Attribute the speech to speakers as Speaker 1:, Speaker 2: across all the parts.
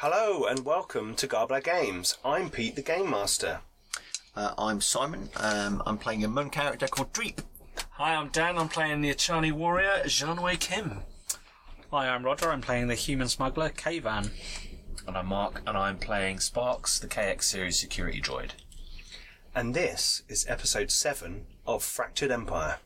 Speaker 1: Hello and welcome to Garbler Games. I'm Pete the Game Master.
Speaker 2: Uh, I'm Simon. Um, I'm playing a Mun character called Dreep.
Speaker 3: Hi, I'm Dan. I'm playing the Achani warrior, Janwei Kim. Hi, I'm Roger. I'm playing the human smuggler, Kavan.
Speaker 4: And I'm Mark, and I'm playing Sparks, the KX series security droid.
Speaker 1: And this is episode 7 of Fractured Empire.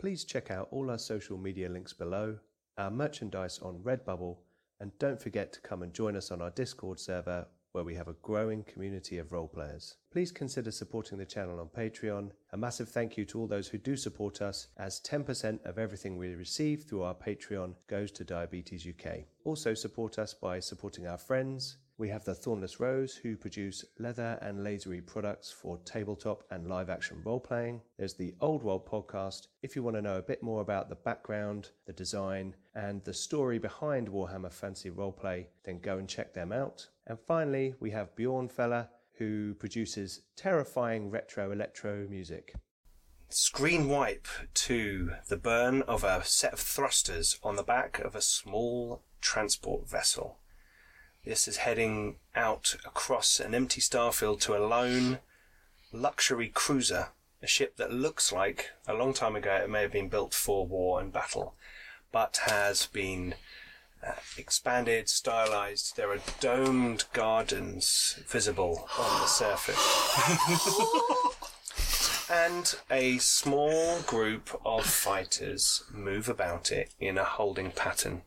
Speaker 5: Please check out all our social media links below, our merchandise on Redbubble, and don't forget to come and join us on our Discord server where we have a growing community of role players. Please consider supporting the channel on Patreon. A massive thank you to all those who do support us, as 10% of everything we receive through our Patreon goes to Diabetes UK. Also, support us by supporting our friends. We have the Thornless Rose, who produce leather and lasery products for tabletop and live action role playing. There's the Old World podcast. If you want to know a bit more about the background, the design, and the story behind Warhammer Fantasy Roleplay, then go and check them out. And finally, we have Bjorn Feller, who produces terrifying retro electro music.
Speaker 1: Screen wipe to the burn of a set of thrusters on the back of a small transport vessel. This is heading out across an empty starfield to a lone luxury cruiser, a ship that looks like a long time ago it may have been built for war and battle, but has been uh, expanded, stylized. There are domed gardens visible on the surface. and a small group of fighters move about it in a holding pattern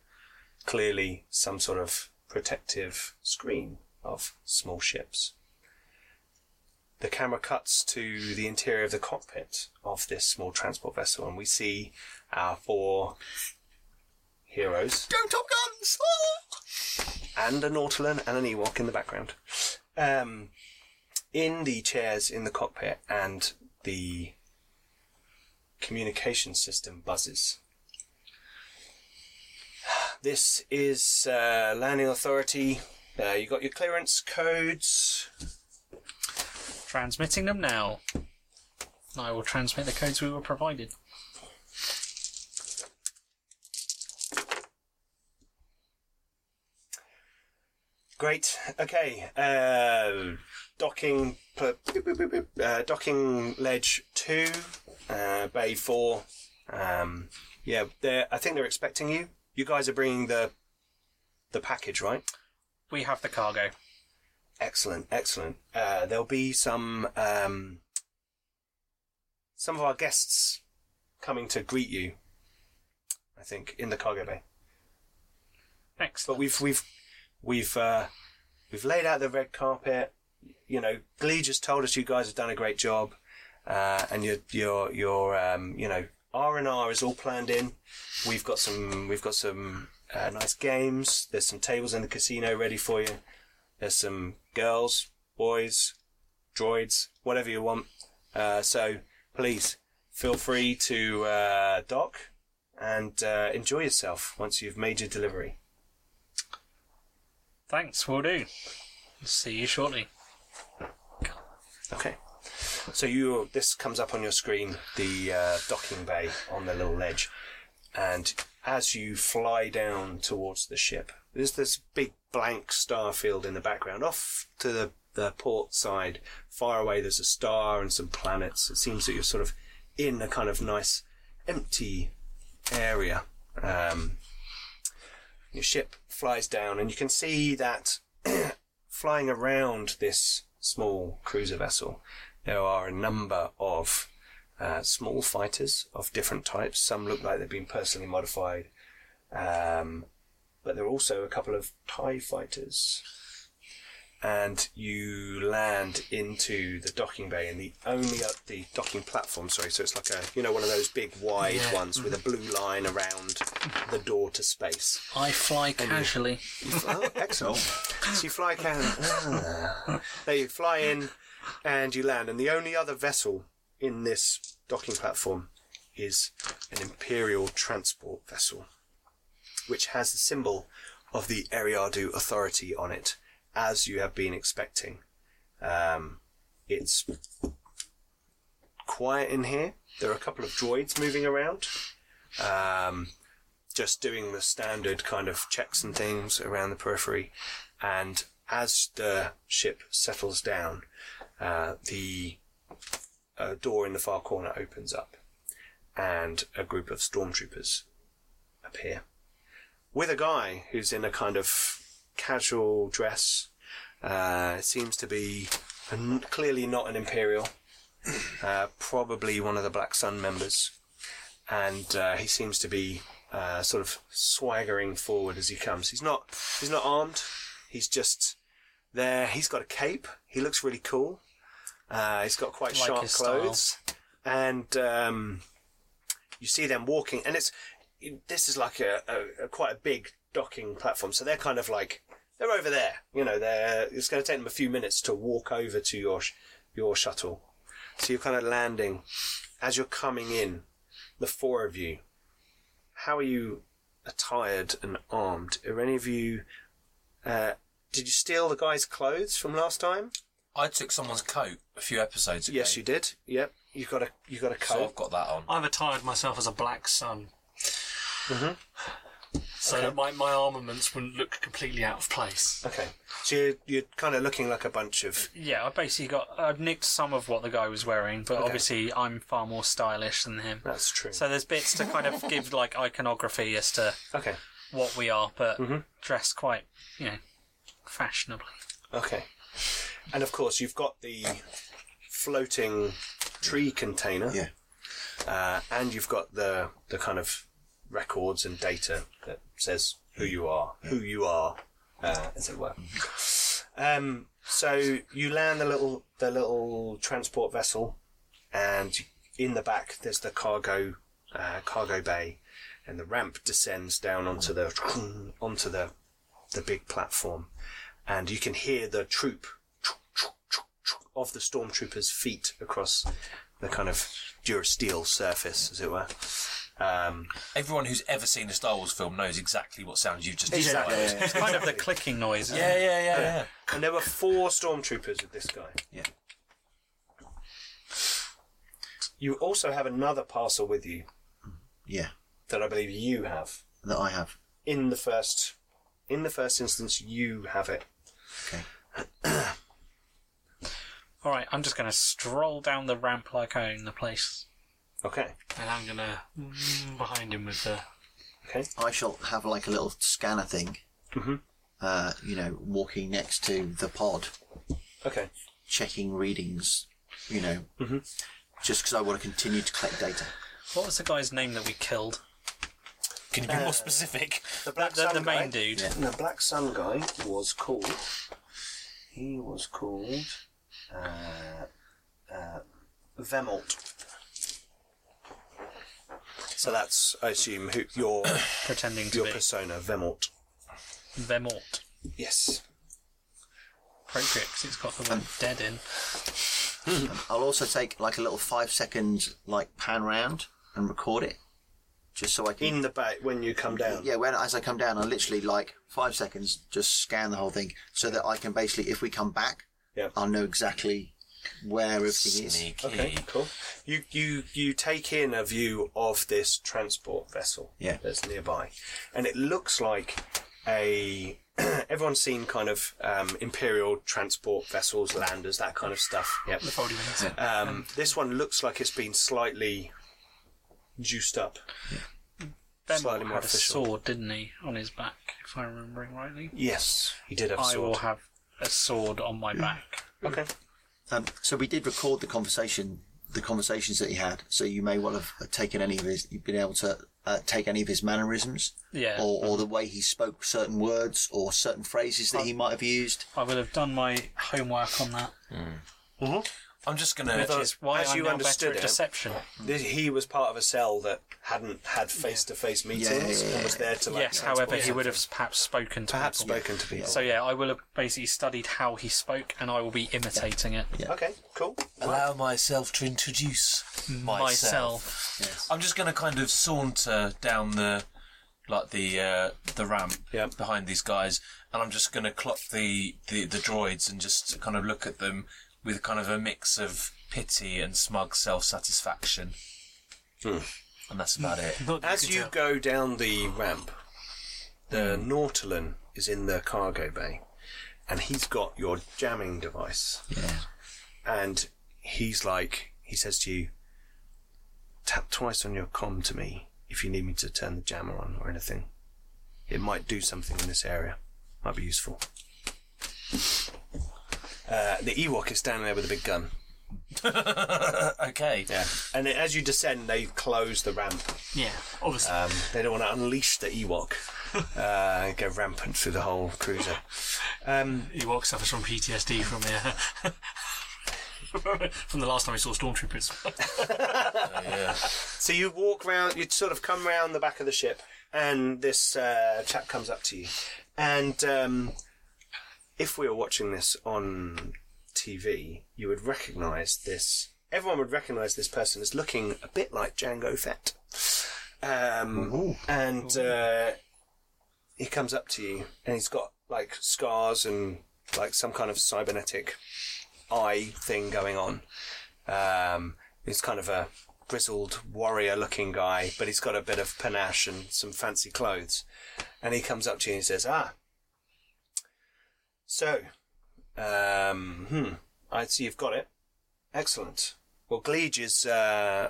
Speaker 1: clearly some sort of protective screen of small ships. The camera cuts to the interior of the cockpit of this small transport vessel, and we see our four heroes
Speaker 2: Go Top Guns!
Speaker 1: and a Nautilin and an Ewok in the background. Um, in the chairs in the cockpit, and the communication system buzzes. This is uh, landing authority. Uh, you got your clearance codes.
Speaker 3: Transmitting them now. And I will transmit the codes we were provided.
Speaker 1: Great. Okay. Uh, docking pl- boop, boop, boop, boop. Uh, docking ledge two, uh, bay four. Um, yeah, they're, I think they're expecting you. You guys are bringing the the package, right?
Speaker 3: We have the cargo.
Speaker 1: Excellent, excellent. Uh, there'll be some um, some of our guests coming to greet you. I think in the cargo bay.
Speaker 3: Next.
Speaker 1: But we've we've we've uh, we've laid out the red carpet. You know, Glee just told us you guys have done a great job, uh, and your your your um, you know R and R is all planned in. We've got some we've got some uh, nice games. There's some tables in the casino ready for you. There's some girls, boys, droids, whatever you want. Uh, so please feel free to uh, dock and uh, enjoy yourself once you've made your delivery.
Speaker 3: Thanks, will do. See you shortly.
Speaker 1: Okay. So you this comes up on your screen, the uh, docking bay on the little ledge, and as you fly down towards the ship, there's this big blank star field in the background. Off to the, the port side, far away, there's a star and some planets. It seems that you're sort of in a kind of nice empty area. Um, your ship flies down, and you can see that
Speaker 6: flying around this small cruiser vessel, there are a number of uh, small fighters of different types. Some look like they've been personally modified, um, but there are also a couple of TIE fighters. And you land into the docking bay and the only uh, the docking platform. Sorry, so it's like a you know one of those big wide ones with a blue line around the door to space.
Speaker 7: I fly casually.
Speaker 2: Oh, excellent.
Speaker 6: So you fly can. there you fly in and you land. And the only other vessel in this docking platform is an Imperial transport vessel, which has the symbol of the Eriadu Authority on it, as you have been expecting. Um, it's quiet in here. There are a couple of droids moving around. Um, just doing the standard kind of checks and things around the periphery. And as the ship settles down, uh, the uh, door in the far corner opens up, and a group of stormtroopers appear with a guy who's in a kind of casual dress. Uh, seems to be an, clearly not an imperial, uh, probably one of the Black Sun members and uh, he seems to be uh, sort of swaggering forward as he comes. He's not he's not armed. He's just there. He's got a cape. He looks really cool. Uh, he's got quite
Speaker 7: Like
Speaker 6: sharp
Speaker 7: his style.
Speaker 6: clothes, and um, you see them walking. And it's this is like a, a, a quite a big docking platform, so they're kind of like they're over there. You know, they're it's going to take them a few minutes to walk over to your sh- your shuttle. So you're kind of landing as you're coming in the four of you, how are you attired and armed? Are any of you? Uh, did you steal the guy's clothes from last time?
Speaker 8: I took someone's coat a few episodes ago.
Speaker 6: Yes, you did. Yep, you got a you got a
Speaker 8: So
Speaker 6: coat.
Speaker 8: I've got that on.
Speaker 3: I've attired myself as a black sun. So that my, my armaments wouldn't look completely out of place.
Speaker 6: okay, so you're, you're kind of looking like a bunch of
Speaker 3: Yeah, I basically got. I've nicked some of what the guy was wearing, but obviously I'm far more stylish than him.
Speaker 6: that's true.
Speaker 3: So there's bits to kind of give like iconography as to
Speaker 6: okay,
Speaker 3: what we are, but dressed quite, you know, fashionably.
Speaker 6: okay, and of course you've got the floating tree container.
Speaker 2: Yeah.
Speaker 6: uh, and you've got the the kind of records and data that says who you are, who you are, uh, as it were. Um, so you land the little the little transport vessel, and in the back there's the cargo uh, cargo bay, and the ramp descends down onto the onto the the big platform, and you can hear the troop of the stormtroopers' feet across the kind of durasteel surface, as it were. Um,
Speaker 8: Everyone who's ever seen a Star Wars film knows exactly what sounds you've just
Speaker 6: Exactly.
Speaker 8: described.
Speaker 3: It's kind of the clicking noise.
Speaker 8: Yeah, yeah, yeah, yeah.
Speaker 6: and there were four stormtroopers with this guy.
Speaker 2: Yeah.
Speaker 6: You also have another parcel with you
Speaker 2: Yeah.
Speaker 6: that I believe you have
Speaker 2: That I have.
Speaker 6: in the first in the first instance. You have it.
Speaker 3: All right, I'm just going to stroll down the ramp like I own the place,
Speaker 6: Okay.
Speaker 3: and I'm going to behind him with the.
Speaker 2: I shall have like a little scanner thing.
Speaker 6: Mhm.
Speaker 2: Uh, you know, walking next to the pod,
Speaker 6: Okay.
Speaker 2: checking readings. You know,
Speaker 6: Mm-hmm.
Speaker 2: just because I want to continue to collect data.
Speaker 3: What was the guy's name that we killed?
Speaker 8: Can you be more specific?
Speaker 6: The black
Speaker 3: The,
Speaker 6: sun
Speaker 3: the
Speaker 6: guy.
Speaker 3: main dude.
Speaker 2: Yeah.
Speaker 6: The black sun guy was called. He was called. Uh, uh, Vemalt. So that's, I assume, who, your
Speaker 3: pretending to
Speaker 6: your
Speaker 3: be
Speaker 6: persona, Vemort.
Speaker 3: Vemort.
Speaker 6: Yes.
Speaker 3: Appropriate 'cause it's got the word dead in.
Speaker 2: Um, I'll also take like a little five second like pan round and record it, just so I can.
Speaker 6: In the back when you come down.
Speaker 2: yeah, when as I come down, I literally like five seconds just scan the whole thing, so that I can basically, if we come back,
Speaker 6: Yeah.
Speaker 2: I'll know exactly where everything is.
Speaker 8: Sneaky.
Speaker 6: Okay, cool. You you you take in a view of this transport vessel
Speaker 2: Yeah.
Speaker 6: that's nearby, and it looks like a. Everyone's seen kind of um, imperial transport vessels, landers, that kind of stuff. Yep.
Speaker 3: The folding ones.
Speaker 6: Um, this one looks like it's been slightly juiced up. Slightly
Speaker 3: Vemort
Speaker 6: more
Speaker 3: had a
Speaker 6: official.
Speaker 3: sword, didn't he, on his back? If I'm remembering rightly.
Speaker 6: Yes, he did have a
Speaker 3: I
Speaker 6: sword.
Speaker 3: will have a sword on my back.
Speaker 6: Okay.
Speaker 2: Um, so we did record the conversation, the conversations that he had. So you may well have taken any of his, you've been able to uh, take any of his mannerisms,
Speaker 3: Yeah.
Speaker 2: or, or the way he spoke certain words or certain phrases that he might have used.
Speaker 3: I will have done my homework on that,
Speaker 8: I'm just gonna.
Speaker 3: which is why
Speaker 6: as
Speaker 3: I'm
Speaker 6: you
Speaker 3: now
Speaker 6: understood
Speaker 3: better at
Speaker 6: it-
Speaker 3: deception.
Speaker 6: This, he was part of a cell that hadn't had face-to-face meetings
Speaker 2: yeah,
Speaker 6: and was there to like
Speaker 3: Yes, however, he would have perhaps spoken to
Speaker 6: perhaps
Speaker 3: people.
Speaker 6: spoken to people.
Speaker 3: So yeah, I will have basically studied how he spoke, and I will be imitating it
Speaker 6: okay, cool.
Speaker 8: Allow myself to introduce
Speaker 3: myself.
Speaker 8: I'm just going to kind of saunter down the like the uh, the ramp
Speaker 6: Yep.
Speaker 8: behind these guys, and I'm just going to clock the, the the droids and just kind of look at them with kind of a mix of pity and smug self satisfaction, and that's about it.
Speaker 3: Not that
Speaker 6: As
Speaker 3: can
Speaker 6: you
Speaker 3: tell.
Speaker 6: go down the ramp, the Nautilin is in the cargo bay, and he's got your jamming device. And he's like, he says to you, tap twice on your com to me if you need me to turn the jammer on or anything. It might do something in this area. Might be useful. Uh, the Ewok is standing there with a big gun.
Speaker 8: okay.
Speaker 6: Yeah. And as you descend, they close the ramp
Speaker 3: yeah, obviously.
Speaker 6: Um, they don't want to unleash the Ewok, uh, and go rampant through the whole cruiser. Um,
Speaker 3: He walks suffers from PTSD from the from the last time we saw stormtroopers.
Speaker 6: so you walk round, you sort of come round the back of the ship, and this uh, chap comes up to you. And um, if we were watching this on TV, you would recognise this. Everyone would recognise this person as looking a bit like Django Fett. Um, and uh, he comes up to you, and he's got like scars and like some kind of cybernetic eye thing going on. Um, he's kind of a grizzled warrior-looking guy, but he's got a bit of panache and some fancy clothes. And he comes up to you and he says, "Ah, so, um, hmm, I see you've got it. Excellent. Well, Gleege is, uh,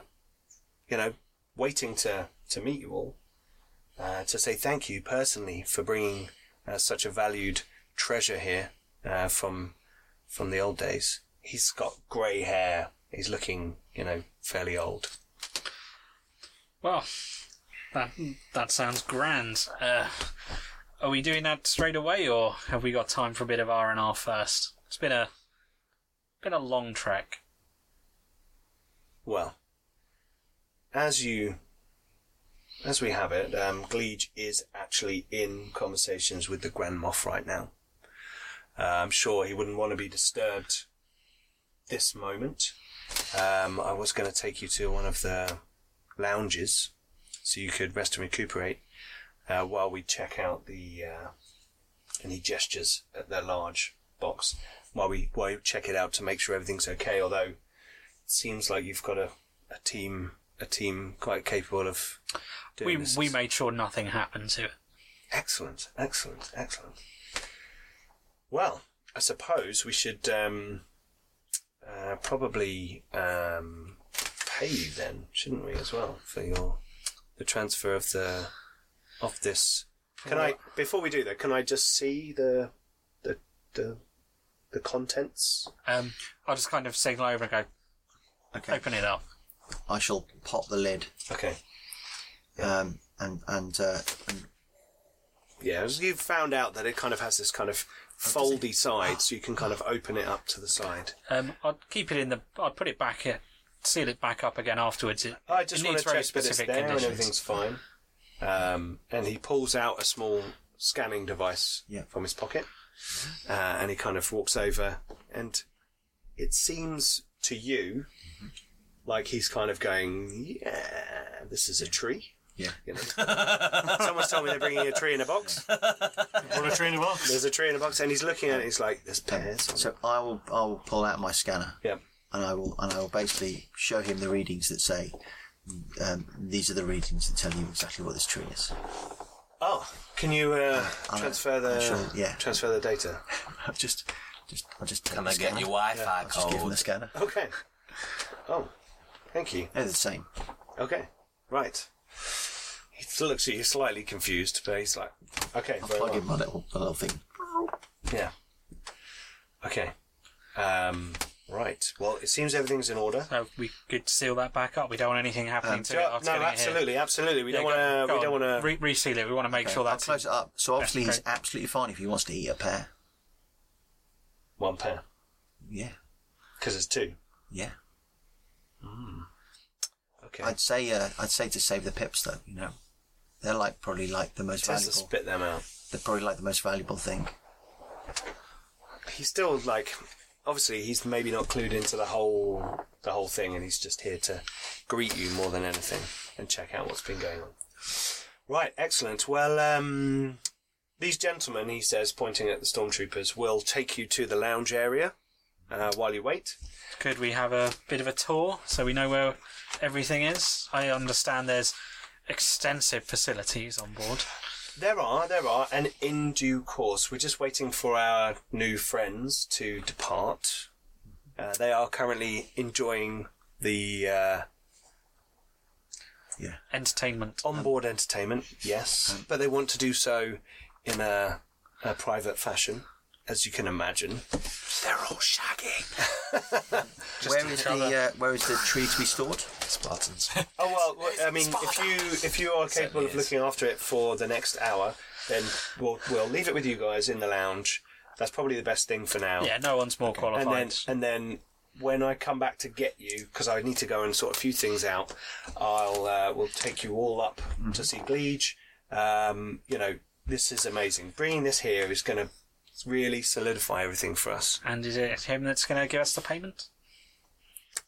Speaker 6: you know, waiting to, to meet you all uh, to say thank you personally for bringing uh, such a valued treasure here uh, from from the old days. He's got grey hair. He's looking, you know, fairly old.
Speaker 3: Well, that that sounds grand. Uh, are we doing that straight away, or have we got time for a bit of R and R first? It's been a been a long trek.
Speaker 6: Well, as you, as we have it, um, Gleege is actually in conversations with the Grand Moff right now. Uh, I'm sure he wouldn't want to be disturbed this moment. Um, I was going to take you to one of the lounges so you could rest and recuperate uh, while we check out the. Uh, and he gestures at their large box while we while we check it out to make sure everything's okay. Although seems like you've got a, a team a team quite capable of doing
Speaker 3: We
Speaker 6: this.
Speaker 3: we made sure nothing happened to it.
Speaker 6: excellent, excellent, excellent. Well, I suppose we should um, uh, probably um, pay you then, shouldn't we, as well for your the transfer of the of this. Can I before we do that? Can I just see the the the, the contents?
Speaker 3: Um, I'll just kind of signal over and go,
Speaker 2: Okay.
Speaker 3: open it up.
Speaker 2: I shall pop the lid
Speaker 6: Okay.
Speaker 2: um, and and, uh, and
Speaker 6: Yeah, as you've found out that it kind of has this kind of foldy side, so you can kind of open it up to the side.
Speaker 3: Um, I'd keep it in the. I'd put it back in, seal it back up again afterwards. It,
Speaker 6: I just
Speaker 3: it
Speaker 6: want
Speaker 3: needs
Speaker 6: to check
Speaker 3: very
Speaker 6: that it's there
Speaker 3: specific conditions.
Speaker 6: and everything's fine. Um, and he pulls out a small scanning device
Speaker 2: Yeah.
Speaker 6: from his pocket, uh, and he kind of walks over, and it seems to you like he's kind of going, "Yeah, this is a tree."
Speaker 2: Yeah.
Speaker 6: You know? Someone's told me they're bringing a tree in a box.
Speaker 3: Want a tree in a box?
Speaker 6: There's a tree in a box, and he's looking at it. He's like, "There's pears." on it."
Speaker 2: so I will I will pull out my scanner
Speaker 6: Yeah.
Speaker 2: and I will and I will basically show him the readings that say um, these are the readings that tell you exactly what this tree is.
Speaker 6: Oh, can you uh,
Speaker 2: I'll-
Speaker 6: transfer the
Speaker 2: I'll show- yeah.
Speaker 6: transfer the data?
Speaker 2: just just I'll just take
Speaker 8: Can
Speaker 2: the
Speaker 8: I get
Speaker 2: scanner.
Speaker 8: your Wi-Fi
Speaker 2: I'll just give him
Speaker 8: code?
Speaker 2: the scanner.
Speaker 6: Okay. Oh, thank you.
Speaker 2: They're the same.
Speaker 6: Okay, right. He still looks at you slightly confused, but he's like, "Okay, very
Speaker 2: I'll
Speaker 6: well.
Speaker 2: give him a little a little thing.
Speaker 6: yeah." Okay. Um, right. Well, it seems everything's in order.
Speaker 3: So we could seal that back up. We don't want anything happening to it
Speaker 6: Yeah,
Speaker 3: after
Speaker 6: no,
Speaker 3: getting it
Speaker 6: absolutely, absolutely. We
Speaker 3: here.
Speaker 6: don't want to. We don't want to.
Speaker 3: re- reseal it. We want to make
Speaker 2: Okay,
Speaker 3: sure
Speaker 2: I'll
Speaker 3: that's
Speaker 2: close it up. So obviously
Speaker 3: okay.
Speaker 2: he's absolutely fine if he wants to eat a pear.
Speaker 6: one pound
Speaker 2: Yeah,
Speaker 6: because it's two.
Speaker 2: yeah.
Speaker 6: Okay.
Speaker 2: I'd say uh, I'd say to save the pips though. You know, they're like probably like the most
Speaker 6: Tessa
Speaker 2: valuable.
Speaker 6: spit them out.
Speaker 2: They're probably like the most valuable thing.
Speaker 6: He's still like, obviously, he's maybe not clued into the whole the whole thing, and he's just here to greet you more than anything and check out what's been going on. Right. Excellent. Well, um, these gentlemen, he says, pointing at the stormtroopers, will take you to the lounge area uh, while you wait.
Speaker 3: Could we have a bit of a tour so we know where everything is? I understand there's extensive facilities on board.
Speaker 6: There are, there are, and in due course, we're just waiting for our new friends to depart. Uh, they are currently enjoying the uh,
Speaker 3: Entertainment.
Speaker 6: onboard entertainment,
Speaker 8: Um,
Speaker 6: yes, but they want to do so in a, a private fashion, as you can imagine.
Speaker 8: They're all shagging.
Speaker 2: where is
Speaker 3: other.
Speaker 2: the uh, where is the tree to be stored?
Speaker 8: Spartans.
Speaker 6: Oh well, w- I mean, if you if you are capable of looking after it for the next hour, then we'll we'll leave it with you guys in the lounge. That's probably the best thing for now.
Speaker 3: Yeah, no one's more qualified.
Speaker 6: Oh. and then and then when I come back to get you, because I need to go and sort a few things out, I'll uh, we'll take you all up to see Gleege. Um, you know, this is amazing. Bringing this here is going to really solidify everything for us.
Speaker 3: And is it him that's going to give us the payment?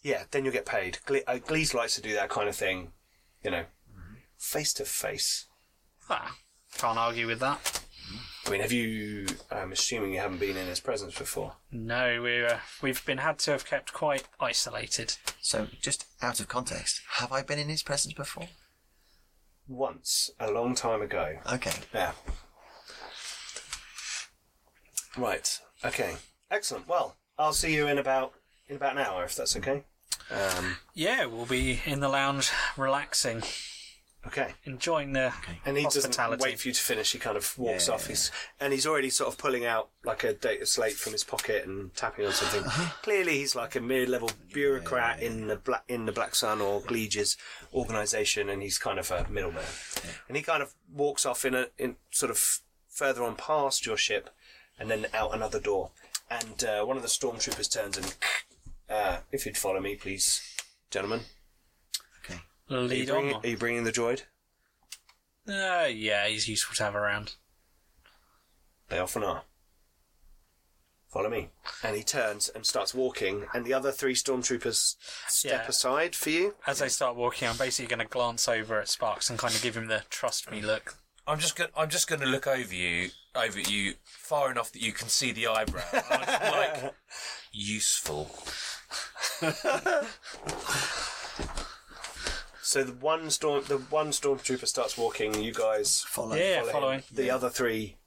Speaker 6: Yeah, then you'll get paid. Gle- uh, Gleege likes to do that kind of thing, you know, face to face.
Speaker 3: Ah, can't argue with that.
Speaker 6: I mean, have you? I'm assuming you haven't been in his presence before.
Speaker 3: No, we're, uh, we've been had to have kept quite isolated.
Speaker 2: So just out of context, have I been in his presence before?
Speaker 6: Once, a long time ago.
Speaker 2: Okay.
Speaker 6: Yeah. Right. Okay. Excellent. Well, I'll see you in about in about an hour if that's okay. Um,
Speaker 3: Yeah, we'll be in the lounge, relaxing,
Speaker 6: okay.
Speaker 3: enjoying the
Speaker 6: And he doesn't
Speaker 3: hospitality.
Speaker 6: wait for you to finish. He kind of walks off. He's and he's already sort of pulling out like a data slate from his pocket and tapping on something.
Speaker 3: Uh-huh.
Speaker 6: Clearly, he's like a mid-level bureaucrat in the black in the Black Sun or Gleege's organisation, and he's kind of a middleman. And he kind of walks off in a in sort of further on past your ship, and then out another door. And uh, one of the stormtroopers turns and, uh, if you'd follow me, please, gentlemen.
Speaker 2: Okay.
Speaker 6: Are you,
Speaker 3: Lead on.
Speaker 6: bringing, are you bringing the droid?
Speaker 3: Uh, yeah, he's useful to have around.
Speaker 6: They often are. Follow me. And he turns and starts walking, and the other three stormtroopers step
Speaker 3: Yeah.
Speaker 6: aside for you.
Speaker 3: As I start walking, I'm basically going to glance over at Sparks and kind of give him the trust me look.
Speaker 8: I'm just gonna I'm just gonna look over you over at you far enough that you can see the eyebrow. And I'm just like useful.
Speaker 6: So the one storm, the one stormtrooper starts walking. You guys,
Speaker 2: Follow.
Speaker 3: Yeah,
Speaker 6: follow him.
Speaker 3: following.
Speaker 6: The other three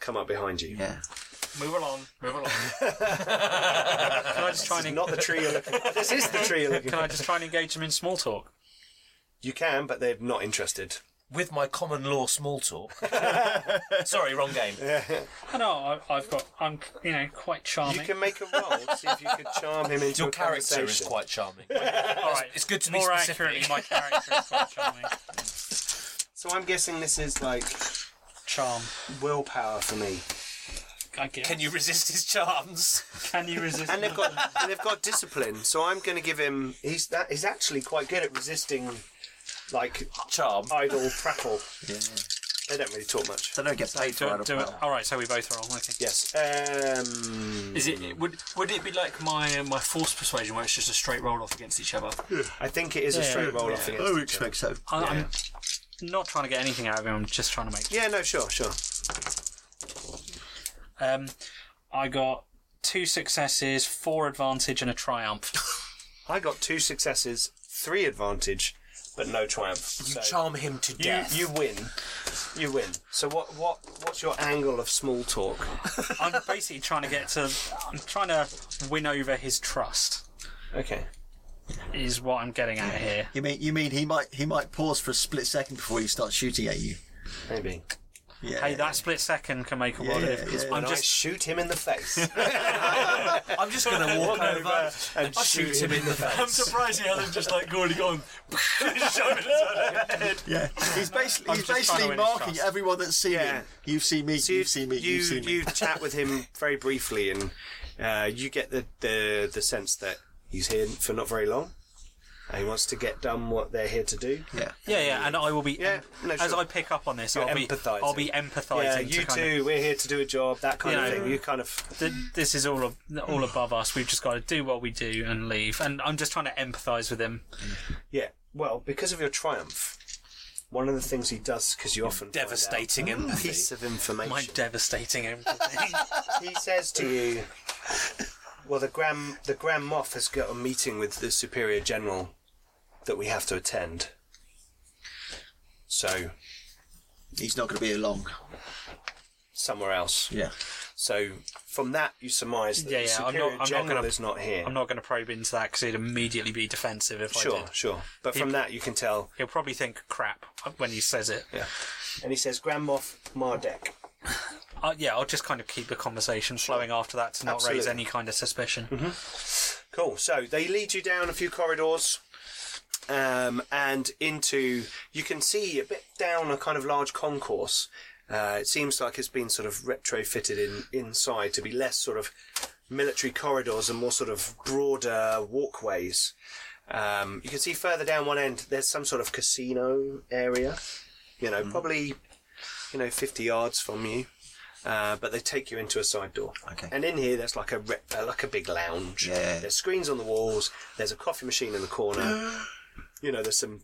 Speaker 6: come up behind you.
Speaker 2: Yeah.
Speaker 3: Move along, move along. can I just try and
Speaker 6: Not the tree you're looking. this is the tree you're looking.
Speaker 3: can I just try and engage him in small talk?
Speaker 6: You can, but they're not interested.
Speaker 8: With my common law small talk. Sorry, wrong game.
Speaker 3: I know I, I've got I'm you know quite charming.
Speaker 6: You can make a roll to see if you could charm him into
Speaker 8: Your
Speaker 6: a
Speaker 8: character is
Speaker 6: conversation.
Speaker 8: quite charming.
Speaker 3: All right,
Speaker 8: it's good to be
Speaker 3: more
Speaker 8: specific.
Speaker 3: accurately. My character is quite charming.
Speaker 6: So I'm guessing this is like
Speaker 3: Charm.
Speaker 6: willpower for me,
Speaker 3: I guess.
Speaker 8: Can you resist his charms?
Speaker 3: Can you resist?
Speaker 6: and they've got and they've got discipline. So I'm going to give him. He's that. He's actually quite good at resisting, like
Speaker 8: Charm.
Speaker 6: idle prattle.
Speaker 2: Yeah.
Speaker 6: They don't really talk much.
Speaker 2: They don't get Oh, paid
Speaker 3: do
Speaker 2: for
Speaker 3: it,
Speaker 2: it.
Speaker 3: do it. All right, so we both are wrong. Okay.
Speaker 6: Yes. Um,
Speaker 7: Is it would would it be like my my force persuasion where it's just a straight roll off against each other?
Speaker 6: I think it is a
Speaker 3: Yeah.
Speaker 6: straight roll off
Speaker 2: I
Speaker 6: against.
Speaker 2: would Oh, expect so.
Speaker 3: I, I'm not trying to get anything out of him. I'm just trying to make.
Speaker 6: Yeah. No. Sure. Sure.
Speaker 3: Um, I got two successes, four advantage, and a triumph.
Speaker 6: I got two successes, three advantage, but no triumph.
Speaker 8: You
Speaker 6: so
Speaker 8: charm him to
Speaker 6: You,
Speaker 8: death.
Speaker 6: you win. You win. So what? What? What's your angle of small talk?
Speaker 3: I'm basically trying to get to. I'm trying to win over his trust.
Speaker 6: Okay.
Speaker 3: Is what I'm getting at here.
Speaker 2: You mean you mean he might he might pause for a split second before he starts shooting at you?
Speaker 6: Maybe.
Speaker 2: Yeah.
Speaker 3: hey, that split second can make a world
Speaker 2: yeah,
Speaker 3: of difference.
Speaker 2: yeah.
Speaker 3: I'm
Speaker 6: and I
Speaker 3: just
Speaker 6: shoot him in the face.
Speaker 8: I'm just going to walk over and shoot him in the
Speaker 7: I'm
Speaker 8: face.
Speaker 7: surprised he hasn't just like already gone.
Speaker 2: Yeah, he's basically he's
Speaker 3: just trying to
Speaker 2: basically
Speaker 3: win his
Speaker 2: marking
Speaker 3: trust.
Speaker 2: everyone that's seen
Speaker 6: Yeah.
Speaker 2: him. You've seen me.
Speaker 6: So
Speaker 2: you've seen me.
Speaker 6: You,
Speaker 2: You've seen me.
Speaker 6: you chat with him very briefly, and uh, you get the, the the sense that he's here for not very long, and he wants to get done what they're here to do.
Speaker 2: Yeah.
Speaker 3: Yeah, yeah, and I will be.
Speaker 6: Yeah, no,
Speaker 3: as
Speaker 6: sure.
Speaker 3: I pick up on this,
Speaker 6: You're
Speaker 3: I'll be,
Speaker 6: empathising.
Speaker 3: I'll be
Speaker 2: Oh,
Speaker 3: empathising.
Speaker 6: Yeah,
Speaker 3: to
Speaker 6: you
Speaker 3: kind
Speaker 6: too. We're here to do a job, that kind
Speaker 3: You
Speaker 6: of
Speaker 3: know,
Speaker 6: thing. You kind of
Speaker 3: Of, th- this is all ab- all above us. We've just got to do what we do and leave. And I'm just trying to empathise with him.
Speaker 6: yeah. Well, because of your triumph, one of the things he does because you often find out
Speaker 8: Devastating
Speaker 6: a
Speaker 8: empathy.
Speaker 6: piece of information.
Speaker 3: My devastating empathy.
Speaker 6: he says to you, "Well, the Grand the Grand Moff has got a meeting with the Superior General that we have to attend. So
Speaker 2: He's not going to be here long.
Speaker 6: somewhere else.
Speaker 2: Yeah.
Speaker 6: So from that, you surmise that
Speaker 3: Yeah,
Speaker 6: the
Speaker 3: yeah, I'm
Speaker 6: Superior
Speaker 3: not- I'm not
Speaker 6: General
Speaker 3: gonna-
Speaker 6: is not here.
Speaker 3: I'm not going to probe into that because he'd immediately be defensive if I
Speaker 6: sure,
Speaker 3: did.
Speaker 6: sure. But from that, you can tell.
Speaker 3: He'll probably think crap when he says it.
Speaker 6: Yeah. And he says, Grand Moff Mardek.
Speaker 3: Uh, yeah, I'll just kind of keep the conversation flowing after that to not
Speaker 6: Absolutely.
Speaker 3: raise
Speaker 6: Mm-hmm.
Speaker 3: any kind of suspicion.
Speaker 6: Cool. So they lead you down a few corridors, um, and into you can see a bit down a kind of large concourse. Uh, it seems like it's been sort of retrofitted in inside to be less sort of military corridors and more sort of broader walkways. Um, you can see further down one end there's some sort of casino area. You know, probably you know fifty yards from you. Uh, but they take you into a side door.
Speaker 2: Okay.
Speaker 6: And in here, there's like a re- uh, like a big lounge.
Speaker 2: Yeah.
Speaker 6: There's screens on the walls. There's a coffee machine in the corner. you know, there's some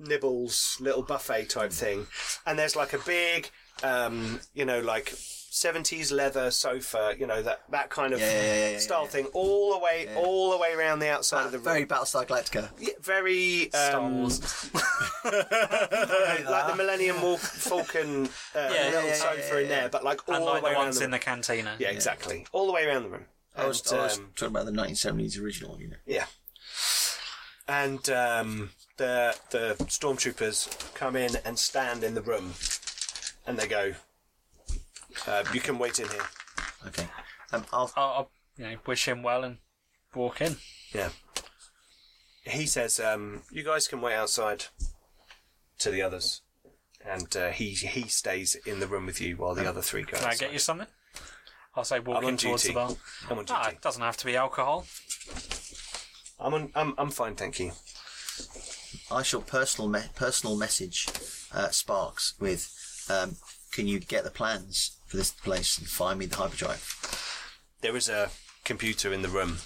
Speaker 6: nibbles, little buffet type thing, and there's like a big, um, you know, like. 70s leather sofa, you know that that kind of
Speaker 2: Yeah, yeah, yeah, yeah,
Speaker 6: style
Speaker 2: yeah. Ah,
Speaker 6: thing, all the way, all the way around the outside of the
Speaker 2: Very
Speaker 6: room.
Speaker 2: Battlestar Galactica.
Speaker 6: Yeah, very um, like the Millennium Wal- Falcon uh, little
Speaker 2: yeah,
Speaker 6: sofa
Speaker 2: yeah,
Speaker 6: in there, but like all
Speaker 3: and like
Speaker 6: the way
Speaker 3: the
Speaker 6: around
Speaker 3: ones
Speaker 6: the
Speaker 3: in the cantina.
Speaker 6: yeah, exactly. All the way around the room.
Speaker 2: I was,
Speaker 6: And,
Speaker 2: I was
Speaker 6: um,
Speaker 2: talking about the 1970s original. You know.
Speaker 6: yeah. And um, the the stormtroopers come in and stand in the room, and they go, uh, "You can wait in here."
Speaker 2: Okay. Um, I'll,
Speaker 3: I'll, I'll you know, wish him well and walk in.
Speaker 6: Yeah. He says, um, "You guys can wait outside." To the others, and uh, he he stays in the room with you while the other three go.
Speaker 3: Um, Can I get
Speaker 6: outside.
Speaker 3: you something? I'll say walk
Speaker 6: I'm on
Speaker 3: in towards
Speaker 6: duty.
Speaker 3: the bar.
Speaker 6: I'm on duty.
Speaker 3: Ah, it doesn't have to be alcohol.
Speaker 6: I'm on. I'm, I'm fine, thank you.
Speaker 2: I shall personal me- personal message uh, Sparks with, um, can you get the plans for this place and find me the hyperdrive?
Speaker 6: There is a computer in the room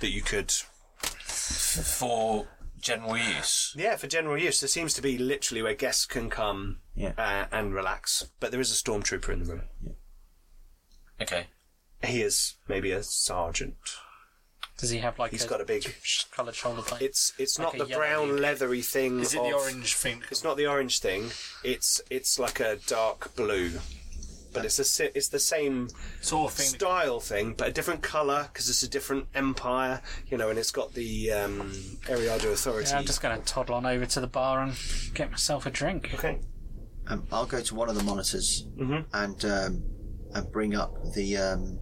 Speaker 6: that you could
Speaker 8: For general use.
Speaker 6: Yeah, for general use. There seems to be literally where guests can come
Speaker 2: Yeah.
Speaker 6: uh, and relax. But there is a stormtrooper in the room.
Speaker 8: Okay.
Speaker 6: He is maybe a sergeant.
Speaker 3: Does he have like
Speaker 6: He's
Speaker 3: a
Speaker 6: got a big.
Speaker 3: coloured shoulder plate?
Speaker 6: It's it's not
Speaker 3: a
Speaker 6: the
Speaker 3: yellow
Speaker 6: brown
Speaker 3: leaf.
Speaker 6: leathery thing.
Speaker 7: Is it the
Speaker 6: of-
Speaker 7: orange thing?
Speaker 6: It's not the orange thing. It's it's like a dark blue, but it's the si- it's the same
Speaker 7: sort of thing. that-
Speaker 6: style thing, but a different color because it's a different empire, you know. And it's got the um, Ariado authority.
Speaker 3: Yeah, I'm just going to toddle on over to the bar and get myself a drink.
Speaker 6: Okay.
Speaker 2: Um, I'll go to one of the monitors
Speaker 6: Mm-hmm.
Speaker 2: and um, and bring up the um,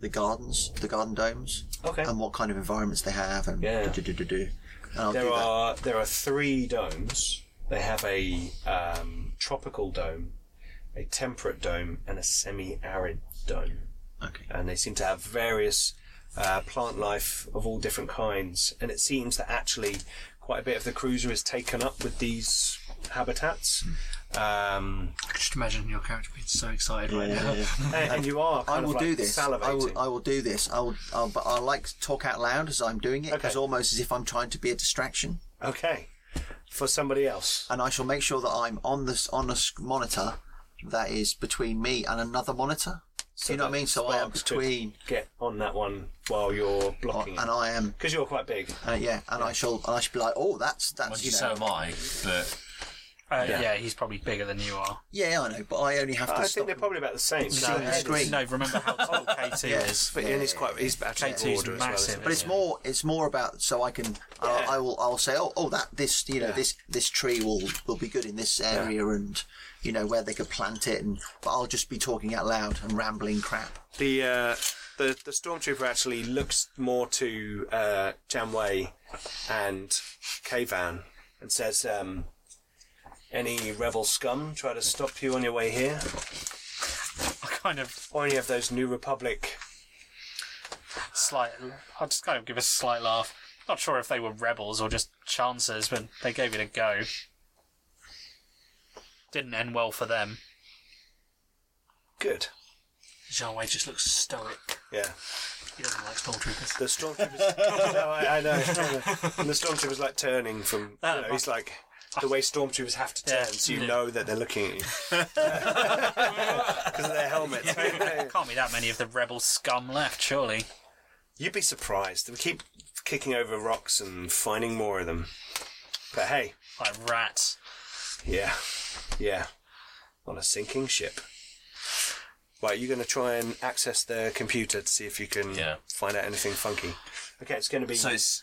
Speaker 2: the gardens, the garden domes,
Speaker 6: Okay.
Speaker 2: and what kind of environments they have, and
Speaker 6: Yeah.
Speaker 2: do do do do. And I'll
Speaker 6: There
Speaker 2: do that.
Speaker 6: are there are three domes. They have a um, tropical dome, a temperate dome, and a semi-arid dome,
Speaker 2: Okay.
Speaker 6: and they seem to have various uh, plant life of all different kinds. And it seems that actually quite a bit of the cruiser is taken up with these habitats, um,
Speaker 7: I could just imagine your character being so excited right now.
Speaker 6: and, and you are. Kind
Speaker 2: I will
Speaker 6: of like
Speaker 2: do this.
Speaker 6: Salivating.
Speaker 2: I will. I will do this. I will. I'll, but I like to talk out loud as I'm doing it,
Speaker 6: Okay.
Speaker 2: as almost as if I'm trying to be a distraction.
Speaker 6: Okay, for somebody else.
Speaker 2: And I shall make sure that I'm on this on a sc- monitor that is between me and another monitor.
Speaker 6: So
Speaker 2: you know what I
Speaker 6: that
Speaker 2: mean? So I am
Speaker 6: Sparks could
Speaker 2: between,
Speaker 6: Get on that one while you're blocking
Speaker 2: and I am.
Speaker 6: because you're quite big.
Speaker 2: Uh, yeah, and I shall. And I should be like, oh, that's that's
Speaker 8: Well,
Speaker 2: you know.
Speaker 8: so am I, but
Speaker 3: Uh,
Speaker 6: Yeah.
Speaker 3: yeah. he's probably bigger than you are.
Speaker 2: Yeah, I know, but I only have to
Speaker 6: I
Speaker 2: stop.
Speaker 6: think they're probably about the same.
Speaker 2: No,
Speaker 6: Your head
Speaker 2: screen.
Speaker 6: is-
Speaker 3: No, remember how tall KT
Speaker 2: Yeah.
Speaker 3: is.
Speaker 6: But and he's quite he's actually
Speaker 3: K2's
Speaker 6: broader as well.
Speaker 3: massive.
Speaker 6: isn't he?
Speaker 2: But it's
Speaker 3: Yeah.
Speaker 2: more it's more about so I can
Speaker 6: Yeah.
Speaker 2: I, I will I'll say oh, oh that this you know
Speaker 6: Yeah.
Speaker 2: this this tree will will be good in this area and you know where they could plant it and but I'll just be talking out loud and rambling crap.
Speaker 6: the uh, the the stormtrooper actually looks more to uh, Janeway and Kavan and says, um, "Any rebel scum try to stop you on your way here,
Speaker 3: I kind of
Speaker 6: or any of those New Republic?"
Speaker 3: slight. I'll just kind of give a slight laugh. Not sure if they were rebels or just chancers, but they gave it a go. Didn't end well for them.
Speaker 6: Good.
Speaker 7: Jean Wei just looks stoic.
Speaker 6: Yeah.
Speaker 7: He doesn't like stormtroopers.
Speaker 6: The stormtroopers. no, I, I know. And the stormtroopers like turning from. You know, he's like. The way stormtroopers have to turn,
Speaker 3: Yeah.
Speaker 6: so you know that they're looking at you because of their helmets.
Speaker 3: Can't be that many of the rebel scum left, surely.
Speaker 6: You'd be surprised. We keep kicking over rocks and finding more of them. But hey,
Speaker 3: Like rats.
Speaker 6: yeah, yeah, on a sinking ship. Right, you're going to try and access the computer to see if you can
Speaker 8: Yeah.
Speaker 6: find out anything funky. Okay, it's going to be.
Speaker 8: So it's.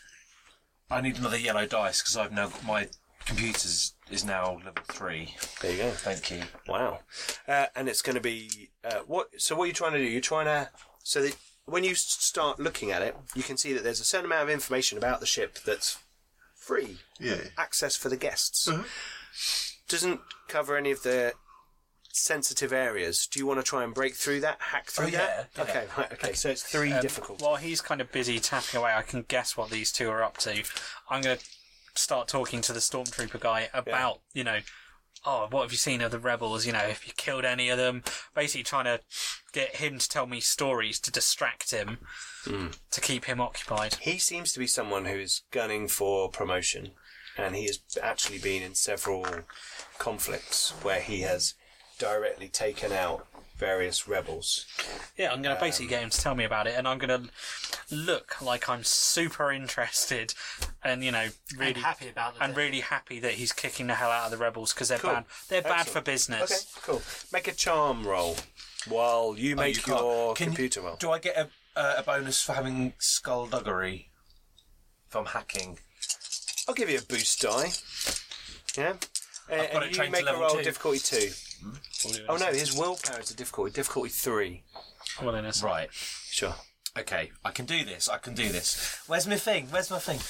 Speaker 8: I need another yellow dice because I've now got my computer's is now level three.
Speaker 6: there you go.
Speaker 8: Thank you.
Speaker 6: Wow. Uh, and it's going to be uh, what? So what are you trying to do? You're trying to so that when you s- start looking at it, you can see that there's a certain amount of information about the ship that's free
Speaker 2: Yeah.
Speaker 6: access for the guests. Doesn't cover any of the sensitive areas. Do you want to try and break through that? Hack through
Speaker 8: Oh,
Speaker 6: that?
Speaker 8: yeah, yeah.
Speaker 6: Okay, right, okay. So it's three
Speaker 3: Um,
Speaker 6: difficult.
Speaker 3: While he's kind of busy tapping away, I can guess what these two are up to. I'm going to start talking to the stormtrooper guy about, you know, oh, what have you seen of the rebels? You know, if you killed any of them? Basically, trying to get him to tell me stories to distract him,
Speaker 6: Hmm.
Speaker 3: to keep him occupied.
Speaker 6: He seems to be someone who is gunning for promotion, and he has actually been in several conflicts where he has directly taken out various rebels.
Speaker 3: Yeah, I'm
Speaker 6: Um,
Speaker 3: going to basically get him to tell me about it, and I'm going to look like I'm super interested, and you know, really
Speaker 7: Really happy about the
Speaker 3: and really happy that he's kicking the hell out of the rebels because they're
Speaker 6: Cool.
Speaker 3: bad. They're bad for
Speaker 6: Excellent.
Speaker 3: business.
Speaker 6: Okay, cool. Make a charm roll while you
Speaker 8: Oh,
Speaker 6: make
Speaker 8: you can't-
Speaker 6: your
Speaker 8: Can you-
Speaker 6: computer roll.
Speaker 8: Do I get a, uh, a bonus for having skullduggery? If I'm hacking,
Speaker 6: I'll give you a boost die. Yeah. Uh,
Speaker 8: got it
Speaker 6: and you
Speaker 8: trained to
Speaker 6: make a
Speaker 8: level
Speaker 6: roll
Speaker 8: two. Hmm?
Speaker 6: difficulty two. Oh no, his willpower is a difficulty. Difficulty three.
Speaker 3: Willingness.
Speaker 8: right?
Speaker 6: Sure.
Speaker 8: Okay, I can do this. I can do this. Where's my thing? Where's my thing?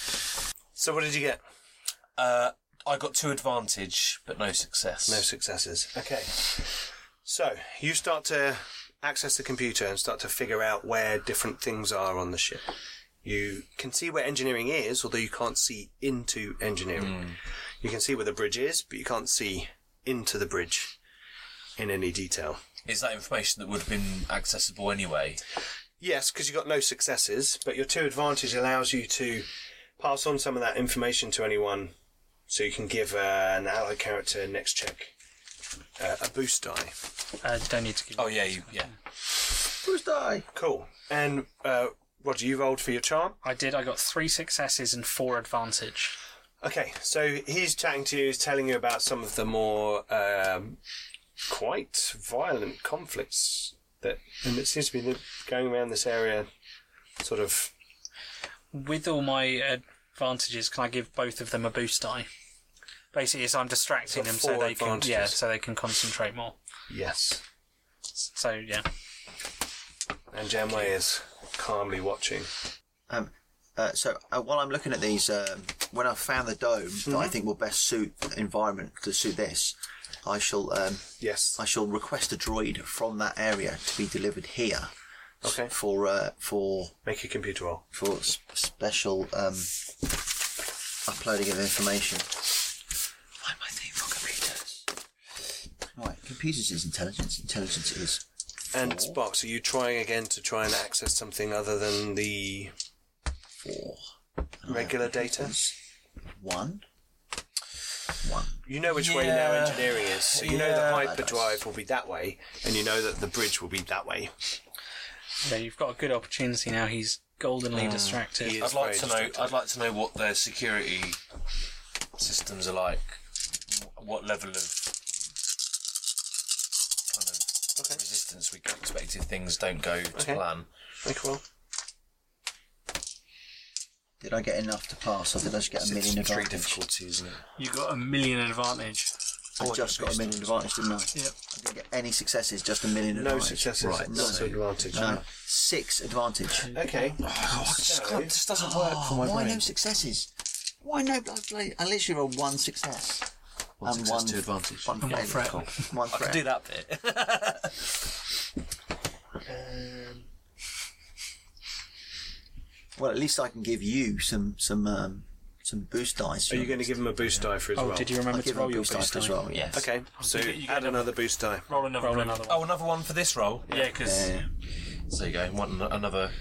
Speaker 6: So what did you get?
Speaker 8: Uh, I got two advantage, but no success.
Speaker 6: No successes. Okay. So you start to access the computer and start to figure out where different things are on the ship. You can see where engineering is, although you can't see into engineering. You can see where the bridge is, but you can't see into the bridge in any detail.
Speaker 8: Is that information that would have been accessible anyway?
Speaker 6: Yes, because you got no successes, but your two advantage allows you to pass on some of that information to anyone, so you can give uh, an allied character next check uh, a boost die.
Speaker 3: Uh, don't need to give.
Speaker 8: Oh yeah, you, yeah.
Speaker 2: Who's die?
Speaker 6: Cool. And uh, Roger, you rolled for your charm.
Speaker 3: I did. I got three successes and four advantage.
Speaker 6: Okay, so he's chatting to you, he's telling you about some of the more um, quite violent conflicts that, and it seems to be going around this area, sort of
Speaker 3: With all my advantages, can I give both of them a boost die? Basically, it's I'm distracting
Speaker 6: You've got
Speaker 3: them so
Speaker 6: four
Speaker 3: they can yeah,
Speaker 6: advantages.
Speaker 3: so they can concentrate more.
Speaker 6: yes.
Speaker 3: So yeah,
Speaker 6: And Janeway is calmly watching.
Speaker 2: Um, uh, so uh, while I'm looking at these, um, when I found the dome that
Speaker 6: Mm-hmm.
Speaker 2: I think will best suit the environment to suit this, I shall um,
Speaker 6: Yes.
Speaker 2: I shall request a droid from that area to be delivered here
Speaker 6: Okay.
Speaker 2: for uh, for
Speaker 6: Make a computer roll.
Speaker 2: for s- special um, uploading of information. Find my thing for computers. Right, computers is intelligence. Intelligence is
Speaker 6: And Sparks, are you trying again to try and access something other than the
Speaker 2: four.
Speaker 6: regular data?
Speaker 2: One. One.
Speaker 6: You know which way now
Speaker 8: Yeah.
Speaker 6: engineering is. So you know
Speaker 8: Yeah.
Speaker 6: that hyperdrive will be that way, and you know that the bridge will be that way.
Speaker 3: yeah, you've got a good opportunity now. He's
Speaker 8: Mm,
Speaker 3: goldenly distracted.
Speaker 6: He is
Speaker 8: I'd like
Speaker 6: very
Speaker 8: to know.
Speaker 6: distracted.
Speaker 8: I'd like to know what their security systems are like what level of kind of resistance we can expect if things don't go to
Speaker 6: Okay.
Speaker 8: plan.
Speaker 6: Make a roll.
Speaker 2: Did I get enough to pass, or did I just get a
Speaker 8: It's
Speaker 2: million
Speaker 8: three
Speaker 2: advantage?
Speaker 8: difficulties, isn't it?
Speaker 7: You got a million advantage.
Speaker 2: I just got a million advantage, didn't I?
Speaker 7: Yep.
Speaker 2: I didn't get any successes, just a million
Speaker 6: No
Speaker 2: advantage.
Speaker 6: successes.
Speaker 2: Right,
Speaker 6: Not
Speaker 2: so, Oh,
Speaker 6: advantage.
Speaker 2: uh, six advantage.
Speaker 6: Okay.
Speaker 2: God, this doesn't work for my Oh, Why no successes? Why no? I- I I literally rolled one success. One and
Speaker 9: success,
Speaker 2: one,
Speaker 9: two advantage.
Speaker 2: One
Speaker 7: one
Speaker 2: threat.
Speaker 7: threat.
Speaker 2: One
Speaker 8: I
Speaker 2: threat.
Speaker 8: can do that bit.
Speaker 2: Well, at least I can give you some some um, some boost dice.
Speaker 6: Are you going to give him a boost die for as
Speaker 3: Oh,
Speaker 6: well?
Speaker 3: did you remember
Speaker 2: I
Speaker 3: to
Speaker 2: give him
Speaker 3: roll your
Speaker 2: boost
Speaker 3: boost
Speaker 2: dice
Speaker 3: die?
Speaker 2: as well. Yeah.
Speaker 8: yes.
Speaker 6: Okay. So
Speaker 7: You get- you
Speaker 6: add
Speaker 7: get a-
Speaker 6: another boost die.
Speaker 7: Roll another
Speaker 3: Roll
Speaker 7: one. Oh,
Speaker 3: another one.
Speaker 8: Oh, another one for this roll.
Speaker 7: Yeah, because
Speaker 2: Yeah.
Speaker 8: So you go. One, another.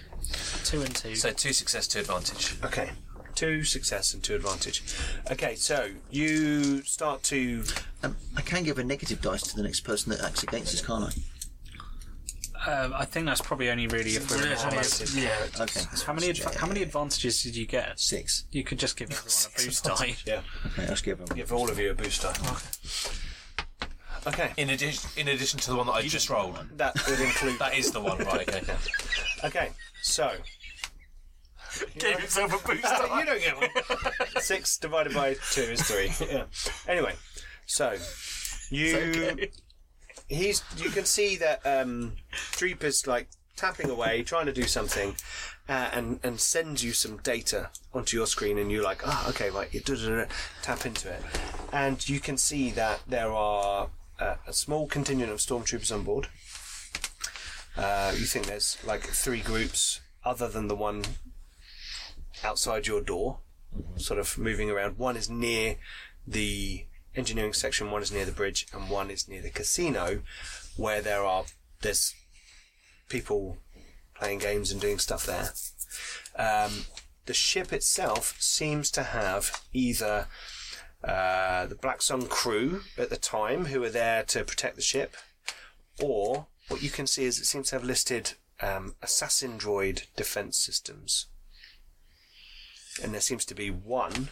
Speaker 3: Two and two.
Speaker 8: So two success, two advantage.
Speaker 6: Okay. Two success and two advantage. Okay, so you start to.
Speaker 2: Um, I can give a negative dice to the next person that acts against us, can't I?
Speaker 3: Um, I think that's probably only really if we're in allies.
Speaker 7: yeah,
Speaker 2: Okay. that's
Speaker 3: How
Speaker 2: what
Speaker 3: many
Speaker 2: I
Speaker 3: adv-
Speaker 2: said.
Speaker 3: how many advantages did you get?
Speaker 2: Six.
Speaker 3: You could just give everyone a boost die.
Speaker 6: Yeah.
Speaker 2: Okay, I'll just give them.
Speaker 6: Give all of you a boost die. Okay.
Speaker 8: In addition, in addition to the one that I just rolled.
Speaker 6: That would include.
Speaker 8: That is the one, right? Okay.
Speaker 6: Okay, so.
Speaker 7: gave himself a boost.
Speaker 6: you don't get one. Six divided by two is three. Yeah. Anyway, so you he's you can see that um, Dreep is like tapping away, trying to do something, uh, and and sends you some data onto your screen, and you're like, ah, okay, right, you da, da, da, da, tap into it, and you can see that there are uh, a small contingent of stormtroopers on board. Uh, you think there's like three groups other than the one outside your door, sort of moving around. One is near the engineering section, one is near the bridge, and one is near the casino, where there are there's people playing games and doing stuff there. Um, the ship itself seems to have either uh, the Black Sun crew at the time who are there to protect the ship, or what you can see is it seems to have listed um, assassin droid defense systems and there seems to be one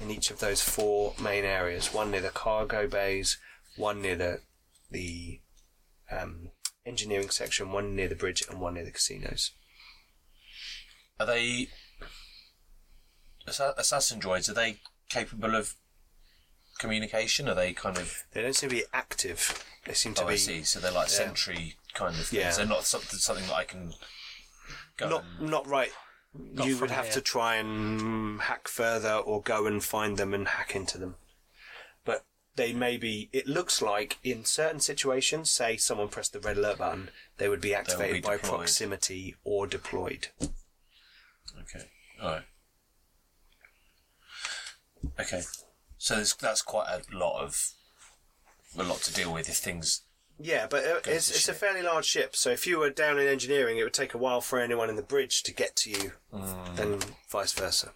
Speaker 6: in each of those four main areas. One near the cargo bays, one near the the um, engineering section, one near the bridge, and one near the casinos.
Speaker 8: Are they assa- assassin droids? Are they capable of communication? Are they kind of?
Speaker 6: They don't seem to be active. They seem to
Speaker 8: Oh,
Speaker 6: be
Speaker 8: I see. So they're like sentry kind of things.
Speaker 6: Yeah.
Speaker 8: They're not something something that I can go.
Speaker 6: not
Speaker 8: and-
Speaker 6: not right. you
Speaker 3: from
Speaker 6: would have
Speaker 3: here.
Speaker 6: to try and hack further, or go and find them and hack into them. But they may be. It looks like in certain situations, say someone pressed the red alert button, they would be activated by
Speaker 8: deployed.
Speaker 6: proximity or deployed.
Speaker 8: Okay. All right. Okay. So there's, that's quite a lot of a lot to deal with if things.
Speaker 6: Yeah, but uh,
Speaker 8: to
Speaker 6: it's, it's a
Speaker 8: shit.
Speaker 6: fairly large ship, so if you were down in engineering, it would take a while for anyone in the bridge to get to you,
Speaker 8: Mm.
Speaker 6: and vice versa.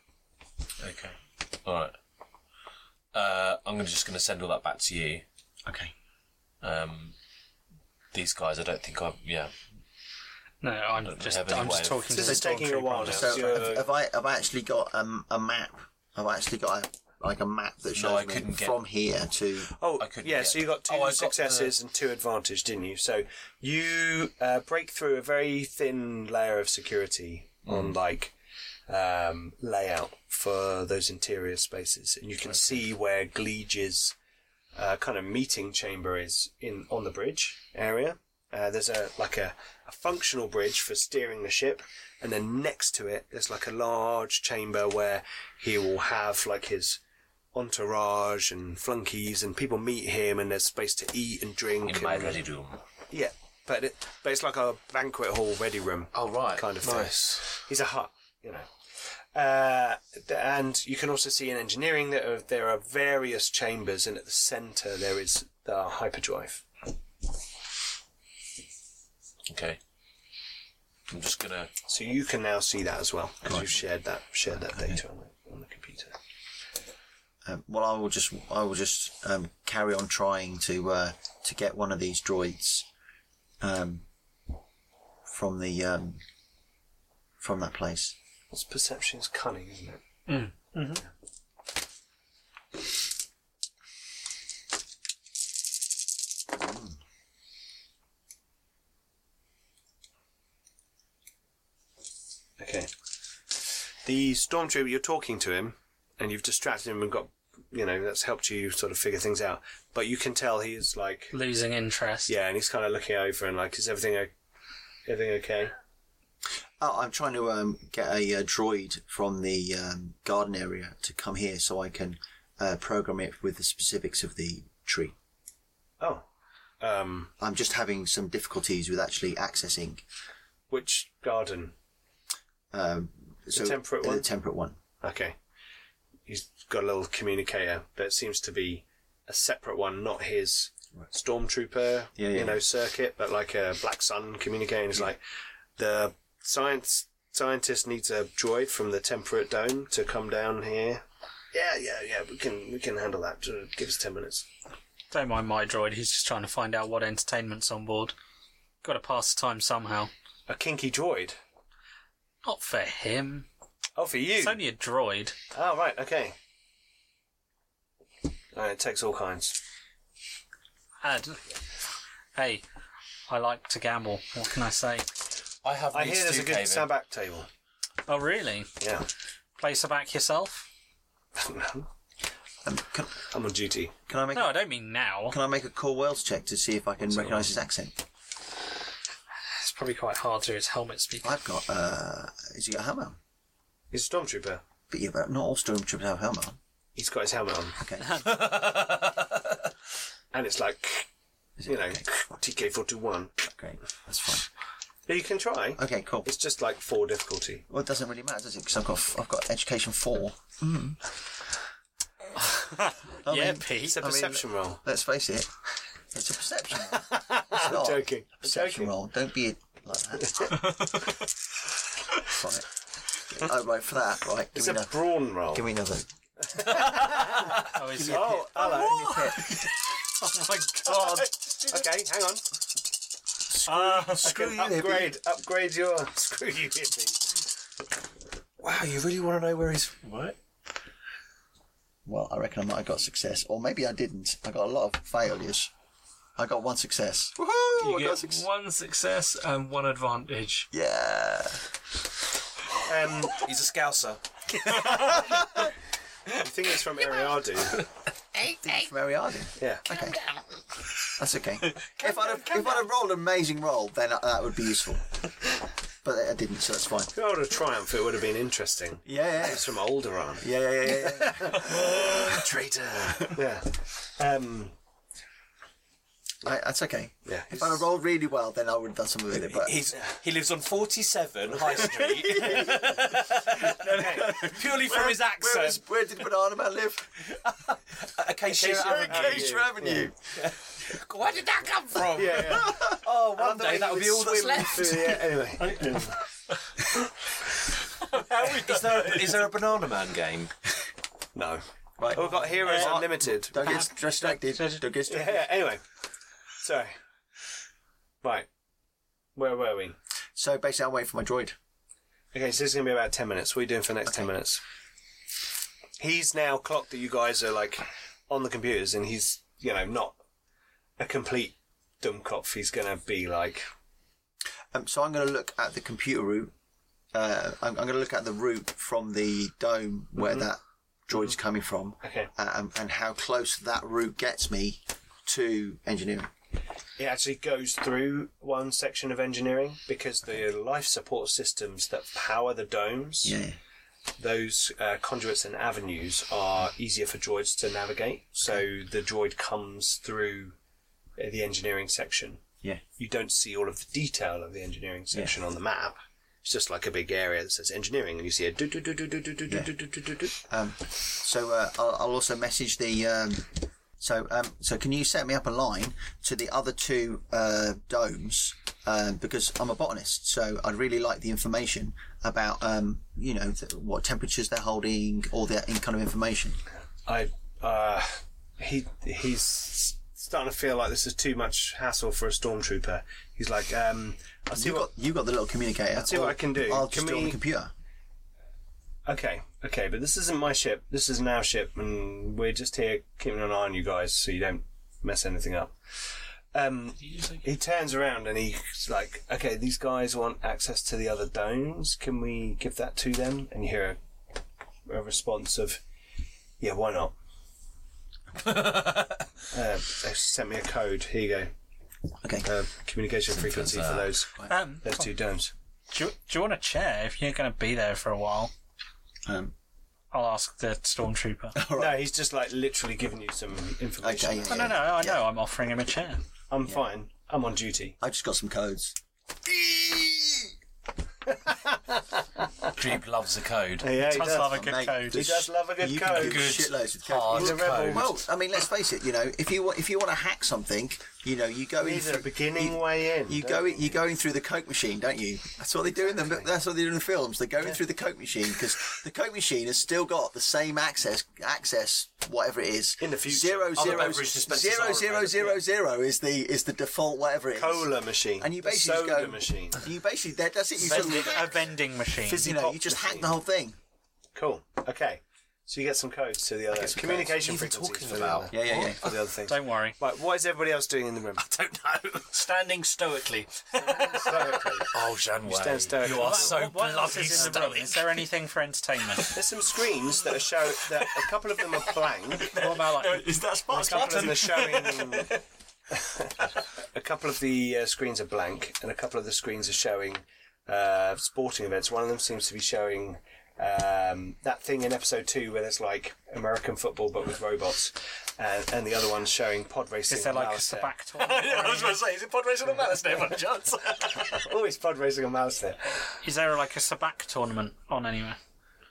Speaker 8: Okay. All right. Uh, I'm gonna, just going to send all that back to you.
Speaker 9: Okay.
Speaker 8: Um, these guys, I don't think I. Yeah.
Speaker 3: No, I'm
Speaker 8: don't
Speaker 3: just
Speaker 8: have any
Speaker 3: I'm just
Speaker 8: way of-
Speaker 3: talking to
Speaker 6: This
Speaker 3: the
Speaker 6: is taking a
Speaker 3: stormtrooper.
Speaker 6: while now.
Speaker 2: So
Speaker 6: so,
Speaker 2: have, have I? Have I actually got um, a map? Have I actually got a, like a map that shows
Speaker 8: I
Speaker 2: me
Speaker 8: couldn't get-
Speaker 2: from here to?
Speaker 6: oh,
Speaker 8: I couldn't
Speaker 6: yeah,
Speaker 8: get-
Speaker 6: so you got two
Speaker 8: Oh, I got the-
Speaker 6: successes and two advantage, didn't you? So you uh, break through a very thin layer of security
Speaker 8: Mm.
Speaker 6: on like um, layout for those interior spaces, and you can see where Gleege's uh, kind of meeting chamber is in on the bridge area. Uh, there's a like a, a functional bridge for steering the ship, and then next to it there's like a large chamber where he will have like his entourage and flunkies, and people meet him, and there's space to eat and drink.
Speaker 8: In my
Speaker 6: and-
Speaker 8: ready room.
Speaker 6: yeah, but it, but it's like a banquet hall ready room
Speaker 8: Oh right.
Speaker 6: kind of thing
Speaker 8: nice.
Speaker 6: he's a hut, you know. Uh, th- and you can also see in engineering that uh, there are various chambers, and at the centre there is the hyperdrive.
Speaker 8: Okay. I'm just gonna.
Speaker 6: So you can now see that as well because you've shared that shared that data on the, on the computer.
Speaker 2: Um, well, I will just I will just um, carry on trying to uh, to get one of these droids um, from the um, from that place.
Speaker 6: It's perception is cunning, isn't it? Mm. The stormtrooper, you're talking to him, and you've distracted him and got, you know, that's helped you sort of figure things out. But you can tell he is like,
Speaker 3: Losing interest.
Speaker 6: yeah, and he's kind of looking over and like, is everything, o- everything okay?
Speaker 2: Oh, I'm trying to um, get a uh, droid from the um, garden area to come here so I can uh, program it with the specifics of the tree.
Speaker 6: Oh, um,
Speaker 2: I'm just having some difficulties with actually accessing.
Speaker 6: which garden?
Speaker 2: Um, so
Speaker 6: temperate one?
Speaker 2: The temperate one.
Speaker 6: Okay, he's got a little communicator that seems to be a separate one, not his stormtrooper,
Speaker 2: Yeah, yeah.
Speaker 6: you know, circuit, but like a Black Sun communicator. And it's like the science scientist needs a droid from the temperate dome to come down here. Yeah, yeah, yeah. We can we can handle that. Ju- Give us ten minutes.
Speaker 3: Don't mind my droid, he's just trying to find out what entertainment's on board. Gotta pass the time somehow.
Speaker 6: A kinky droid.
Speaker 3: Not for him.
Speaker 6: Oh, for you.
Speaker 3: It's only a droid.
Speaker 6: oh, right. Okay. Uh, it takes all kinds.
Speaker 3: And, hey, I like to gamble. What can I say?
Speaker 8: I have.
Speaker 6: I
Speaker 8: needs
Speaker 6: hear there's
Speaker 8: too,
Speaker 6: a good
Speaker 8: David.
Speaker 6: sabak table.
Speaker 3: Oh, really?
Speaker 6: Yeah.
Speaker 3: Play some back yourself?
Speaker 2: Um, can,
Speaker 6: I'm on duty.
Speaker 2: can I make
Speaker 3: No, I don't mean now.
Speaker 2: can I make a Call Wells check to see if I can recognise his accent?
Speaker 3: It's probably quite hard to his helmet speak.
Speaker 2: I've got. Uh, has he got a helmet on?
Speaker 6: He's a stormtrooper.
Speaker 2: But yeah, but not all stormtroopers have a helmet on.
Speaker 6: He's got his helmet on,
Speaker 2: Okay.
Speaker 6: and it's like
Speaker 2: Is it
Speaker 6: you know
Speaker 2: okay?
Speaker 6: TK four two one.
Speaker 2: Great. That's fine.
Speaker 6: You can try.
Speaker 2: Okay, cool.
Speaker 6: It's just like four difficulty.
Speaker 2: Well, it doesn't really matter, does it? Because I've got f- I've got education four. I
Speaker 3: yeah,
Speaker 2: mean,
Speaker 3: Pete.
Speaker 6: It's a
Speaker 2: mean,
Speaker 6: perception roll.
Speaker 2: Let's face it, it's a perception. roll. It's not a
Speaker 6: joking. I'm
Speaker 2: Perception
Speaker 6: joking.
Speaker 2: roll. Don't be a- like that. right. Oh, right for that. Right. Give
Speaker 6: It's
Speaker 2: me
Speaker 6: a
Speaker 2: another.
Speaker 6: brawn roll.
Speaker 2: Give me another.
Speaker 3: Oh, is it?
Speaker 6: oh, hello.
Speaker 3: Oh my god.
Speaker 6: Okay, hang on.
Speaker 2: Screw
Speaker 6: Can upgrade, upgrade your screw you hippie.
Speaker 8: Wow, you really want to know where he's what?
Speaker 2: Well, I reckon I might have got success, or maybe I didn't. I got a lot of failures. I got one success. Woohoo!
Speaker 7: You
Speaker 2: I
Speaker 7: get
Speaker 2: got success.
Speaker 7: one success and one advantage.
Speaker 2: Yeah.
Speaker 6: Um,
Speaker 8: He's a scouser.
Speaker 6: I think it's from Ariadu.
Speaker 2: From Ariadne.
Speaker 6: Yeah.
Speaker 2: Okay. That's okay. if I'd have, if I'd have rolled an amazing roll, then that- that would be useful. But I didn't, so that's fine.
Speaker 6: If I would have triumph, it would have been interesting.
Speaker 2: Yeah, yeah,
Speaker 6: It's from Alderaan.
Speaker 2: yeah, yeah, yeah. yeah, yeah.
Speaker 6: Traitor. Yeah. Um,
Speaker 2: I, that's okay.
Speaker 6: yeah.
Speaker 2: If I'd have rolled really well, then I would have done some with it. But
Speaker 8: He's he lives on forty seven High Street. Purely from his
Speaker 2: where, is,
Speaker 8: accent.
Speaker 2: where did Banana Man live?
Speaker 8: Acacia Avenue.
Speaker 2: Acacia Avenue.
Speaker 8: Where did that come from?
Speaker 6: Yeah, yeah.
Speaker 8: Oh, one day that'll be all that's left.
Speaker 6: yeah, anyway.
Speaker 8: Is there, is there a Banana Man game?
Speaker 6: No.
Speaker 2: Right.
Speaker 6: We've got Heroes Unlimited.
Speaker 2: Don't get distracted. Don't get distracted.
Speaker 6: Yeah, anyway. Sorry. Right. Where were we?
Speaker 2: So basically, I'm waiting for my droid.
Speaker 6: Okay, so this is going to be about 10 minutes. What are you doing for the next 10 minutes? He's now clocked that you guys are like on the computers and he's, you know, not a complete dumbkopf. He's going to be like,
Speaker 2: Um, so I'm going to look at the computer route. Uh, I'm, I'm going to look at the route from the dome where that droid's coming from,
Speaker 6: okay.
Speaker 2: um, and how close that route gets me to engineering.
Speaker 6: It actually goes through one section of engineering because the life support systems that power the domes. those uh, conduits and avenues are easier for droids to navigate. So the droid comes through uh, the engineering section.
Speaker 2: Yeah.
Speaker 6: You don't see all of the detail of the engineering section on the map. It's just like a big area that says engineering, and you see a do do do do do do do do do do do do do.
Speaker 2: Um, so uh, I'll, I'll also message the. Um, so um, so can you set me up a line to the other two uh, domes? Um, because I'm a botanist, so I'd really like the information about um, you know th- what temperatures they're holding, all that in kind of information.
Speaker 6: I uh, he he's starting to feel like this is too much hassle for a stormtrooper. He's like, um, I see
Speaker 2: You
Speaker 6: what.
Speaker 2: got you got the little communicator. I'll
Speaker 6: see what I can do.
Speaker 2: I'll just
Speaker 6: Can
Speaker 2: do it on
Speaker 6: we-
Speaker 2: the computer.
Speaker 6: Okay, okay, but this isn't my ship. This is our ship, and we're just here keeping an eye on you guys so you don't mess anything up. um, he turns around and he's like, "Okay, these guys want access to the other domes. Can we give that to them?" And you hear a, a response of, "Yeah, why not?" uh, they sent me a code. Here you go.
Speaker 2: Okay.
Speaker 6: Uh, communication frequency for those
Speaker 3: Um,
Speaker 6: those two domes.
Speaker 3: do, you, do you want a chair if you're going to be there for a while?
Speaker 2: Um,
Speaker 3: I'll ask the stormtrooper.
Speaker 6: No, he's just like literally giving you some information.
Speaker 2: okay. yeah,
Speaker 3: no, no,
Speaker 2: yeah,
Speaker 3: no, I
Speaker 2: yeah.
Speaker 3: know. I'm offering him a chair.
Speaker 6: I'm fine. I'm on duty.
Speaker 2: I just got some codes.
Speaker 8: Jeep loves a code.
Speaker 6: Yeah, he
Speaker 3: Does love a
Speaker 2: Oh,
Speaker 3: good
Speaker 2: mate,
Speaker 3: code.
Speaker 6: He
Speaker 2: this-
Speaker 6: does love a good
Speaker 2: you can
Speaker 6: code.
Speaker 2: do
Speaker 8: Good,
Speaker 2: Shitloads of codes.
Speaker 8: hard
Speaker 6: He's a rebel.
Speaker 8: code.
Speaker 2: Well, I mean, let's face it. You know, if you wa- if you want to hack something, you know, you go in.
Speaker 6: He's a
Speaker 2: through-
Speaker 6: beginning
Speaker 2: you-
Speaker 6: way in.
Speaker 2: You
Speaker 6: don't
Speaker 2: go
Speaker 6: you?
Speaker 2: in, you go in through the coke machine, don't you? That's what they do in the that's what they do in the films. They go in through the coke machine because the coke machine has still got the same access access whatever it is
Speaker 6: In the future.
Speaker 2: Zero
Speaker 8: Other
Speaker 2: zero
Speaker 8: beverage dispensers
Speaker 2: zero
Speaker 8: are
Speaker 2: zero
Speaker 8: available,
Speaker 2: zero zero is the is the default whatever it is.
Speaker 6: cola machine.
Speaker 2: And you
Speaker 6: The
Speaker 2: basically
Speaker 6: soda
Speaker 2: go-
Speaker 6: machine.
Speaker 2: You basically that that's it. You
Speaker 3: Vending-
Speaker 2: just
Speaker 3: a vending machine.
Speaker 6: uh, Fizzy
Speaker 2: you know
Speaker 6: pop
Speaker 2: you just hack
Speaker 6: machine.
Speaker 2: the whole thing.
Speaker 6: Cool. Okay. So you get some codes to the other
Speaker 2: some
Speaker 6: communication
Speaker 8: codes. What are you
Speaker 6: frequencies for
Speaker 8: even
Speaker 6: the
Speaker 8: talking
Speaker 6: other,
Speaker 8: about?
Speaker 2: Yeah, yeah, yeah.
Speaker 6: for the other things.
Speaker 3: Don't worry.
Speaker 6: Right, what is everybody else doing in the room?
Speaker 8: Don't know.
Speaker 7: Standing stoically.
Speaker 8: Oh, Jean Wei,
Speaker 6: stand stoic.
Speaker 8: you are so
Speaker 3: What- what else
Speaker 8: bloody
Speaker 3: is in the room?
Speaker 8: stoic.
Speaker 3: Is there anything for entertainment?
Speaker 6: There's some screens that are show that a couple of them are blank.
Speaker 3: what about like
Speaker 7: Is that
Speaker 6: A
Speaker 7: Sparks
Speaker 6: couple of them are showing. a couple of the uh, screens are blank, and a couple of the screens are showing uh, sporting events. One of them seems to be showing um, that thing in episode two where there's like American football but with robots, and, and the other one's showing pod racing.
Speaker 3: is there
Speaker 6: on
Speaker 3: like a
Speaker 6: Alistair.
Speaker 3: sabac tournament?
Speaker 7: I was going to say, is it pod racing or Malastay by chance?
Speaker 6: Always pod racing on mouse there.
Speaker 3: Is there like a sabac tournament on anywhere?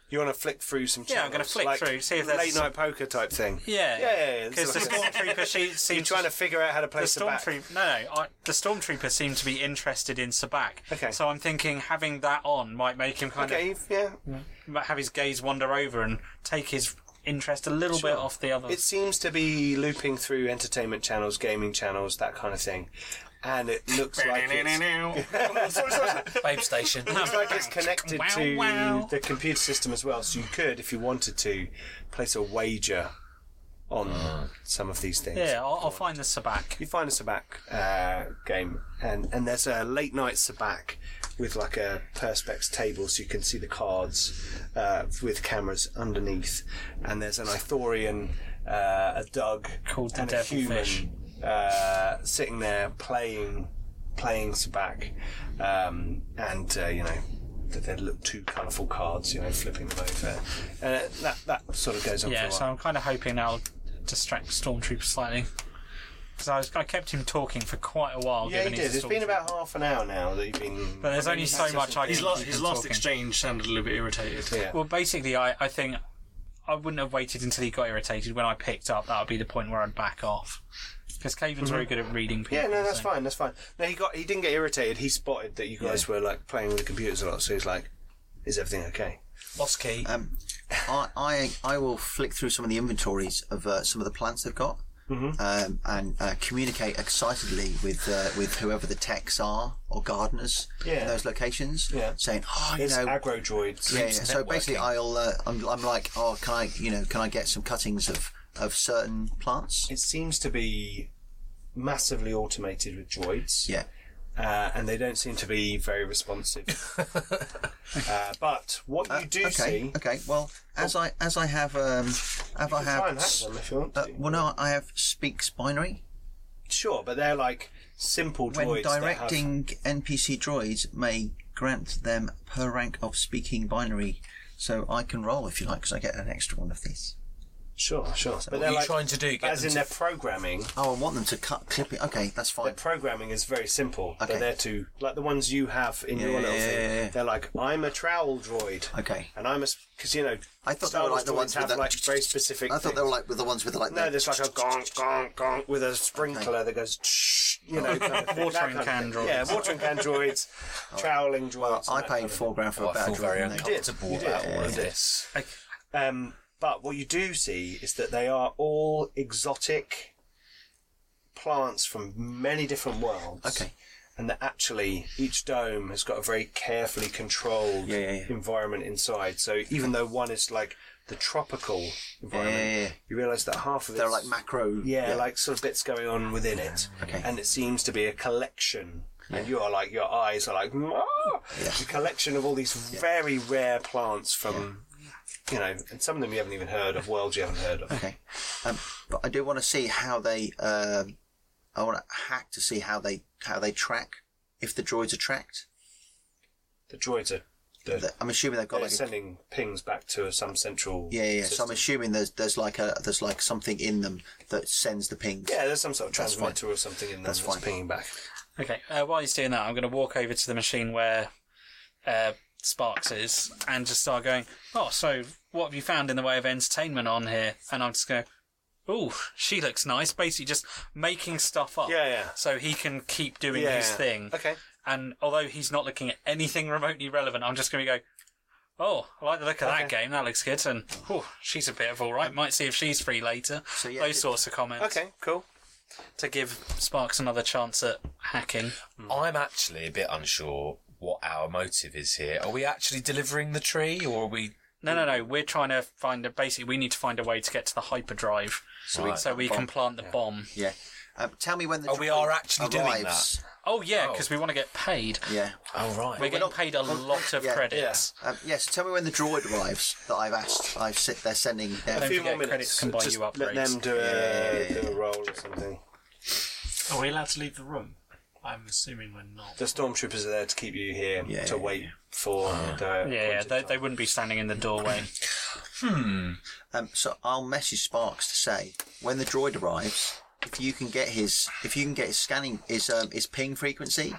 Speaker 6: You want to flick through some channels?
Speaker 3: Yeah, I'm gonna flick
Speaker 6: like
Speaker 3: through, see if there's
Speaker 6: late
Speaker 3: some-
Speaker 6: night poker type thing.
Speaker 3: Yeah,
Speaker 6: yeah, yeah. yeah.
Speaker 3: Because
Speaker 6: It's
Speaker 3: the
Speaker 6: like-
Speaker 3: stormtrooper she
Speaker 6: you're
Speaker 3: seems
Speaker 6: trying to figure out how to play
Speaker 3: the
Speaker 6: sabac.
Speaker 3: stormtrooper. No, no. I, the stormtrooper seemed to be interested in sabac.
Speaker 6: Okay.
Speaker 3: So I'm thinking having that on might make him kind
Speaker 6: Okay, yeah.
Speaker 3: of have his gaze wander over and take his interest a little bit off the other.
Speaker 6: It seems to be looping through entertainment channels, gaming channels, that kind of thing, and it looks like it's,
Speaker 8: Babe Station.
Speaker 6: looks like it's connected
Speaker 3: Wow,
Speaker 6: to
Speaker 3: wow.
Speaker 6: the computer system as well. So you could, if you wanted to, place a wager on some of these things.
Speaker 3: yeah, I'll, I'll find the sabac.
Speaker 6: You find a sabac uh, game, and, and there's a late night sabac with like a perspex table, so you can see the cards uh, with cameras underneath. And there's an Ithorian, uh, a Doug,
Speaker 3: Called the
Speaker 6: and a
Speaker 3: devil
Speaker 6: human
Speaker 3: fish.
Speaker 6: uh, sitting there playing playing sabac, um, and uh, you know. th- They look two colourful cards, you know, flipping them over, and uh, that that sort of goes on
Speaker 3: Yeah,
Speaker 6: for a while.
Speaker 3: so I'm kind of hoping that'll distract stormtrooper slightly. Because I, was- I kept him talking for quite a while.
Speaker 6: yeah, you
Speaker 3: given
Speaker 6: did.
Speaker 3: he's a
Speaker 6: It's been
Speaker 3: Stormtrooper.
Speaker 6: about half an hour now that you've been.
Speaker 3: But there's only so much I can.
Speaker 7: His, la-
Speaker 3: keep
Speaker 7: his
Speaker 3: him
Speaker 7: last
Speaker 3: talking.
Speaker 7: exchange sounded a little bit irritated.
Speaker 6: Yeah.
Speaker 3: Well, basically, I, I think I wouldn't have waited until he got irritated. When I picked up, that would be the point where I'd back off. Because Caven's very good at reading people.
Speaker 6: Mm-hmm. Yeah, no, that's
Speaker 3: so-
Speaker 6: fine. That's fine. No, he got. He didn't get irritated. He spotted that you guys were like playing with the computers a lot. So he's like, "Is everything okay?"
Speaker 8: What's key?
Speaker 2: Um, I, I I will flick through some of the inventories of uh, some of the plants they've got,
Speaker 6: Mm-hmm.
Speaker 2: um, and uh, communicate excitedly with uh, with whoever the techs are or gardeners
Speaker 6: Yeah.
Speaker 2: in those locations,
Speaker 6: Yeah.
Speaker 2: saying, "Oh, you
Speaker 6: It's
Speaker 2: know."
Speaker 6: agro droids.
Speaker 2: yeah, yeah. So basically, I'll uh, I'm, I'm like, oh, can I you know can I get some cuttings of of certain plants?
Speaker 6: It seems to be massively automated with droids,
Speaker 2: Yeah,
Speaker 6: uh, and they don't seem to be very responsive. uh, but what you do
Speaker 2: okay,
Speaker 6: see, Oh.
Speaker 2: okay. Well, as I as I have um, have I
Speaker 6: try
Speaker 2: have
Speaker 6: and hack them if you want
Speaker 2: uh,
Speaker 6: to.
Speaker 2: well no, I have speaks binary.
Speaker 6: sure, but they're like simple droids.
Speaker 2: when
Speaker 6: that have-
Speaker 2: directing NPC droids may grant them per rank of speaking binary. So I can roll if you like, because I get an extra one of these.
Speaker 6: sure, sure, but
Speaker 8: What
Speaker 6: they're
Speaker 8: are you
Speaker 6: like,
Speaker 8: trying to do? Get
Speaker 6: as
Speaker 8: them
Speaker 6: in
Speaker 8: to-
Speaker 6: their programming.
Speaker 2: Oh, I want them to cut, clip it. Okay, that's
Speaker 6: Their
Speaker 2: fine.
Speaker 6: programming is very simple.
Speaker 2: Okay.
Speaker 6: They're there to like the ones you have in your
Speaker 2: yeah,
Speaker 6: little
Speaker 2: yeah,
Speaker 6: thing.
Speaker 2: yeah, yeah.
Speaker 6: They're like, I'm a trowel droid,
Speaker 2: Okay.
Speaker 6: and I'm a because you know.
Speaker 2: I thought
Speaker 6: Star
Speaker 2: they were
Speaker 6: Wars
Speaker 2: like the
Speaker 6: droids
Speaker 2: ones with
Speaker 6: have
Speaker 2: the-
Speaker 6: like very specific.
Speaker 2: I thought they were
Speaker 6: things.
Speaker 2: like with the ones with like
Speaker 6: No,
Speaker 2: the,
Speaker 6: there's like a gonk gonk gonk with a sprinkler that goes. Shh, you know, kind of thing, that
Speaker 3: Watering
Speaker 6: kind of
Speaker 3: can
Speaker 6: thing.
Speaker 3: droids.
Speaker 6: Yeah, watering can droids, troweling droids.
Speaker 2: I
Speaker 6: and that kind
Speaker 2: paid
Speaker 6: of
Speaker 2: four grand for
Speaker 8: Oh,
Speaker 2: a
Speaker 8: I
Speaker 2: bad
Speaker 8: feel very
Speaker 2: drive.
Speaker 6: did.
Speaker 8: uncomfortable
Speaker 6: You did.
Speaker 8: about all
Speaker 2: Yeah.
Speaker 8: of this.
Speaker 6: Um, but what you do see is that they are all exotic plants from many different worlds.
Speaker 2: Okay.
Speaker 6: and that actually each dome has got a very carefully controlled
Speaker 2: Yeah, yeah, yeah.
Speaker 6: environment inside. So even though one is like the tropical
Speaker 2: Yeah,
Speaker 6: environment,
Speaker 2: yeah, yeah.
Speaker 6: you realise that half of it
Speaker 2: They're like macro.
Speaker 6: yeah, like sort of bits going on within it,
Speaker 2: Okay.
Speaker 6: and it seems to be a collection. And you are like your eyes are like "Ah!" a collection of all these very rare plants from, you know, and some of them you haven't even heard of, worlds you haven't heard of.
Speaker 2: Okay. Um, but I do want to see how they. Um, I want to hack to see how they how they track if the droids are tracked.
Speaker 6: The droids are they're,
Speaker 2: The- I'm assuming they've got
Speaker 6: they're
Speaker 2: like. A,
Speaker 6: sending pings back to some central.
Speaker 2: yeah, yeah. yeah. So
Speaker 6: system.
Speaker 2: I'm assuming there's there's like a there's like something in them that sends the pings.
Speaker 6: Yeah, there's some sort of
Speaker 2: That's fine.
Speaker 6: transmitter or something in there
Speaker 2: That's
Speaker 6: that's,
Speaker 2: fine.
Speaker 6: pinging back.
Speaker 3: Okay, uh, while he's doing that, I'm going to walk over to the machine where uh, Sparks is and just start going, Oh, so what have you found in the way of entertainment on here? And I'm just going, Ooh, she looks nice. Basically, just making stuff up.
Speaker 6: Yeah, yeah.
Speaker 3: So he can keep doing
Speaker 6: Yeah.
Speaker 3: his thing.
Speaker 6: Okay.
Speaker 3: And although he's not looking at anything remotely relevant, I'm just going to go, Oh, I like the look of that game. That looks good. And, Oh, she's a bit of all right. Might see if she's free later.
Speaker 2: So, yeah,
Speaker 3: Those
Speaker 2: it-
Speaker 3: sorts of comments.
Speaker 6: Okay. Cool.
Speaker 3: To give Sparks another chance at hacking.
Speaker 8: I'm actually a bit unsure what our motive is here. Are we actually delivering the tree, or are we?
Speaker 3: No, no, no. We're trying to find a. Basically, we need to find a way to get to the hyperdrive so we,
Speaker 8: Right.
Speaker 3: so we can plant the bomb.
Speaker 2: Yeah. Um, tell me when the
Speaker 8: Oh, we
Speaker 2: droid
Speaker 8: are actually doing
Speaker 2: arrives.
Speaker 3: Oh, yeah,
Speaker 8: Oh.
Speaker 3: because we want to get paid.
Speaker 2: Yeah.
Speaker 8: Oh
Speaker 3: We're
Speaker 8: right.
Speaker 3: getting
Speaker 2: not-
Speaker 3: paid a lot of
Speaker 2: yeah,
Speaker 3: credits.
Speaker 2: Um, yes. Tell me when the droid arrives that I've asked. I've said they're sending.
Speaker 6: A
Speaker 2: Their,
Speaker 6: few
Speaker 3: forget
Speaker 6: more
Speaker 3: credits
Speaker 6: minutes.
Speaker 3: can buy
Speaker 6: Just
Speaker 3: you
Speaker 6: let
Speaker 3: upgrades.
Speaker 6: them do a, do a roll or something.
Speaker 7: Are we allowed to leave the room? I'm assuming we're not.
Speaker 6: The stormtroopers are there to keep you here
Speaker 2: Yeah, Uh-huh.
Speaker 6: to
Speaker 2: yeah,
Speaker 6: wait for the.
Speaker 3: Yeah, yeah. They, they wouldn't be standing in the doorway.
Speaker 2: um, so I'll message Sparks to say when the droid arrives. If you can get his, if you can get his scanning, his um, his ping frequency.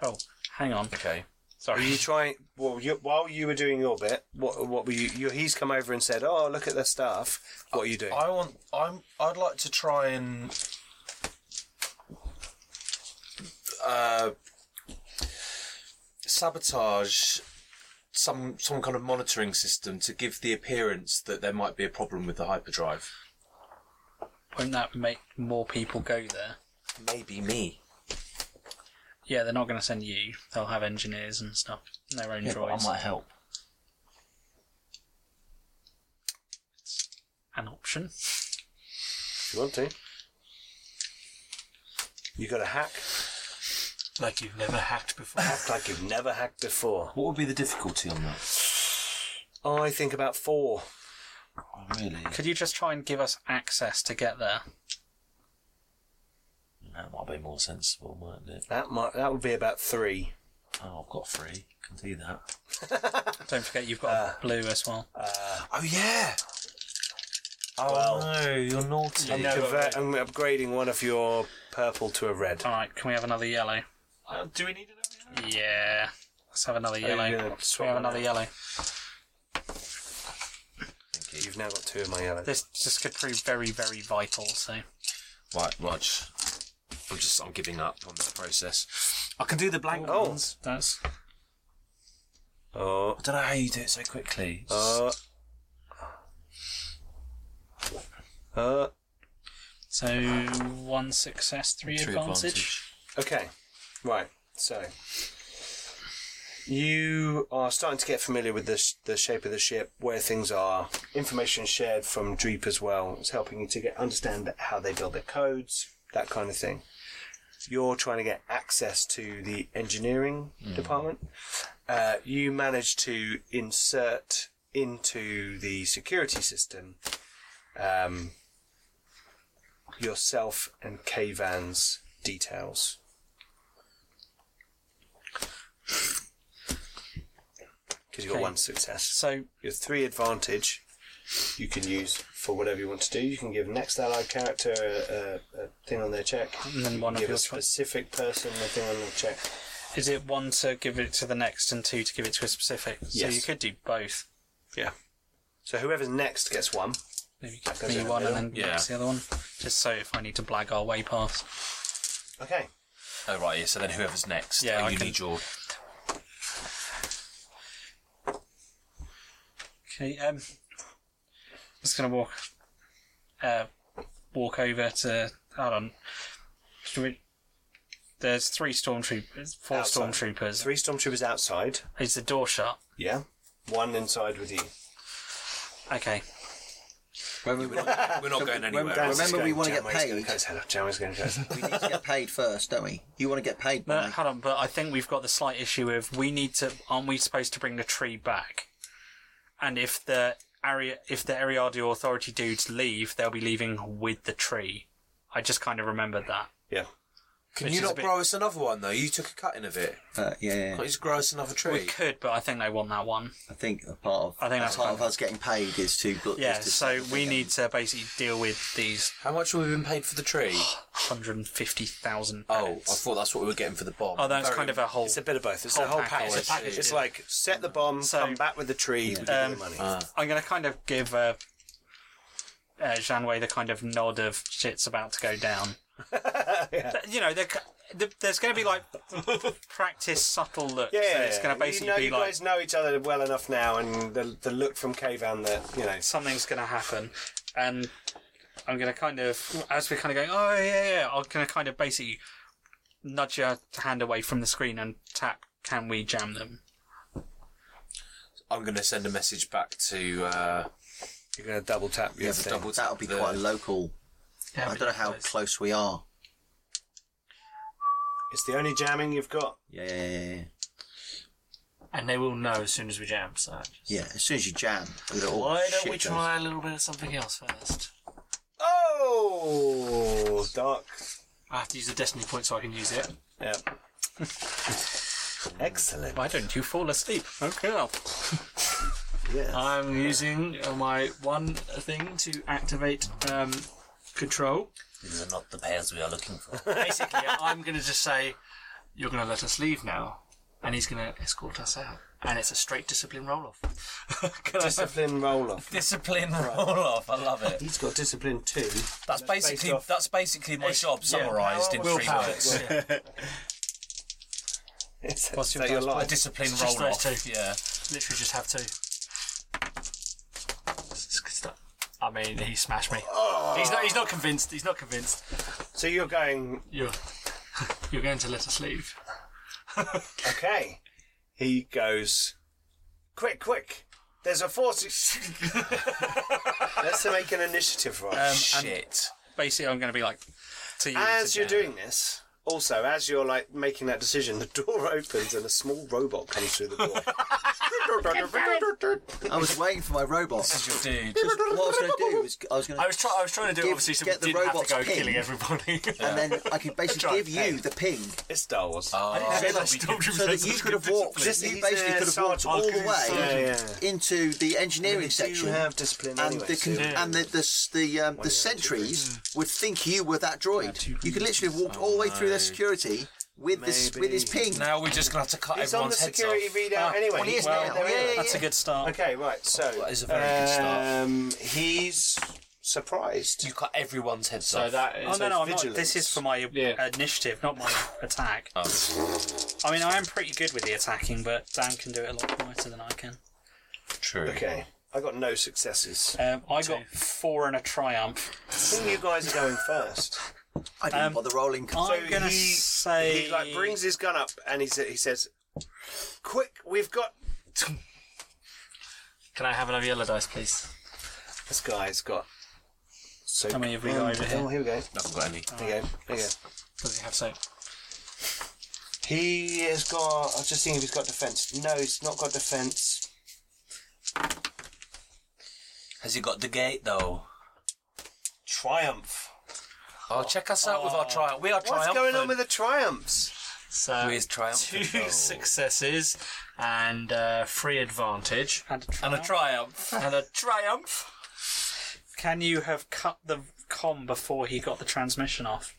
Speaker 3: oh, hang on.
Speaker 8: Okay.
Speaker 6: Are
Speaker 3: Sorry.
Speaker 6: you trying? Well, you, while you were doing your bit, what what were you, you? He's come over and said, "Oh, look at the stuff." What are you doing?
Speaker 8: I want. I'm. I'd like to try and. Uh, sabotage some some kind of monitoring system to give the appearance that there might be a problem with the hyperdrive.
Speaker 3: Won't that make more people go there?
Speaker 8: Maybe me.
Speaker 3: Yeah, they're not going to send you. They'll have engineers and stuff. and Their own
Speaker 8: but
Speaker 3: droids.
Speaker 8: help.
Speaker 3: An option.
Speaker 6: If you want to? You got to hack,
Speaker 7: Like you've never hacked before.
Speaker 6: hack like you've never hacked before.
Speaker 8: What would be the difficulty on that?
Speaker 6: I think about four.
Speaker 8: Oh, really?
Speaker 3: Could you just try and give us access to get there?
Speaker 8: That might be more sensible, mightn't it?
Speaker 6: That might that would be about three.
Speaker 8: Oh, I've got three. Can do that.
Speaker 3: Don't forget you've got a blue as well.
Speaker 8: Oh yeah. Oh no, you're naughty.
Speaker 6: I'm, convert, I'm upgrading one of your purple to a red.
Speaker 3: All right, can we have another yellow?
Speaker 7: Uh, do we need another? one?
Speaker 3: Yeah. Let's have another
Speaker 6: Are you
Speaker 3: yellow.
Speaker 6: gonna
Speaker 3: Let's
Speaker 6: swap
Speaker 3: have
Speaker 6: one
Speaker 3: another
Speaker 6: out?
Speaker 3: yellow.
Speaker 6: You've now got two of my yellows.
Speaker 3: This this could prove very very vital. So
Speaker 8: Right, Rog. I'm just I'm giving up on that process. I can do the blank
Speaker 6: Oh.
Speaker 8: ones.
Speaker 3: that's
Speaker 6: Oh,
Speaker 8: I don't know how you do it so quickly.
Speaker 6: uh, uh,
Speaker 3: so one success, three,
Speaker 8: Three
Speaker 3: advantage.
Speaker 6: Okay, right. So you are starting to get familiar with the sh- the shape of the ship, where things are. Information shared from Dreep as well. It's helping you to get understand how they build their codes, that kind of thing. You're trying to get access to the engineering department. Uh, you manage to insert into the security system um, yourself and Kvan's details. Because you've got
Speaker 3: Okay.
Speaker 6: one success.
Speaker 3: So
Speaker 6: Your three advantage you can use for whatever you want to do. You can give next allied character a, a, a thing on their check.
Speaker 3: And then
Speaker 6: You
Speaker 3: one
Speaker 6: can
Speaker 3: of
Speaker 6: give
Speaker 3: your
Speaker 6: a
Speaker 3: twen-
Speaker 6: specific person a thing on their check.
Speaker 3: is it one to give it to the next and two to give it to a specific? So
Speaker 6: Yes.
Speaker 3: you could do both.
Speaker 6: Yeah. So whoever's next gets one.
Speaker 3: Maybe give
Speaker 6: goes in
Speaker 3: me
Speaker 6: the
Speaker 3: one and
Speaker 6: middle.
Speaker 3: then
Speaker 8: Yeah.
Speaker 3: next the other one. Just so if I need to blag our way past.
Speaker 6: Okay.
Speaker 8: Oh right, yeah. So then whoever's next,
Speaker 3: Yeah,
Speaker 8: yeah,
Speaker 3: I
Speaker 8: you
Speaker 3: can-
Speaker 8: need your
Speaker 3: Okay, um, I'm just gonna walk, uh, walk over to. Hold on. Should we? There's three stormtroopers, four
Speaker 6: Outside.
Speaker 3: stormtroopers.
Speaker 6: Three stormtroopers outside.
Speaker 3: Is the door shut?
Speaker 6: Yeah. One inside with you.
Speaker 3: Okay.
Speaker 2: Remember,
Speaker 8: We're not going anywhere.
Speaker 6: Dan's
Speaker 2: Remember
Speaker 6: going,
Speaker 2: we wanna get
Speaker 6: Janeway's gonna
Speaker 2: paid.
Speaker 6: go to- Janeway's going to go. to-
Speaker 2: we need to get paid first, don't we? You want to get paid
Speaker 3: No,
Speaker 2: by
Speaker 3: hold on, but I think we've got the slight issue of we need to. Aren't we supposed to bring the tree back? And if the area, if the Ariadi Authority dudes leave, they'll be leaving with the tree. I just kind of remembered that.
Speaker 6: Yeah.
Speaker 8: Can
Speaker 3: Which
Speaker 8: you
Speaker 3: is a
Speaker 8: not
Speaker 3: bit-
Speaker 8: grow us another one though? You took a cutting of it.
Speaker 2: uh, yeah, yeah.
Speaker 8: Can't you just grow us another
Speaker 3: We
Speaker 8: tree?
Speaker 3: could, but I think they want that one.
Speaker 2: I think a part of
Speaker 3: I think that's
Speaker 2: part
Speaker 3: fine.
Speaker 2: of us getting paid is to blo-
Speaker 3: Yeah,
Speaker 2: is to
Speaker 3: so
Speaker 2: set the
Speaker 3: we
Speaker 2: thing
Speaker 3: need to basically deal with these
Speaker 8: How much have we been paid for the tree?
Speaker 3: 150,000
Speaker 8: Oh, I
Speaker 3: credits.
Speaker 8: thought that's what we were getting for the bomb.
Speaker 3: Oh, that's
Speaker 8: Very-
Speaker 3: kind of a whole.
Speaker 6: It's a bit of both. It's
Speaker 3: Whole
Speaker 6: the whole
Speaker 3: package.
Speaker 6: package.
Speaker 3: It's a package,
Speaker 6: It's
Speaker 3: yeah.
Speaker 6: like set the bomb,
Speaker 3: So-
Speaker 6: come back with the tree, we give you
Speaker 3: Um,
Speaker 6: the money.
Speaker 3: I'm going to kind of give uh, uh, Janeway the kind of nod of shit's about to go down. Th- You know, they're c- th- there's going to be like practice subtle looks.
Speaker 6: yeah,
Speaker 3: and
Speaker 6: yeah,
Speaker 3: it's going
Speaker 6: yeah.
Speaker 3: to basically
Speaker 6: you know,
Speaker 3: be
Speaker 6: you
Speaker 3: like
Speaker 6: guys know each other well enough now, and the the look from Kavan that you know.
Speaker 3: something's going to happen, and I'm going to kind of as we're kind of going, oh yeah, yeah, I'm going to kind of basically nudge your hand away from the screen and tap. Can we jam them?
Speaker 8: I'm going to send a message back to. Uh,
Speaker 6: You're going to double tap.
Speaker 2: Yeah,
Speaker 6: your
Speaker 2: but
Speaker 6: thing.
Speaker 2: double that'll be quite a local. I don't know how close we are.
Speaker 6: It's the only jamming you've got.
Speaker 2: Yeah, yeah, yeah, yeah.
Speaker 7: And they will know as soon as we jam, so.
Speaker 2: Yeah, as soon as you jam, we're all
Speaker 7: Why don't
Speaker 2: shit
Speaker 7: we
Speaker 2: goes.
Speaker 7: try a little bit of something else first?
Speaker 6: Oh, dark.
Speaker 7: I have to use the destiny point so I can use it.
Speaker 6: Yeah. Excellent.
Speaker 3: Why don't you fall asleep? Okay. I'll
Speaker 6: Yeah.
Speaker 7: I'm using uh, my one thing to activate um, control.
Speaker 8: These are not the pairs we are looking for.
Speaker 7: Basically, I'm going to just say, "You're going to let us leave now," and he's going to escort us out. And it's a straight discipline roll off. Can I-
Speaker 6: Discipline roll off.
Speaker 8: Discipline roll off. I love it.
Speaker 6: He's got discipline too.
Speaker 8: That's basically
Speaker 6: based off-
Speaker 8: that's basically my job summarised in three
Speaker 7: Willpower.
Speaker 8: words.
Speaker 6: It's
Speaker 3: What's your
Speaker 6: so you're
Speaker 3: first
Speaker 8: A
Speaker 6: lying.
Speaker 8: discipline
Speaker 7: It's just
Speaker 8: roll off.
Speaker 7: those two.
Speaker 8: Yeah.
Speaker 7: Literally, just have two. This is good stuff. I mean, he smashed me. He's not. He's not convinced. He's not convinced.
Speaker 6: So you're going
Speaker 7: You're. You're going to let us leave.
Speaker 6: okay. He goes, quick, quick. There's a force. Let's make an initiative roll.
Speaker 8: Shit.
Speaker 3: basically I'm going to be like to you.
Speaker 6: as
Speaker 3: to
Speaker 6: you're
Speaker 3: jam.
Speaker 6: doing this, also as you're like making that decision, the door opens and a small robot comes through the door.
Speaker 2: I was waiting for my robot.
Speaker 8: Your dude.
Speaker 2: what I was going to do was I was going to,
Speaker 7: I was trying. I was trying to do it
Speaker 2: Give-
Speaker 7: obviously so we
Speaker 2: get the
Speaker 7: didn't have to
Speaker 2: robot's
Speaker 7: go
Speaker 2: ping.
Speaker 7: killing everybody.
Speaker 2: and then I could basically
Speaker 7: Try
Speaker 2: give you the ping,
Speaker 6: it's Star Wars.
Speaker 8: Oh,
Speaker 2: so that,
Speaker 7: we could-
Speaker 2: so that you could have walked.
Speaker 6: Just-
Speaker 2: you
Speaker 6: he's
Speaker 2: basically
Speaker 6: a
Speaker 2: could have walked
Speaker 6: sergeant.
Speaker 2: all the
Speaker 6: Yeah,
Speaker 2: way
Speaker 6: yeah.
Speaker 2: into the engineering section.
Speaker 6: You have discipline
Speaker 2: and
Speaker 6: anyway.
Speaker 2: the
Speaker 6: so-
Speaker 2: con- and the the the, um, the sentries
Speaker 6: Mm.
Speaker 2: would think you were that droid. You could literally have walked all the way through their
Speaker 6: Oh,
Speaker 2: security with this with his ping.
Speaker 8: now we're just gonna have to cut
Speaker 6: He's on the
Speaker 8: everyone's
Speaker 6: security
Speaker 8: heads off.
Speaker 6: readout anyway.
Speaker 2: well, he is now. Yeah,
Speaker 6: they're in.
Speaker 2: yeah, yeah.
Speaker 3: That's a good start.
Speaker 6: Okay, right. So
Speaker 8: That is a very good start.
Speaker 6: Um, he's surprised.
Speaker 8: You cut everyone's heads
Speaker 7: so
Speaker 8: off.
Speaker 7: that
Speaker 3: Oh
Speaker 7: is.
Speaker 3: no, no, I'm not,
Speaker 6: vigilance.
Speaker 3: this is for my
Speaker 7: Yeah.
Speaker 3: initiative, not my attack. I mean, I am pretty good with the attacking, but Dan can do it a lot nicer than I can.
Speaker 8: True.
Speaker 6: Okay. I got no successes.
Speaker 3: Um, I got four and a triumph.
Speaker 6: I think you guys are going first.
Speaker 2: I didn't bother rolling.
Speaker 7: um,
Speaker 3: I'm gonna
Speaker 6: he-
Speaker 3: say
Speaker 6: He like brings his gun up and he sa- he says, "Quick, we've got
Speaker 7: Can I have another yellow dice, please?
Speaker 6: this guy's got." So
Speaker 3: How many have we got over here?
Speaker 6: Oh, here we go.
Speaker 8: I haven't got any.
Speaker 6: Here we go. Here we go.
Speaker 7: Does he have so?
Speaker 6: He has got. I was just thinking if he's got defense. No, he's not got defense.
Speaker 8: Has he got the gate though?
Speaker 6: Triumph.
Speaker 8: Oh, check us out with our triumph. We are
Speaker 6: What's
Speaker 8: triumphant.
Speaker 6: going on with the triumphs?
Speaker 7: So
Speaker 8: With triumphant
Speaker 7: two
Speaker 8: roll.
Speaker 7: successes and uh, free advantage
Speaker 3: and a
Speaker 8: and
Speaker 3: triumph.
Speaker 8: a triumph.
Speaker 7: and a triumph.
Speaker 3: can you have cut the com before he got the transmission off?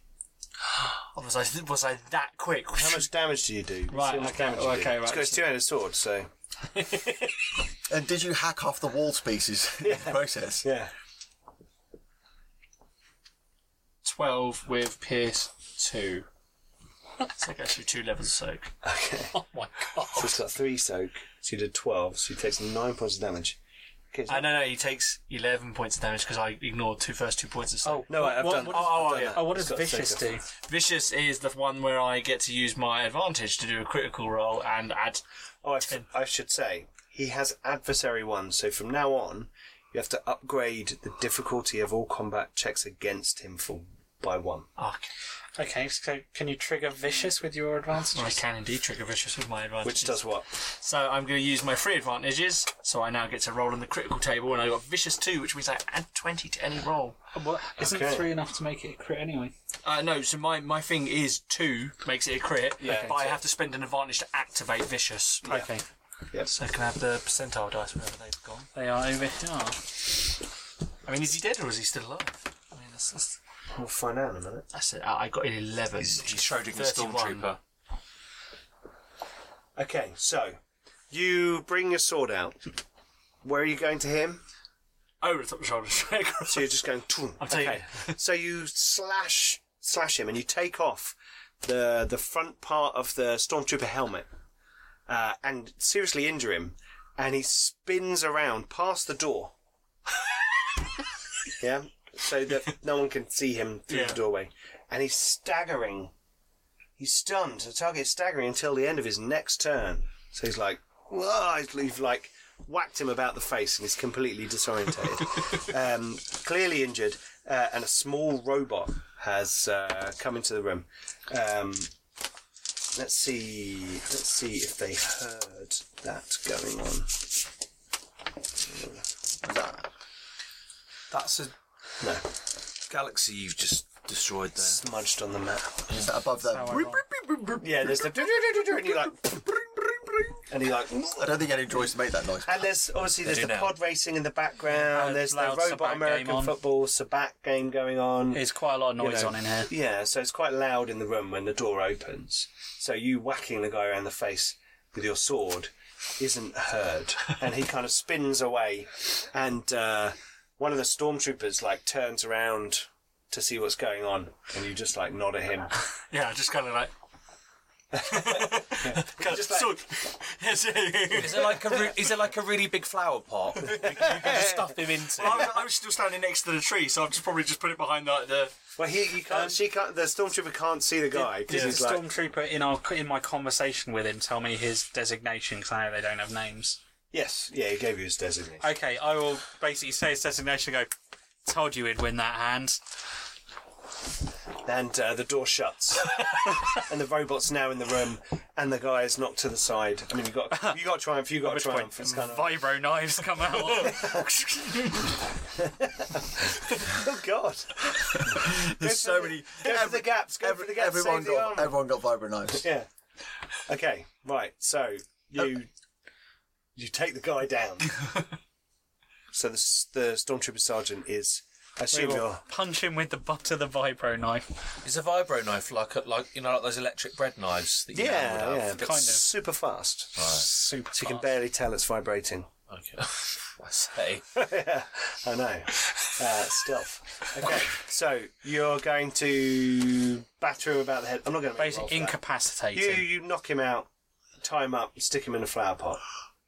Speaker 7: Oh, was I was I that quick?
Speaker 6: How much damage do you do?
Speaker 7: Right,
Speaker 6: See how much
Speaker 7: okay,
Speaker 6: damage you
Speaker 7: okay,
Speaker 6: do.
Speaker 7: right.
Speaker 6: It's got his two-handed sword, so
Speaker 2: And did you hack off the wall spaces in the process?
Speaker 6: yeah.
Speaker 7: Twelve with Pierce two. so it goes through two levels of soak.
Speaker 6: Okay.
Speaker 3: Oh my god!
Speaker 6: So it's got three soak. So you did 12, so he takes 9 points of damage. kids.
Speaker 7: Uh, no, no, he takes 11 points of damage because I ignored two first two points of slay.
Speaker 6: no, I- I've
Speaker 7: what-
Speaker 6: done.
Speaker 7: what- oh,
Speaker 6: I've
Speaker 7: oh,
Speaker 6: done
Speaker 7: yeah.
Speaker 6: that.
Speaker 3: Oh, what
Speaker 6: It's
Speaker 3: does
Speaker 6: got to
Speaker 3: vicious
Speaker 6: take
Speaker 3: do?
Speaker 7: Vicious is the one where I get to use my advantage to do a critical roll and add.
Speaker 6: a- Oh, I, f- I should say he has adversary one, so from now on, you have to upgrade the difficulty of all combat checks against him for by one.
Speaker 7: Oh,
Speaker 3: Okay, so can you trigger vicious with your
Speaker 7: I
Speaker 3: advantages?
Speaker 7: can indeed trigger Vicious with my advantage.
Speaker 6: Which does what?
Speaker 7: So I'm going to use my free advantages. So I now get to roll on the critical table, and I got vicious two, which means I add twenty to any roll.
Speaker 3: Well, isn't
Speaker 6: Okay.
Speaker 3: three enough to make it a crit anyway?
Speaker 7: Uh, no, so my, my thing is two makes it a crit,
Speaker 6: Yeah.
Speaker 7: but I have to spend an advantage to activate vicious.
Speaker 3: Okay,
Speaker 7: So can I have the percentile dice wherever they've gone?
Speaker 3: they are over here.
Speaker 7: I mean, is he dead or is he still alive? I mean, that's that's,
Speaker 6: We'll find out in a minute.
Speaker 7: that's it. Uh, I got an eleven.
Speaker 8: He's Schrodinger's
Speaker 7: 31.
Speaker 8: stormtrooper.
Speaker 6: Okay, so you bring your sword out. Where are you going to him?
Speaker 7: Over the top of the shoulder strike.
Speaker 6: So you're just going. "Toom."
Speaker 7: I'll tell you.
Speaker 6: so you slash slash him, and you take off the the front part of the stormtrooper helmet, uh, and seriously injure him. And he spins around past the door. yeah, so that no one can see him through
Speaker 7: Yeah.
Speaker 6: the doorway, and he's staggering. He's stunned. The target is staggering until the end of his next turn. So he's like, "Whoa!" He's- He's like whacked him about the face, and he's completely disorientated um, clearly injured, uh, and a small robot has uh, come into the room. Um, let's see. Let's see if they heard that going on.
Speaker 8: That's a
Speaker 6: No,
Speaker 8: galaxy you've just destroyed there.
Speaker 6: smudged on the map.
Speaker 2: Is that above that?
Speaker 6: Yeah, there's the and he like, and he like,
Speaker 2: I don't think any droids make that noise.
Speaker 6: and there's obviously there's
Speaker 8: do
Speaker 6: the
Speaker 8: now.
Speaker 6: pod racing in the background.
Speaker 3: Uh,
Speaker 6: there's the
Speaker 3: loud Sabat
Speaker 6: robot
Speaker 3: game
Speaker 6: American
Speaker 3: on.
Speaker 6: football sabat game going on.
Speaker 3: There's quite a lot of noise
Speaker 6: know.
Speaker 3: on in here.
Speaker 6: Yeah, so it's quite loud in the room when the door opens. So you whacking the guy around the face with your sword isn't heard, and he kind of spins away, and uh, one of the stormtroopers like turns around to see what's going on, and you just like nod at him.
Speaker 7: Yeah, just kind of like. Kind of,
Speaker 6: like-
Speaker 7: so, yes, yeah, yeah, yeah.
Speaker 8: Is it like a re- is it like a really big flower pot? you can just stuff him into.
Speaker 7: I was, I was still standing next to the tree, so I've just probably just put it behind like the.
Speaker 6: Well, he you can't, she can't, the stormtrooper can't see the guy
Speaker 3: Did
Speaker 6: because
Speaker 3: the
Speaker 6: he's like,
Speaker 3: stormtrooper in our in my conversation with him tell me his designation? Because I know they don't have names.
Speaker 6: yes, yeah, he gave you his designation.
Speaker 3: Okay, I will basically say his designation. and Go, told you he'd win that hand.
Speaker 6: and uh, the door shuts, and the robot's now in the room, and the guy is knocked to the side. I mean, you got you got triumph, you got triumph. It's kind of
Speaker 3: Vibro knives come out.
Speaker 6: oh god,
Speaker 2: There's so many.
Speaker 6: go for the gaps, go for
Speaker 2: Every,
Speaker 6: the gaps,
Speaker 2: everyone
Speaker 6: save the
Speaker 2: got
Speaker 6: arm.
Speaker 2: everyone got vibro knives.
Speaker 6: Yeah. Okay, right. So you you take the guy down. so the s- the stormtrooper sergeant is. I assume you're.
Speaker 3: Punch him with the butt of the vibro knife.
Speaker 8: Is a vibro knife like a, like you know like those electric bread knives that you
Speaker 6: Yeah,
Speaker 8: would
Speaker 6: yeah,
Speaker 8: have?
Speaker 6: but
Speaker 3: kind of.
Speaker 6: super fast.
Speaker 3: Super.
Speaker 6: So you can
Speaker 3: fast.
Speaker 6: barely tell it's vibrating.
Speaker 8: Okay. I say
Speaker 6: I know. Uh, stealth. Okay, so you're going to batter him about the head. I'm not going to make a roll
Speaker 3: Basically
Speaker 6: for that.
Speaker 3: incapacitate
Speaker 6: You
Speaker 3: him.
Speaker 6: you knock him out, tie him up, stick him in a flower pot,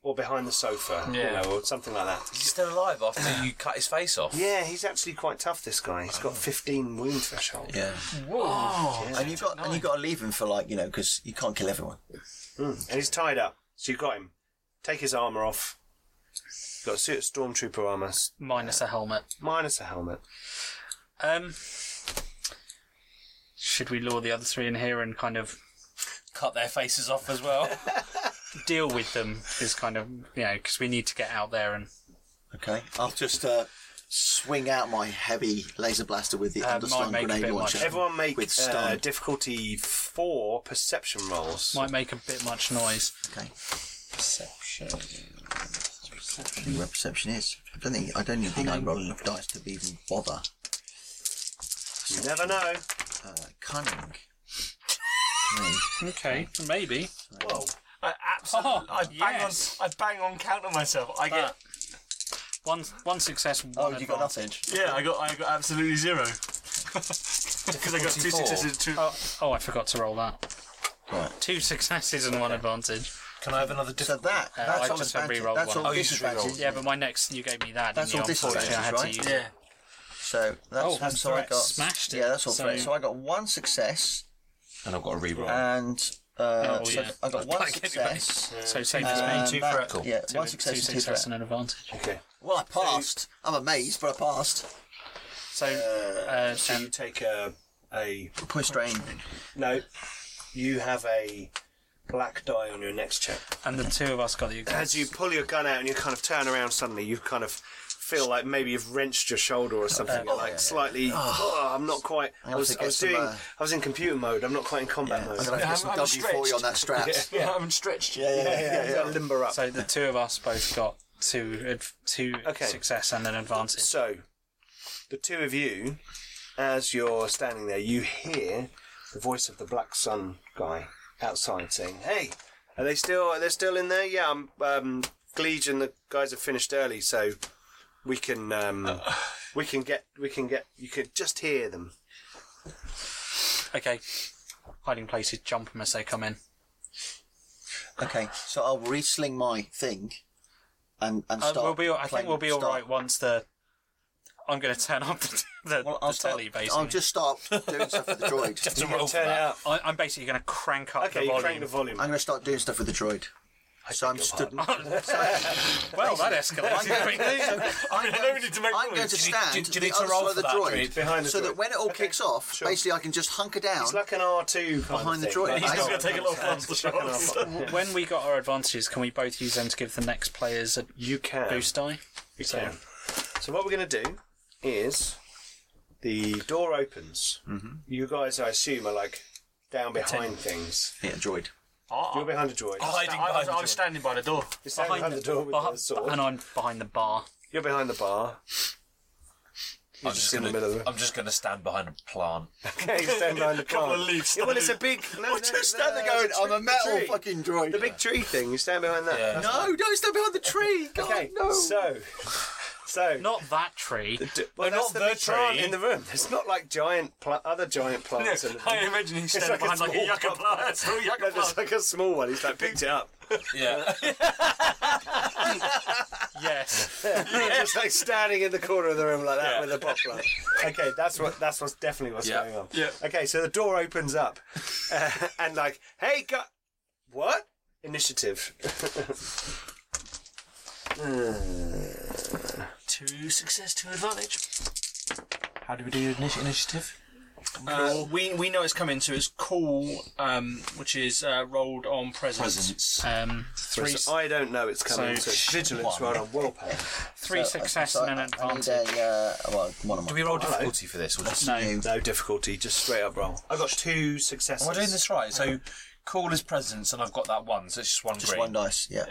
Speaker 6: or behind the sofa,
Speaker 7: Yeah.
Speaker 6: you know, or something like that.
Speaker 8: he's still alive after you cut his face off.
Speaker 6: Yeah, he's actually quite tough. This guy. He's got 15 wound threshold.
Speaker 2: Yeah.
Speaker 7: Oh,
Speaker 2: And you've got and you've got to leave him for like you know because you can't kill everyone.
Speaker 6: Mm. And he's tied up. So you got him. Take his armor off. He's got a suit of stormtrooper armor, s-
Speaker 3: Minus a helmet.
Speaker 6: minus a helmet.
Speaker 3: Um. Should we lure the other three in here and kind of
Speaker 8: Cut their faces off as well.
Speaker 3: deal with them? Is kind of you know because we need to get out there and
Speaker 2: Okay. I'll just uh, swing out my heavy laser blaster with the
Speaker 3: Uh, might
Speaker 2: underslung
Speaker 3: make a
Speaker 2: grenade
Speaker 3: bit much.
Speaker 2: launcher.
Speaker 6: Everyone make
Speaker 2: with
Speaker 6: uh,
Speaker 2: stun.
Speaker 6: difficulty four perception rolls.
Speaker 3: might make a bit much noise.
Speaker 2: okay. Perception. Where perception is? I don't think I don't even think I roll enough dice to even bother.
Speaker 6: You never know.
Speaker 2: Uh, cunning.
Speaker 3: Okay, maybe.
Speaker 6: Whoa.
Speaker 7: I absolutely.
Speaker 3: Oh,
Speaker 7: I bang
Speaker 3: yes.
Speaker 7: on. I bang on counter myself. I get.
Speaker 3: But one one success,
Speaker 2: Oh,
Speaker 3: one
Speaker 2: you
Speaker 3: advantage.
Speaker 2: got nothing.
Speaker 7: yeah, I got. I got absolutely zero. Because I got two successes. and Two.
Speaker 3: Oh, I forgot to roll that.
Speaker 2: Right.
Speaker 3: Two successes and one advantage.
Speaker 8: Can I have another
Speaker 2: So
Speaker 8: difficult?
Speaker 2: that
Speaker 3: Uh, I
Speaker 2: that's all
Speaker 3: just have
Speaker 2: disadvantage.
Speaker 3: rerolled
Speaker 2: That's
Speaker 3: one.
Speaker 2: all
Speaker 8: Oh, you just
Speaker 2: disadvantage.
Speaker 8: rerolled.
Speaker 3: Yeah, but my next, you gave me that.
Speaker 2: That's
Speaker 3: didn't
Speaker 2: all
Speaker 3: you? Unfortunately, I had
Speaker 2: disadvantages,
Speaker 3: to
Speaker 2: right?
Speaker 3: use
Speaker 7: Yeah.
Speaker 2: So that's
Speaker 3: Oh,
Speaker 2: and so I
Speaker 3: threat.
Speaker 2: got
Speaker 3: Smashed it.
Speaker 2: Yeah, that's all
Speaker 3: So-
Speaker 2: threat. So I got one success
Speaker 8: And I've got a reroll.
Speaker 2: and uh,
Speaker 3: Oh,
Speaker 2: so
Speaker 3: yeah.
Speaker 2: I got one
Speaker 8: Like anyway.
Speaker 2: success.
Speaker 3: So same as me.
Speaker 2: and
Speaker 8: two
Speaker 2: that-
Speaker 8: threat. Cool.
Speaker 2: Yeah,
Speaker 3: Two,
Speaker 2: one
Speaker 3: two
Speaker 2: success and two
Speaker 3: success
Speaker 2: threat.
Speaker 3: and an advantage.
Speaker 6: Okay.
Speaker 2: Well, I passed. I'm amazed, but I passed.
Speaker 3: So, uh,
Speaker 7: Um,
Speaker 6: So you take a a
Speaker 2: Push drain.
Speaker 6: no. You have a black die on your next check.
Speaker 3: and the two of us got the.
Speaker 6: As you pull your gun out and you kind of turn around suddenly, you kind of feel like maybe you've wrenched your shoulder or something. You're like slightly. Uh, Oh, I'm not quite. I
Speaker 2: have
Speaker 6: was,
Speaker 2: to
Speaker 6: I
Speaker 2: get
Speaker 6: was
Speaker 2: some,
Speaker 6: doing.
Speaker 2: uh,
Speaker 6: I was in computer mode. I'm not quite in combat
Speaker 2: I'm
Speaker 6: mode.
Speaker 2: gonna have to
Speaker 7: I'm-
Speaker 2: get some W
Speaker 7: I'm
Speaker 2: forty on that strap.
Speaker 7: Yeah, I'm stretched.
Speaker 2: Yeah, yeah, yeah.
Speaker 6: yeah, yeah. Limber up.
Speaker 3: So the two of us both got two, ad- two
Speaker 6: Okay.
Speaker 3: success and an advantage.
Speaker 6: So, the two of you, as you're standing there, you hear the voice of the Black Sun guy outside saying, "Hey, are they still? Are they still in there? Yeah, I'm. Um, Gleege and the guys have finished early, so we can um, we can get we can get. You could just hear them.
Speaker 3: Okay. Hiding places, jump them as they come in.
Speaker 2: Okay, so I'll re-sling my thing, and and
Speaker 3: Uh,
Speaker 2: start.
Speaker 3: we'll be. I
Speaker 2: playing-
Speaker 3: think we'll be all
Speaker 2: start-
Speaker 3: right once the. I'm going to turn up the, the,
Speaker 2: Well,
Speaker 3: the
Speaker 2: I'll start.
Speaker 3: telly basically.
Speaker 2: I'll just start doing stuff with the droid.
Speaker 8: It's a
Speaker 6: You
Speaker 8: roll
Speaker 6: can
Speaker 8: for
Speaker 6: turn it
Speaker 8: that.
Speaker 6: up.
Speaker 3: I, I'm basically going to crank up
Speaker 6: Okay,
Speaker 3: the
Speaker 6: you
Speaker 3: volume.
Speaker 6: crank the volume.
Speaker 2: I'm going to start doing stuff with the droid. So I'm stood.
Speaker 3: well, that escalated quickly.
Speaker 8: I don't need to make
Speaker 2: I'm going to stand
Speaker 8: Do you,
Speaker 2: the
Speaker 8: need to
Speaker 2: other
Speaker 8: roll
Speaker 2: side
Speaker 8: for
Speaker 2: of the
Speaker 8: that,
Speaker 2: droid,
Speaker 6: Behind the
Speaker 2: so
Speaker 6: droid.
Speaker 2: that when it all kicks off,
Speaker 6: sure.
Speaker 2: basically I can just hunker down.
Speaker 6: It's like an R two
Speaker 2: Behind the droid. He's not gonna
Speaker 8: take a lot of fans to
Speaker 3: when we got our advantages, can we both use them to give the next players a
Speaker 6: You can.
Speaker 3: boost die?
Speaker 6: You can. So what we're going to do is the door opens. You guys, I assume, are like down behind things.
Speaker 2: yeah, droid.
Speaker 6: You're behind a droid.
Speaker 8: Hiding
Speaker 7: I,
Speaker 8: behind
Speaker 7: was,
Speaker 8: the
Speaker 7: I was
Speaker 8: droid.
Speaker 7: standing by the door.
Speaker 6: You're standing behind the door with
Speaker 3: behi-
Speaker 6: the sword.
Speaker 3: and I'm behind the bar.
Speaker 6: You're behind the bar.
Speaker 8: I'm
Speaker 6: just
Speaker 8: just
Speaker 6: in the
Speaker 8: gonna,
Speaker 6: middle of it.
Speaker 8: I'm just gonna stand behind a plant.
Speaker 6: Okay, you stand behind the bar.
Speaker 8: leaves
Speaker 6: Yeah, well, it's a big. No, no,
Speaker 2: I'm just
Speaker 6: no,
Speaker 2: standing
Speaker 6: no,
Speaker 2: going.
Speaker 6: the
Speaker 2: I'm a
Speaker 6: tree-
Speaker 2: metal
Speaker 6: the tree.
Speaker 2: fucking droid.
Speaker 6: The big tree thing. You stand behind that.
Speaker 8: Yeah.
Speaker 2: no, don't stand behind the tree. God,
Speaker 6: Okay.
Speaker 2: no.
Speaker 6: So. So.
Speaker 3: Not that tree.
Speaker 6: d- well,
Speaker 8: no,
Speaker 6: that's
Speaker 8: not
Speaker 6: the
Speaker 8: the
Speaker 6: big plant
Speaker 8: tree.
Speaker 6: in the room. It's not like giant pla- other giant plants. in the room.
Speaker 7: I imagine he's standing
Speaker 6: like a
Speaker 7: behind like
Speaker 6: small
Speaker 7: a yucca plant. It's all yucca
Speaker 6: No, there's
Speaker 7: plant.
Speaker 6: like a small one. He's like picked it up.
Speaker 8: Yeah.
Speaker 3: Yes.
Speaker 6: just like standing in the corner of the room like that
Speaker 8: Yeah.
Speaker 6: with a poplar. Okay, that's what that's what's definitely what's
Speaker 8: Yeah.
Speaker 6: going on.
Speaker 7: Yeah.
Speaker 6: Okay, so the door opens up, uh, and like, hey, go- what? Initiative.
Speaker 7: Two success, two advantage.
Speaker 8: How do we do your initiative?
Speaker 7: Uh, we we know it's coming, so it's cool, um, which is uh, rolled on presence.
Speaker 8: Presence.
Speaker 3: Um, three
Speaker 6: So I don't know it's coming. So,
Speaker 3: So
Speaker 6: it's vigilance
Speaker 8: one.
Speaker 6: roll on willpower.
Speaker 3: three
Speaker 2: So, uh,
Speaker 3: success
Speaker 2: so
Speaker 3: and an
Speaker 2: I- I need
Speaker 3: advantage.
Speaker 2: a, uh, well, one of
Speaker 8: Do
Speaker 2: my.
Speaker 8: we roll difficulty for this? Or just...
Speaker 3: no.
Speaker 2: you.
Speaker 6: No difficulty, just straight up roll. I got two successes.
Speaker 8: Am I doing this right? So, call is presence, and I've got that one, so it's just one
Speaker 2: Just
Speaker 8: green.
Speaker 2: one dice. Yeah.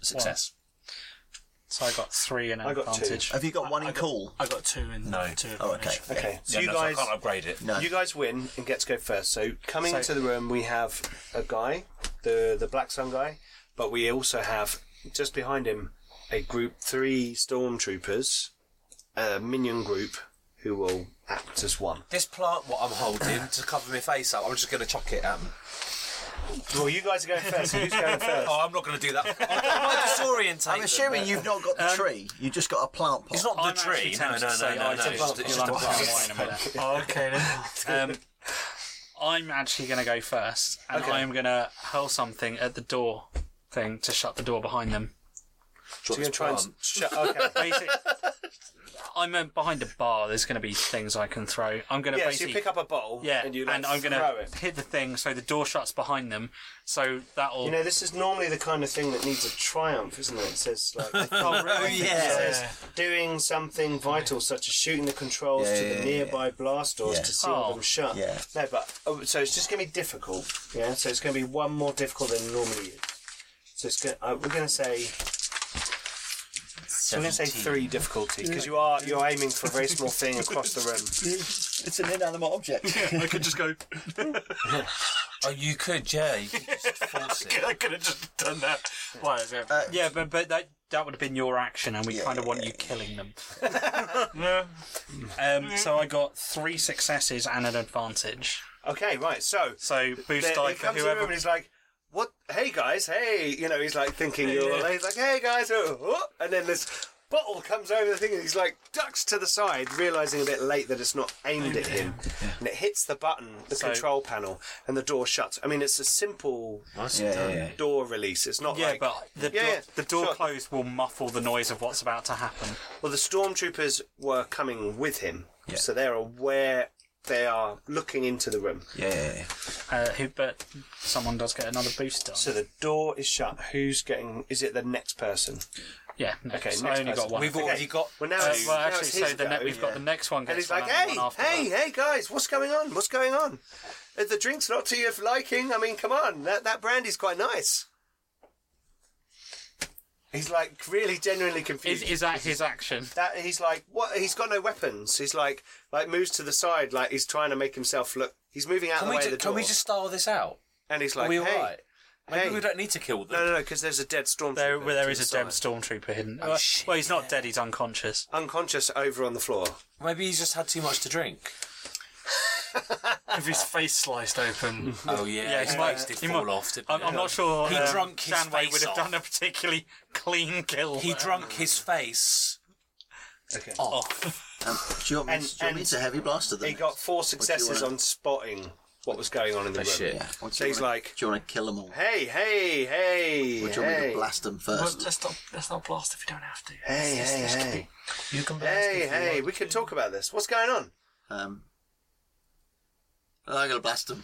Speaker 8: Success.
Speaker 3: So I got three and an
Speaker 6: I got two.
Speaker 3: advantage.
Speaker 2: Have you got one in
Speaker 7: I got-
Speaker 2: cool?
Speaker 7: I got two and
Speaker 8: No.
Speaker 7: two.
Speaker 2: Oh,
Speaker 7: advantage.
Speaker 2: okay.
Speaker 6: Okay, so you
Speaker 8: Yeah, no,
Speaker 6: guys,
Speaker 8: I can't upgrade it.
Speaker 2: No.
Speaker 6: you guys win and get to go first. So coming
Speaker 3: So-
Speaker 6: into the room, we have a guy, the the Black Sun guy, but we also have just behind him a group three stormtroopers, a minion group who will act as one.
Speaker 8: This plant, what I'm holding to cover my face up, I'm just going to chuck it at 'em.
Speaker 6: Well, you guys are going first. Who's going first?
Speaker 8: Oh, I'm not going to do that. I might disorientate.
Speaker 2: I'm assuming you've not got the tree. You just got a plant pot.
Speaker 8: It's not the
Speaker 3: I'm Oh, actually
Speaker 8: tree. No, no,
Speaker 3: tempted to
Speaker 8: no,
Speaker 3: say,
Speaker 8: no,
Speaker 3: oh,
Speaker 8: no. It's just, it's
Speaker 3: you'll
Speaker 8: just a
Speaker 3: understand
Speaker 8: plant.
Speaker 3: why in a minute.
Speaker 7: Oh, okay then.
Speaker 3: Um, I'm actually going to go first, and
Speaker 6: Okay.
Speaker 3: I am going to hurl something at the door thing to shut the door behind them.
Speaker 6: So you're going to try and shut. Okay.
Speaker 3: Basic, I'm uh, behind a bar. There's going to be things I can throw. I'm going to
Speaker 6: Yeah, so
Speaker 3: basically
Speaker 6: you pick up a bowl
Speaker 3: yeah,
Speaker 6: and you like,
Speaker 3: I'm going
Speaker 6: throw
Speaker 3: to
Speaker 6: it.
Speaker 3: hit the thing so the door shuts behind them. So that'll
Speaker 6: You know, this is normally the kind of thing that needs a triumph, isn't it? It says like
Speaker 2: Oh
Speaker 6: It
Speaker 2: yeah.
Speaker 6: says doing something vital, such as shooting the controls
Speaker 2: Yeah,
Speaker 6: to
Speaker 2: yeah,
Speaker 6: the
Speaker 2: yeah,
Speaker 6: nearby blast doors
Speaker 2: Yeah.
Speaker 6: to seal
Speaker 3: Oh.
Speaker 6: them shut.
Speaker 2: Yeah.
Speaker 6: No, but oh, so it's just going to be difficult. Yeah. So it's going to be one more difficult than it normally is. So it's going. Uh, we're going to say we're going to say three difficulties because you are you're aiming for a very small thing across the room.
Speaker 2: It's an inanimate object.
Speaker 7: I could just go.
Speaker 8: Oh, you could, yeah. You could just force it.
Speaker 7: I could have just done that. Why is that?
Speaker 3: yeah, but but that that would have been your action, and we
Speaker 2: Yeah,
Speaker 3: kind of
Speaker 2: yeah,
Speaker 3: want
Speaker 2: yeah.
Speaker 3: you killing them.
Speaker 7: No.
Speaker 3: Um, so I got three successes and an advantage.
Speaker 6: Okay. Right. So
Speaker 3: So boost
Speaker 6: there,
Speaker 3: die
Speaker 6: it
Speaker 3: for
Speaker 6: comes to the room
Speaker 3: whoever.
Speaker 6: and he's like, what? Hey guys, hey, you know, he's like thinking you're. He's like, hey guys, oh, oh," and then this bottle comes over the thing, and he's like ducks to the side, realizing a bit late that it's not aimed at him, and it hits the button, the control panel, and the door shuts. I mean, it's a simple
Speaker 2: Yeah, yeah, yeah.
Speaker 6: door release. It's not
Speaker 9: Yeah,
Speaker 6: like
Speaker 9: but the
Speaker 6: Yeah,
Speaker 9: door,
Speaker 6: yeah.
Speaker 9: the door
Speaker 6: Sure.
Speaker 9: closed will muffle the noise of what's about to happen.
Speaker 6: Well, the stormtroopers were coming with him,
Speaker 2: Yeah.
Speaker 6: so they're aware. They are looking into the room.
Speaker 2: Yeah, yeah, yeah.
Speaker 3: Uh, who, but someone does get another boost done.
Speaker 6: So the door is shut. Who's getting? Is it the next person?
Speaker 3: yeah,
Speaker 6: Okay,
Speaker 3: next.
Speaker 6: next
Speaker 3: I only got
Speaker 6: person.
Speaker 3: one.
Speaker 8: We've already got.
Speaker 6: Well, now,
Speaker 3: Uh,
Speaker 6: it's,
Speaker 3: well,
Speaker 6: now
Speaker 3: actually,
Speaker 6: it's his
Speaker 3: so the
Speaker 6: go.
Speaker 3: ne- we've got
Speaker 2: yeah.
Speaker 3: the next one.
Speaker 6: and he's
Speaker 3: Gets um,
Speaker 6: like,
Speaker 3: one and
Speaker 6: "Hey,
Speaker 3: one after
Speaker 6: hey,
Speaker 3: that."
Speaker 6: hey, guys, what's going on? What's going on? Uh, The drink's not to your liking. I mean, come on, that that brandy's quite nice." He's like really genuinely
Speaker 3: Is,
Speaker 6: confused.
Speaker 3: is that his action?
Speaker 6: that he's like what? He's got no weapons. He's like like moves to the side, like he's trying to make himself look. He's moving out
Speaker 8: Can
Speaker 6: the
Speaker 8: we,
Speaker 6: way
Speaker 8: ju-
Speaker 6: of the
Speaker 8: can
Speaker 6: door,
Speaker 8: we just style this out?
Speaker 6: and he's
Speaker 8: Are
Speaker 6: like,
Speaker 8: we
Speaker 6: "Hey,
Speaker 8: alright? Maybe
Speaker 6: hey."
Speaker 8: we don't need to kill them.
Speaker 6: No, no, no, because there's a dead stormtrooper.
Speaker 9: There, well, there
Speaker 6: to
Speaker 9: is
Speaker 6: the
Speaker 9: a dead
Speaker 6: side.
Speaker 9: stormtrooper hidden.
Speaker 8: Oh,
Speaker 9: well,
Speaker 8: shit.
Speaker 9: well, he's not dead. He's unconscious.
Speaker 6: unconscious over on the floor.
Speaker 8: Maybe he's just had too much to drink.
Speaker 7: With his face sliced open.
Speaker 8: Oh yeah,
Speaker 9: Yeah,
Speaker 8: his
Speaker 9: he might-
Speaker 8: face did
Speaker 9: he
Speaker 8: fall
Speaker 9: might-
Speaker 8: off. Didn't
Speaker 9: I'm,
Speaker 8: he?
Speaker 9: I'm not sure.
Speaker 8: He
Speaker 9: um,
Speaker 8: drunk his
Speaker 9: Janeway
Speaker 8: face
Speaker 9: would have
Speaker 8: off.
Speaker 9: done a particularly clean kill.
Speaker 8: He drunk his face.
Speaker 6: Okay.
Speaker 2: Um, do you want me,
Speaker 6: And-
Speaker 2: do you want me
Speaker 6: and
Speaker 2: to heavy blaster them?
Speaker 6: He got four successes
Speaker 2: wanna- Oh,
Speaker 6: on spotting what was going on in the room.
Speaker 8: shit.
Speaker 2: Yeah. What do
Speaker 6: So
Speaker 2: you
Speaker 6: he's
Speaker 2: wanna-
Speaker 6: like-
Speaker 2: do you want to kill them all?
Speaker 6: Hey, hey, hey,
Speaker 2: Or do you want me
Speaker 6: hey.
Speaker 2: to blast them
Speaker 7: Well,
Speaker 2: first?
Speaker 7: let's not let's not blast if you don't have to.
Speaker 6: Hey,
Speaker 7: This-
Speaker 6: hey,
Speaker 7: this could
Speaker 6: hey.
Speaker 7: be- You can blast
Speaker 6: Hey,
Speaker 7: if you
Speaker 6: hey,
Speaker 7: want.
Speaker 6: we can talk about this. What's going on?
Speaker 2: Um, I'm gonna blast them.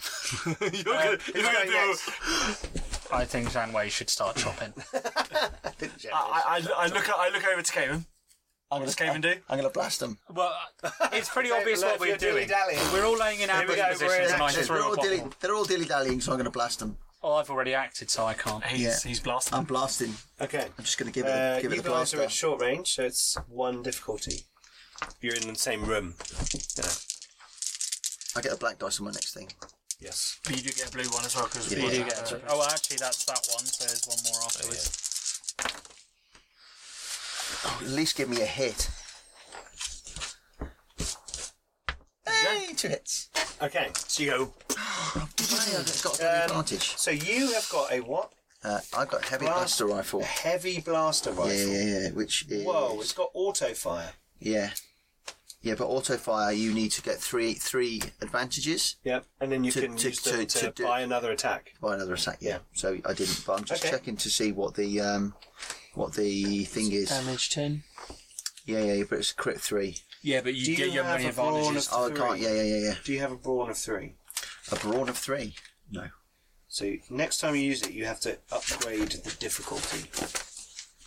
Speaker 6: You're going to
Speaker 3: I think Janeway should start chopping.
Speaker 7: I, I, I look I look over to Cayman. What does Cayman do?
Speaker 2: I'm gonna blast them.
Speaker 3: well, it's pretty
Speaker 6: Don't
Speaker 3: obvious
Speaker 6: let
Speaker 3: what
Speaker 6: your
Speaker 3: we're doing.
Speaker 6: dilly-dally.
Speaker 3: We're all laying in ambush
Speaker 6: go, we're in
Speaker 3: positions, and I
Speaker 6: action.
Speaker 3: just
Speaker 2: They're
Speaker 3: threw
Speaker 2: all,
Speaker 3: a
Speaker 2: dilly,
Speaker 3: bottle.
Speaker 2: they're all dilly-dallying, so I'm gonna blast them.
Speaker 3: Oh, I've already acted, so I can't.
Speaker 7: He's
Speaker 2: Yeah.
Speaker 7: he's blasting.
Speaker 2: I'm blasting.
Speaker 6: Okay.
Speaker 2: I'm just gonna give it,
Speaker 6: Uh,
Speaker 2: a, give it
Speaker 6: you
Speaker 2: a
Speaker 6: guys
Speaker 2: blaster.
Speaker 6: are at short range, so it's one difficulty. You're in the same room. Yeah.
Speaker 2: I get a black dice on my next thing.
Speaker 6: Yes.
Speaker 7: but you do get a blue one as well because
Speaker 2: Yeah.
Speaker 3: You do get a- Oh, well, actually, that's that one. So there's one
Speaker 6: Oh,
Speaker 3: more afterwards.
Speaker 2: At least give me a hit. Hey, two hits.
Speaker 6: Okay. So you go.
Speaker 2: Hey, I've got
Speaker 6: Um,
Speaker 2: an advantage.
Speaker 6: So you have got a what?
Speaker 2: Uh, I've got a heavy
Speaker 6: blast-
Speaker 2: blaster rifle.
Speaker 6: Heavy blaster rifle.
Speaker 2: Yeah, yeah, yeah. Which is
Speaker 6: Whoa, it's got auto fire.
Speaker 2: yeah, yeah. But auto fire, you need to get three three advantages.
Speaker 6: Yep, and then you
Speaker 2: To-
Speaker 6: can
Speaker 2: to-
Speaker 6: use them
Speaker 2: to-
Speaker 6: to,
Speaker 2: to do-
Speaker 6: buy another attack.
Speaker 2: by another attack. Yeah.
Speaker 6: Yeah.
Speaker 2: So I didn't, but I'm just
Speaker 6: Okay.
Speaker 2: checking to see what the um, what the thing is.
Speaker 7: damage ten.
Speaker 2: Yeah, yeah, but it's crit three.
Speaker 7: Yeah, but you
Speaker 6: Do
Speaker 7: get
Speaker 6: you
Speaker 7: your
Speaker 6: have
Speaker 7: many
Speaker 6: a brawn
Speaker 7: advantages.
Speaker 6: of-
Speaker 2: Oh, I
Speaker 6: Three.
Speaker 2: can't. Yeah, yeah, yeah, yeah.
Speaker 6: Do you have a brawn of three?
Speaker 2: A brawn of three. No.
Speaker 6: So next time you use it, you have to upgrade the difficulty.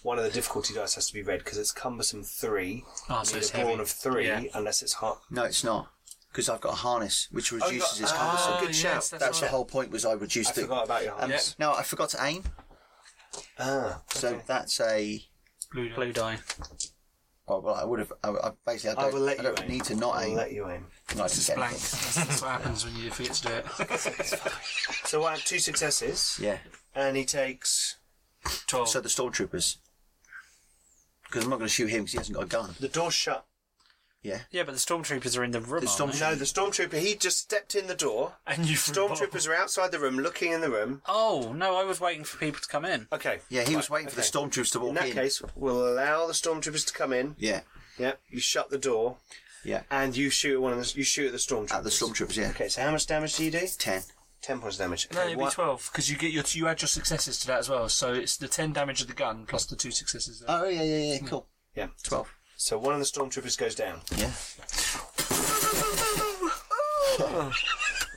Speaker 6: One of the difficulty dice has to be red because it's cumbersome three.
Speaker 7: Oh,
Speaker 6: You
Speaker 7: so
Speaker 6: need
Speaker 7: it's
Speaker 6: a brawn
Speaker 7: heavy.
Speaker 6: of three
Speaker 7: Yeah.
Speaker 6: unless it's hot.
Speaker 2: No, it's not. Because I've got a harness, which
Speaker 6: Oh, you
Speaker 2: reduces
Speaker 6: got-
Speaker 2: its
Speaker 6: ah,
Speaker 2: cumbersome.
Speaker 6: good
Speaker 7: yes,
Speaker 6: shout.
Speaker 7: that's
Speaker 2: That's the
Speaker 7: right.
Speaker 2: whole point. Was I
Speaker 6: I
Speaker 2: reduced it?
Speaker 6: forgot about your
Speaker 2: Um,
Speaker 6: harness.
Speaker 2: No, I forgot to aim.
Speaker 6: Ah,
Speaker 2: So that's a. oh,
Speaker 7: blue.
Speaker 3: Blue die.
Speaker 2: Well, well I would have. I, I basically, I
Speaker 6: I
Speaker 2: don't,
Speaker 6: will let
Speaker 2: I
Speaker 6: you
Speaker 2: don't
Speaker 6: aim.
Speaker 2: need to not
Speaker 6: I'll
Speaker 2: aim.
Speaker 6: let you aim.
Speaker 2: No, I didn't get
Speaker 7: Blank.
Speaker 2: anything.
Speaker 7: That's, that's what happens when you forget to do it.
Speaker 6: So I have two successes,
Speaker 2: Yeah.
Speaker 6: and he takes
Speaker 7: Twelve.
Speaker 2: So the stormtroopers. Because I'm not going to shoot him because he hasn't got a gun.
Speaker 6: the door shut.
Speaker 2: Yeah.
Speaker 3: Yeah, but the stormtroopers are in the room.
Speaker 2: The
Speaker 3: aren't they?
Speaker 2: stormtroopers-
Speaker 6: No, the stormtrooper. He just stepped in the door.
Speaker 7: and you threw a bottle.
Speaker 6: Stormtroopers are outside the room, looking in the room.
Speaker 3: Oh no, I was waiting for people to come in.
Speaker 6: Okay.
Speaker 2: Yeah, he was
Speaker 6: Right,
Speaker 2: waiting for the
Speaker 6: okay.
Speaker 2: stormtroopers to walk
Speaker 6: In that case, we'll allow the stormtroopers to come in.
Speaker 2: Yeah,
Speaker 6: Yeah, you shut the door
Speaker 2: yeah.
Speaker 6: and you shoot at one of the you shoot at the stormtroopers.
Speaker 2: At the stormtroopers, yeah.
Speaker 6: Okay, so how much damage do you do?
Speaker 2: Ten.
Speaker 6: Ten points of damage.
Speaker 7: No,
Speaker 6: Okay,
Speaker 7: it'd
Speaker 6: one-
Speaker 7: be twelve because you get your you add your successes to that as well. So it's the ten damage of the gun plus the two successes. There.
Speaker 2: Oh yeah, yeah, yeah. Cool.
Speaker 6: Hmm. Yeah.
Speaker 2: Twelve.
Speaker 6: So one of the stormtroopers goes down,
Speaker 2: Yeah.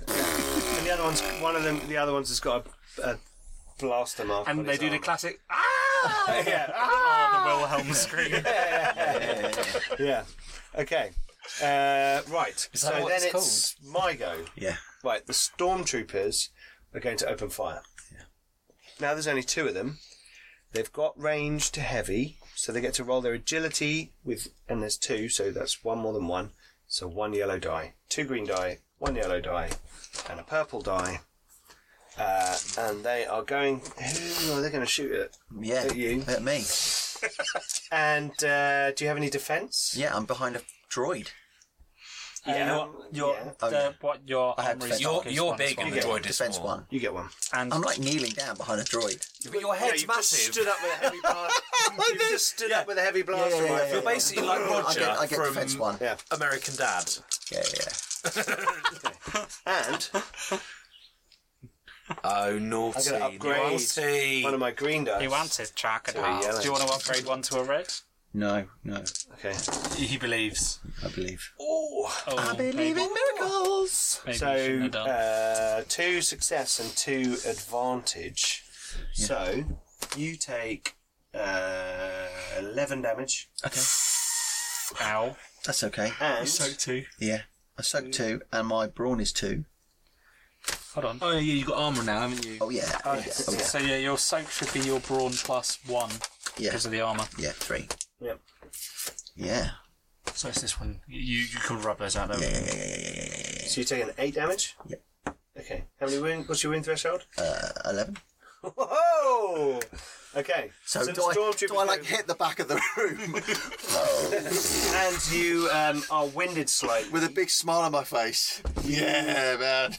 Speaker 6: and the other one's one of them. The other one's has got a, a blaster
Speaker 2: Oh.
Speaker 6: mark. on
Speaker 7: and they
Speaker 6: his
Speaker 7: do the
Speaker 6: arm.
Speaker 7: classic.
Speaker 6: yeah,
Speaker 3: Ah, the Wilhelm scream.
Speaker 6: yeah. Okay. Uh, right. so
Speaker 8: that what
Speaker 6: then
Speaker 8: it's
Speaker 6: it's my go.
Speaker 2: Yeah.
Speaker 6: Right. The stormtroopers are going to open fire. Yeah. Now there's only two of them. They've got range to heavy, so they get to roll their agility with, and there's two, so that's one more than one. So one yellow die, two green die, one yellow die, and a purple die. Uh, and they are going. Who are they going to shoot at?
Speaker 2: Yeah.
Speaker 6: At you.
Speaker 2: At me.
Speaker 6: And uh, do you have any defense?
Speaker 2: Yeah, I'm behind a droid.
Speaker 6: Yeah.
Speaker 3: Um, your,
Speaker 6: Yeah.
Speaker 2: Oh,
Speaker 3: the,
Speaker 2: yeah.
Speaker 3: what your
Speaker 2: I had
Speaker 3: armory
Speaker 2: defense.
Speaker 8: You're,
Speaker 3: stock is
Speaker 8: you're
Speaker 3: minus
Speaker 8: big
Speaker 3: one.
Speaker 8: and the
Speaker 6: You get
Speaker 8: droid is
Speaker 2: Defense
Speaker 8: small.
Speaker 2: one.
Speaker 6: You get one.
Speaker 3: And
Speaker 2: I'm like kneeling down behind a droid.
Speaker 8: But your
Speaker 6: Yeah,
Speaker 8: head's
Speaker 6: you've just
Speaker 8: massive.
Speaker 6: stood up with a heavy blast. you've just stood up with a heavy blaster
Speaker 2: yeah, yeah,
Speaker 6: rifle.
Speaker 2: yeah,
Speaker 8: You're
Speaker 2: yeah.
Speaker 8: basically like
Speaker 2: I
Speaker 8: Roger
Speaker 2: get, I get
Speaker 8: from
Speaker 2: defense one.
Speaker 6: Yeah.
Speaker 8: American Dad.
Speaker 2: Yeah, yeah.
Speaker 6: And
Speaker 8: Oh, naughty.
Speaker 6: I'm going to upgrade
Speaker 8: Naughty.
Speaker 6: one of my green dice.
Speaker 9: He wanted
Speaker 6: Sorry, yeah.
Speaker 9: Chakadar. Do you want to upgrade one to a red?
Speaker 2: No, no,
Speaker 6: Okay.
Speaker 7: He believes.
Speaker 2: I believe.
Speaker 8: Oh,
Speaker 3: Oh, I believe in miracles. Maybe so, you shouldn't
Speaker 6: So
Speaker 3: have done.
Speaker 6: uh, two success and two advantage. So you take uh, eleven damage
Speaker 9: Ow.
Speaker 2: That's okay.
Speaker 6: and
Speaker 7: too.
Speaker 2: Yeah. I soaked two, and my brawn is two.
Speaker 3: Hold on.
Speaker 7: Oh yeah, you got armor now, haven't you?
Speaker 2: Oh yeah,
Speaker 6: Oh,
Speaker 2: yeah,
Speaker 6: yes.
Speaker 2: oh, yeah.
Speaker 3: So yeah, your soak should be your brawn plus one
Speaker 2: yeah,
Speaker 3: because of the armor.
Speaker 2: yeah, three.
Speaker 6: Yep.
Speaker 2: Yeah,
Speaker 7: So it's this one. You you can rub those out.
Speaker 2: yeah,
Speaker 7: Though.
Speaker 2: yeah, yeah, yeah, yeah, yeah, yeah, yeah.
Speaker 6: So you take an eight damage.
Speaker 2: Yep.
Speaker 6: Okay. How many wound? What's your wound threshold?
Speaker 2: Uh, Eleven.
Speaker 6: Whoa! Okay.
Speaker 2: So,
Speaker 6: the
Speaker 2: do, I,
Speaker 6: stormtroopers
Speaker 2: do I like
Speaker 6: go-
Speaker 2: hit the back of the room
Speaker 6: And you um, are winded slightly.
Speaker 2: with a big smile on my face? Yeah, man.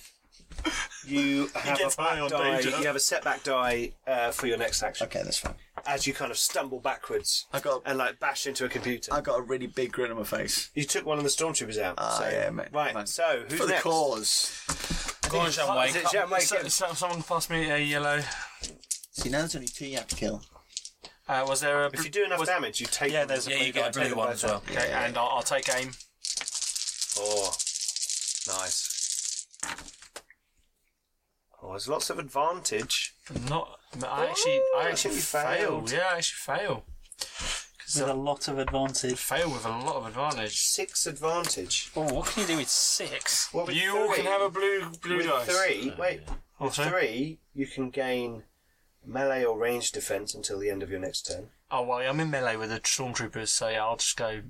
Speaker 6: You have a
Speaker 7: gets high
Speaker 6: back
Speaker 7: on
Speaker 6: die.
Speaker 7: danger.
Speaker 6: You have a setback die uh, for your next action
Speaker 2: Okay, that's fine.
Speaker 6: as you kind of stumble backwards
Speaker 2: I got
Speaker 6: and like bash into a computer.
Speaker 2: I got a really big grin on my face.
Speaker 6: You took one of the stormtroopers out.
Speaker 2: Ah,
Speaker 6: so,
Speaker 2: yeah, mate.
Speaker 6: Right.
Speaker 2: Mate.
Speaker 6: So who's
Speaker 2: For the
Speaker 6: next?
Speaker 2: cause.
Speaker 8: go on, John
Speaker 6: Is it Jan Wake?
Speaker 7: So, so- someone passed me a yellow.
Speaker 2: See, now there's only two you have to kill.
Speaker 7: Uh, was there a?
Speaker 6: If you do enough
Speaker 7: was-
Speaker 6: damage, you take.
Speaker 7: Yeah, there's a
Speaker 8: Yeah,
Speaker 7: blue
Speaker 8: you get a
Speaker 7: guy.
Speaker 8: blue one as well.
Speaker 7: Okay, and I'll, I'll take aim.
Speaker 6: Oh, nice. Oh, there's lots of advantage.
Speaker 7: Not. I actually. I actually
Speaker 6: you
Speaker 7: fail.
Speaker 6: failed.
Speaker 7: Yeah, I actually fail.
Speaker 9: With a lot of advantage.
Speaker 7: Fail with a lot of advantage.
Speaker 6: Six advantage.
Speaker 3: Oh, what can you do with six?
Speaker 6: Well, with
Speaker 7: you all can
Speaker 6: three-
Speaker 7: have a blue blue
Speaker 6: with
Speaker 7: dice. Oh,
Speaker 6: three. Wait, with
Speaker 7: Also.
Speaker 6: three, you can gain melee or range defense until the end of your next turn,
Speaker 7: Oh well, I'm in melee with the stormtroopers, so yeah, I'll just go.
Speaker 6: and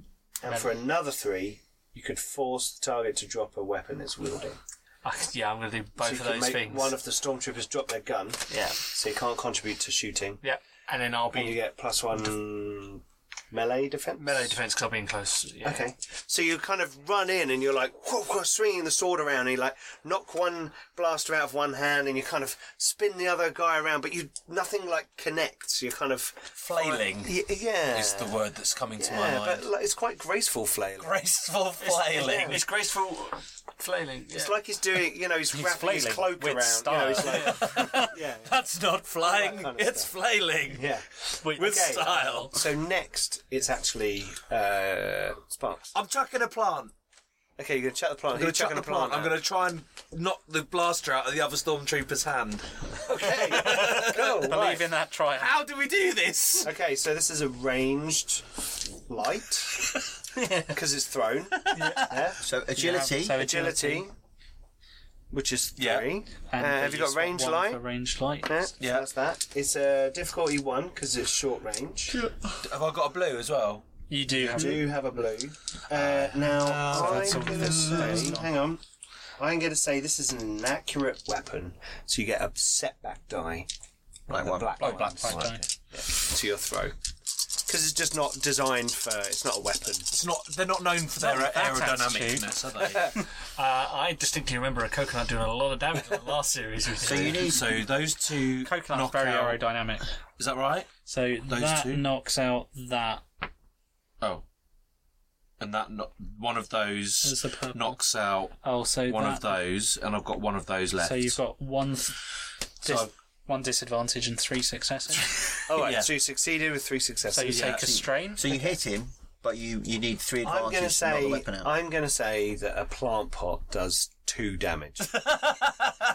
Speaker 7: Melee.
Speaker 6: for another three, you could force the target to drop a weapon it's wielding.
Speaker 7: I could- yeah, I'm going to do both
Speaker 6: so you
Speaker 7: of
Speaker 6: can
Speaker 7: those
Speaker 6: make
Speaker 7: things.
Speaker 6: one of the stormtroopers drop their gun,
Speaker 7: yeah,
Speaker 6: so you can't contribute to shooting.
Speaker 7: yeah, and then I'll
Speaker 6: And you
Speaker 7: be
Speaker 6: get plus one melee defense.
Speaker 7: melee defense club being close. Yeah.
Speaker 6: Okay. So you kind of run in and you're like whoa, whoa, swinging the sword around. And you like knock one blaster out of one hand and you kind of spin the other guy around, but you nothing like connects. You're kind of
Speaker 8: Flailing
Speaker 6: Y- yeah.
Speaker 8: is the word that's coming to my
Speaker 6: yeah,
Speaker 8: mind.
Speaker 6: but like, it's quite graceful flailing.
Speaker 8: Graceful flailing.
Speaker 7: It's graceful flailing. Yeah.
Speaker 6: It's like he's doing, you know, he's, wrapping his
Speaker 9: flailing
Speaker 6: cloak
Speaker 9: with
Speaker 6: around.
Speaker 9: style.
Speaker 6: You know, it's like, yeah,
Speaker 8: That's not flying.
Speaker 6: kind of
Speaker 8: it's flailing
Speaker 6: yeah.
Speaker 8: with
Speaker 6: okay.
Speaker 8: style.
Speaker 6: So next, it's actually uh, Sparks.
Speaker 8: I'm chucking a plant.
Speaker 6: Okay, you're gonna chuck the plant.
Speaker 8: I'm
Speaker 6: You're
Speaker 8: going to chuck
Speaker 6: chucking
Speaker 8: the
Speaker 6: a
Speaker 8: plant. I'm
Speaker 6: out.
Speaker 8: going to try and knock the blaster out of the other stormtrooper's hand.
Speaker 6: Cool, right.
Speaker 3: Believe in that trial.
Speaker 8: How do we do this?
Speaker 6: Okay, so this is a ranged light because it's thrown. Yeah.
Speaker 2: So agility.
Speaker 3: So
Speaker 6: Agility, which is three.
Speaker 8: Yeah.
Speaker 3: And
Speaker 6: Uh,
Speaker 3: the
Speaker 6: have you got
Speaker 3: useful
Speaker 6: range
Speaker 3: one
Speaker 6: light?
Speaker 3: For range light.
Speaker 6: Yeah, so
Speaker 8: Yeah.
Speaker 6: that's that. It's a difficulty one because it's short range.
Speaker 8: Have I got a blue as well?
Speaker 3: You do have.
Speaker 6: Do you have a blue? Uh, now
Speaker 3: that's
Speaker 6: I'm
Speaker 3: a
Speaker 6: gonna
Speaker 3: blue.
Speaker 6: say, hang on. I'm gonna say this is an inaccurate weapon, so you get a setback die,
Speaker 2: Black
Speaker 6: the
Speaker 2: one.
Speaker 6: black, one,
Speaker 8: black
Speaker 3: Right, don't.
Speaker 6: to your throw, because it's just not designed for. It's not a weapon.
Speaker 8: It's not. They're not known for their
Speaker 3: Not that
Speaker 8: aerodynamicness, are they?
Speaker 7: Uh, I distinctly remember a coconut doing a lot of damage in the last series. We
Speaker 2: So you need.
Speaker 8: so those two
Speaker 3: Coconut's
Speaker 8: knock
Speaker 3: very
Speaker 8: out-
Speaker 3: aerodynamic.
Speaker 8: Is that right?
Speaker 3: So that
Speaker 8: two?
Speaker 3: knocks out that.
Speaker 8: Oh. And that no- one of
Speaker 3: There's
Speaker 8: those
Speaker 3: the purple.
Speaker 8: knocks out
Speaker 3: Oh, so
Speaker 8: one
Speaker 3: that,
Speaker 8: of those, and I've got one of those left.
Speaker 3: So you've got one. th-
Speaker 8: So
Speaker 3: dis-
Speaker 8: I've-
Speaker 3: one disadvantage and three successes.
Speaker 6: All right,
Speaker 8: Yeah.
Speaker 6: so you succeeded with three successes.
Speaker 3: So you
Speaker 8: Yeah.
Speaker 3: take a strain.
Speaker 2: So you hit him, but you you need three
Speaker 6: I'm
Speaker 2: advantages
Speaker 6: gonna
Speaker 2: to knock the
Speaker 6: say
Speaker 2: weapon out.
Speaker 6: I'm gonna say that a plant pot does two damage.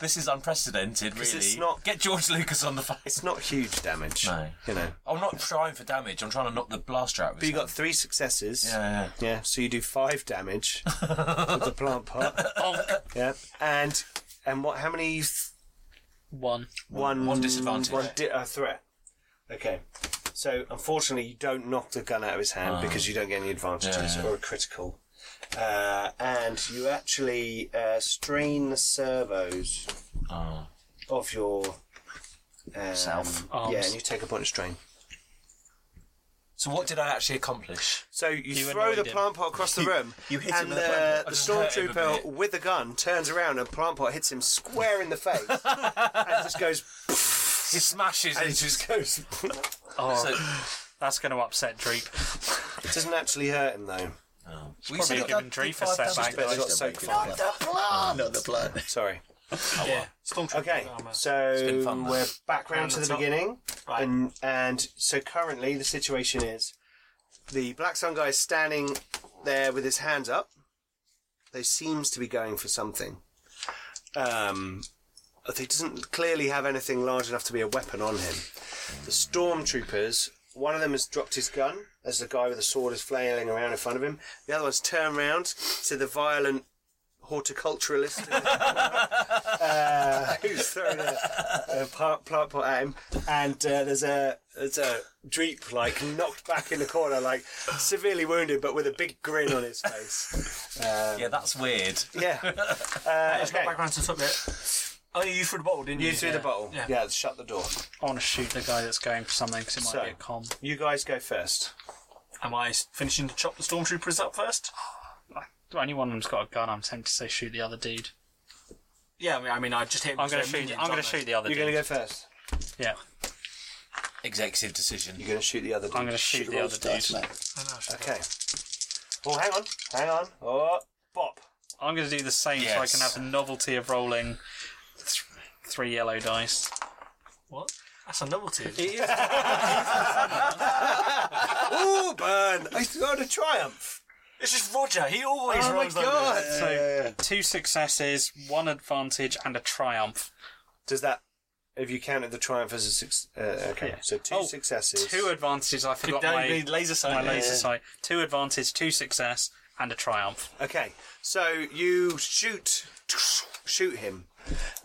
Speaker 8: This is unprecedented, really.
Speaker 6: it's not-
Speaker 8: Get George Lucas on the face.
Speaker 6: it's not huge damage.
Speaker 8: No.
Speaker 6: You know.
Speaker 8: I'm not trying for damage. I'm trying to knock the blaster out. Of
Speaker 6: But you got three successes.
Speaker 8: yeah,
Speaker 6: Yeah, so you do five damage with the plant pot. yeah. And and what how many
Speaker 3: One.
Speaker 6: one
Speaker 8: one disadvantage.
Speaker 6: One di- a threat. Okay. So unfortunately you don't knock the gun out of his hand because you don't get any advantages
Speaker 8: Ah. Yeah.
Speaker 6: or a critical. Uh, and you actually uh, strain the servos
Speaker 8: Oh.
Speaker 6: of your um,
Speaker 2: Self.
Speaker 6: Yeah,
Speaker 3: Arms.
Speaker 6: and you take a point of strain.
Speaker 8: So what did I actually accomplish?
Speaker 6: So you,
Speaker 7: You
Speaker 6: throw the
Speaker 7: annoyed him.
Speaker 6: plant pot across the room.
Speaker 2: you hit him
Speaker 6: and
Speaker 2: with the
Speaker 6: uh,
Speaker 2: plant pot.
Speaker 6: the
Speaker 8: I just hurt him a
Speaker 6: stormtrooper
Speaker 8: bit.
Speaker 6: with the gun turns around and plant pot hits him square in the face and just goes.
Speaker 8: He smashes
Speaker 6: And he
Speaker 8: into
Speaker 6: just
Speaker 8: his.
Speaker 6: goes.
Speaker 7: Oh.
Speaker 8: So,
Speaker 7: That's going to upset Dreep.
Speaker 6: It doesn't actually hurt him though.
Speaker 8: we said
Speaker 7: given Dreyfus that back.
Speaker 6: But it
Speaker 2: Just
Speaker 6: got
Speaker 2: a
Speaker 6: soaked.
Speaker 2: regular
Speaker 6: up.
Speaker 2: plant. Ah, Not the blood.
Speaker 6: Sorry.
Speaker 7: Oh,
Speaker 3: yeah. Stormtrooper
Speaker 6: Okay,
Speaker 3: armor.
Speaker 6: so
Speaker 8: been fun, though.
Speaker 6: we're back round
Speaker 3: Round
Speaker 6: to
Speaker 3: the
Speaker 6: the
Speaker 3: top.
Speaker 6: beginning,
Speaker 3: Right.
Speaker 6: and and so currently the situation is the black sun guy is standing there with his hands up. They seems to be going for something. Um, but he doesn't clearly have anything large enough to be a weapon on him. The stormtroopers, one of them has dropped his gun as the guy with the sword is flailing around in front of him. The other one's turned round to the violent horticulturalist uh, who's thrown a, a Uh, plant, plant pot at him, and uh, there's a there's a dreep like knocked back in the corner, like severely wounded, but with a big grin on his face.
Speaker 8: yeah, that's weird.
Speaker 6: Yeah. Uh, okay.
Speaker 3: Back around to the top bit. Oh, you threw the bottle, didn't you?
Speaker 6: You threw the bottle.
Speaker 3: Yeah.
Speaker 6: yeah, shut the door.
Speaker 7: I want to shoot the guy that's going for something because it might
Speaker 6: So.
Speaker 7: be a com.
Speaker 6: You guys go first.
Speaker 3: Am I s- finishing to chop the stormtroopers up first?
Speaker 7: Only one of them's got a gun. I'm tempted to say shoot the other dude.
Speaker 3: Yeah, I mean, I, mean, I just hit.
Speaker 7: I'm going to shoot. I'm going to shoot the other
Speaker 6: You're
Speaker 7: dude.
Speaker 6: going to go first.
Speaker 7: Yeah,
Speaker 8: Executive decision.
Speaker 6: You're going to shoot the other.
Speaker 7: I'm going to shoot the other dude.
Speaker 2: Dice, mate.
Speaker 6: Okay. Oh, hang on, hang on. Oh, bop.
Speaker 7: I'm going to do the same so I
Speaker 8: Yes.
Speaker 7: can have the novelty of rolling th- three yellow dice.
Speaker 3: What? That's a novelty.
Speaker 6: Ooh, burn! I got a triumph.
Speaker 3: It's just Roger. He
Speaker 6: Oh
Speaker 3: always
Speaker 6: my
Speaker 3: rolls like
Speaker 6: god!
Speaker 3: this.
Speaker 7: So two successes, one advantage, and a triumph.
Speaker 6: Does that? Have you counted the triumph as a six? Uh, okay, so two
Speaker 7: Oh,
Speaker 6: successes.
Speaker 7: Two advantages. I forgot
Speaker 3: Don't
Speaker 7: my,
Speaker 3: need laser sight.
Speaker 7: my laser sight. Two advantage, two success, and a triumph.
Speaker 6: Okay, so you shoot, shoot him,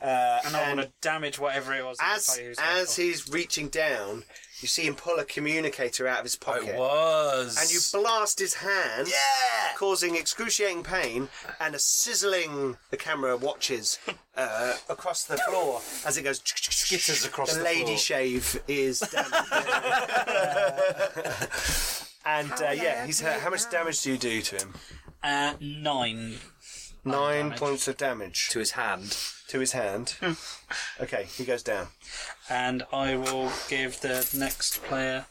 Speaker 6: uh,
Speaker 7: And, I want to damage whatever it was. that
Speaker 6: as
Speaker 7: looked like it was going
Speaker 6: as
Speaker 7: for.
Speaker 6: he's reaching down, you see him pull a communicator out of his
Speaker 8: Oh,
Speaker 6: pocket.
Speaker 8: It was.
Speaker 6: and you blast his hand,
Speaker 8: Yeah!
Speaker 6: causing excruciating pain and a sizzling. The camera watches uh, across the floor as it goes.
Speaker 8: Skitters across the,
Speaker 6: lady
Speaker 8: floor.
Speaker 6: shave is. damaged. and uh, yeah, he's hurt. How much damage do you do to him?
Speaker 7: uh, nine.
Speaker 6: Nine points of damage
Speaker 8: to his hand.
Speaker 6: to his hand.
Speaker 8: Hmm.
Speaker 6: okay, he goes down.
Speaker 7: and I will give the next player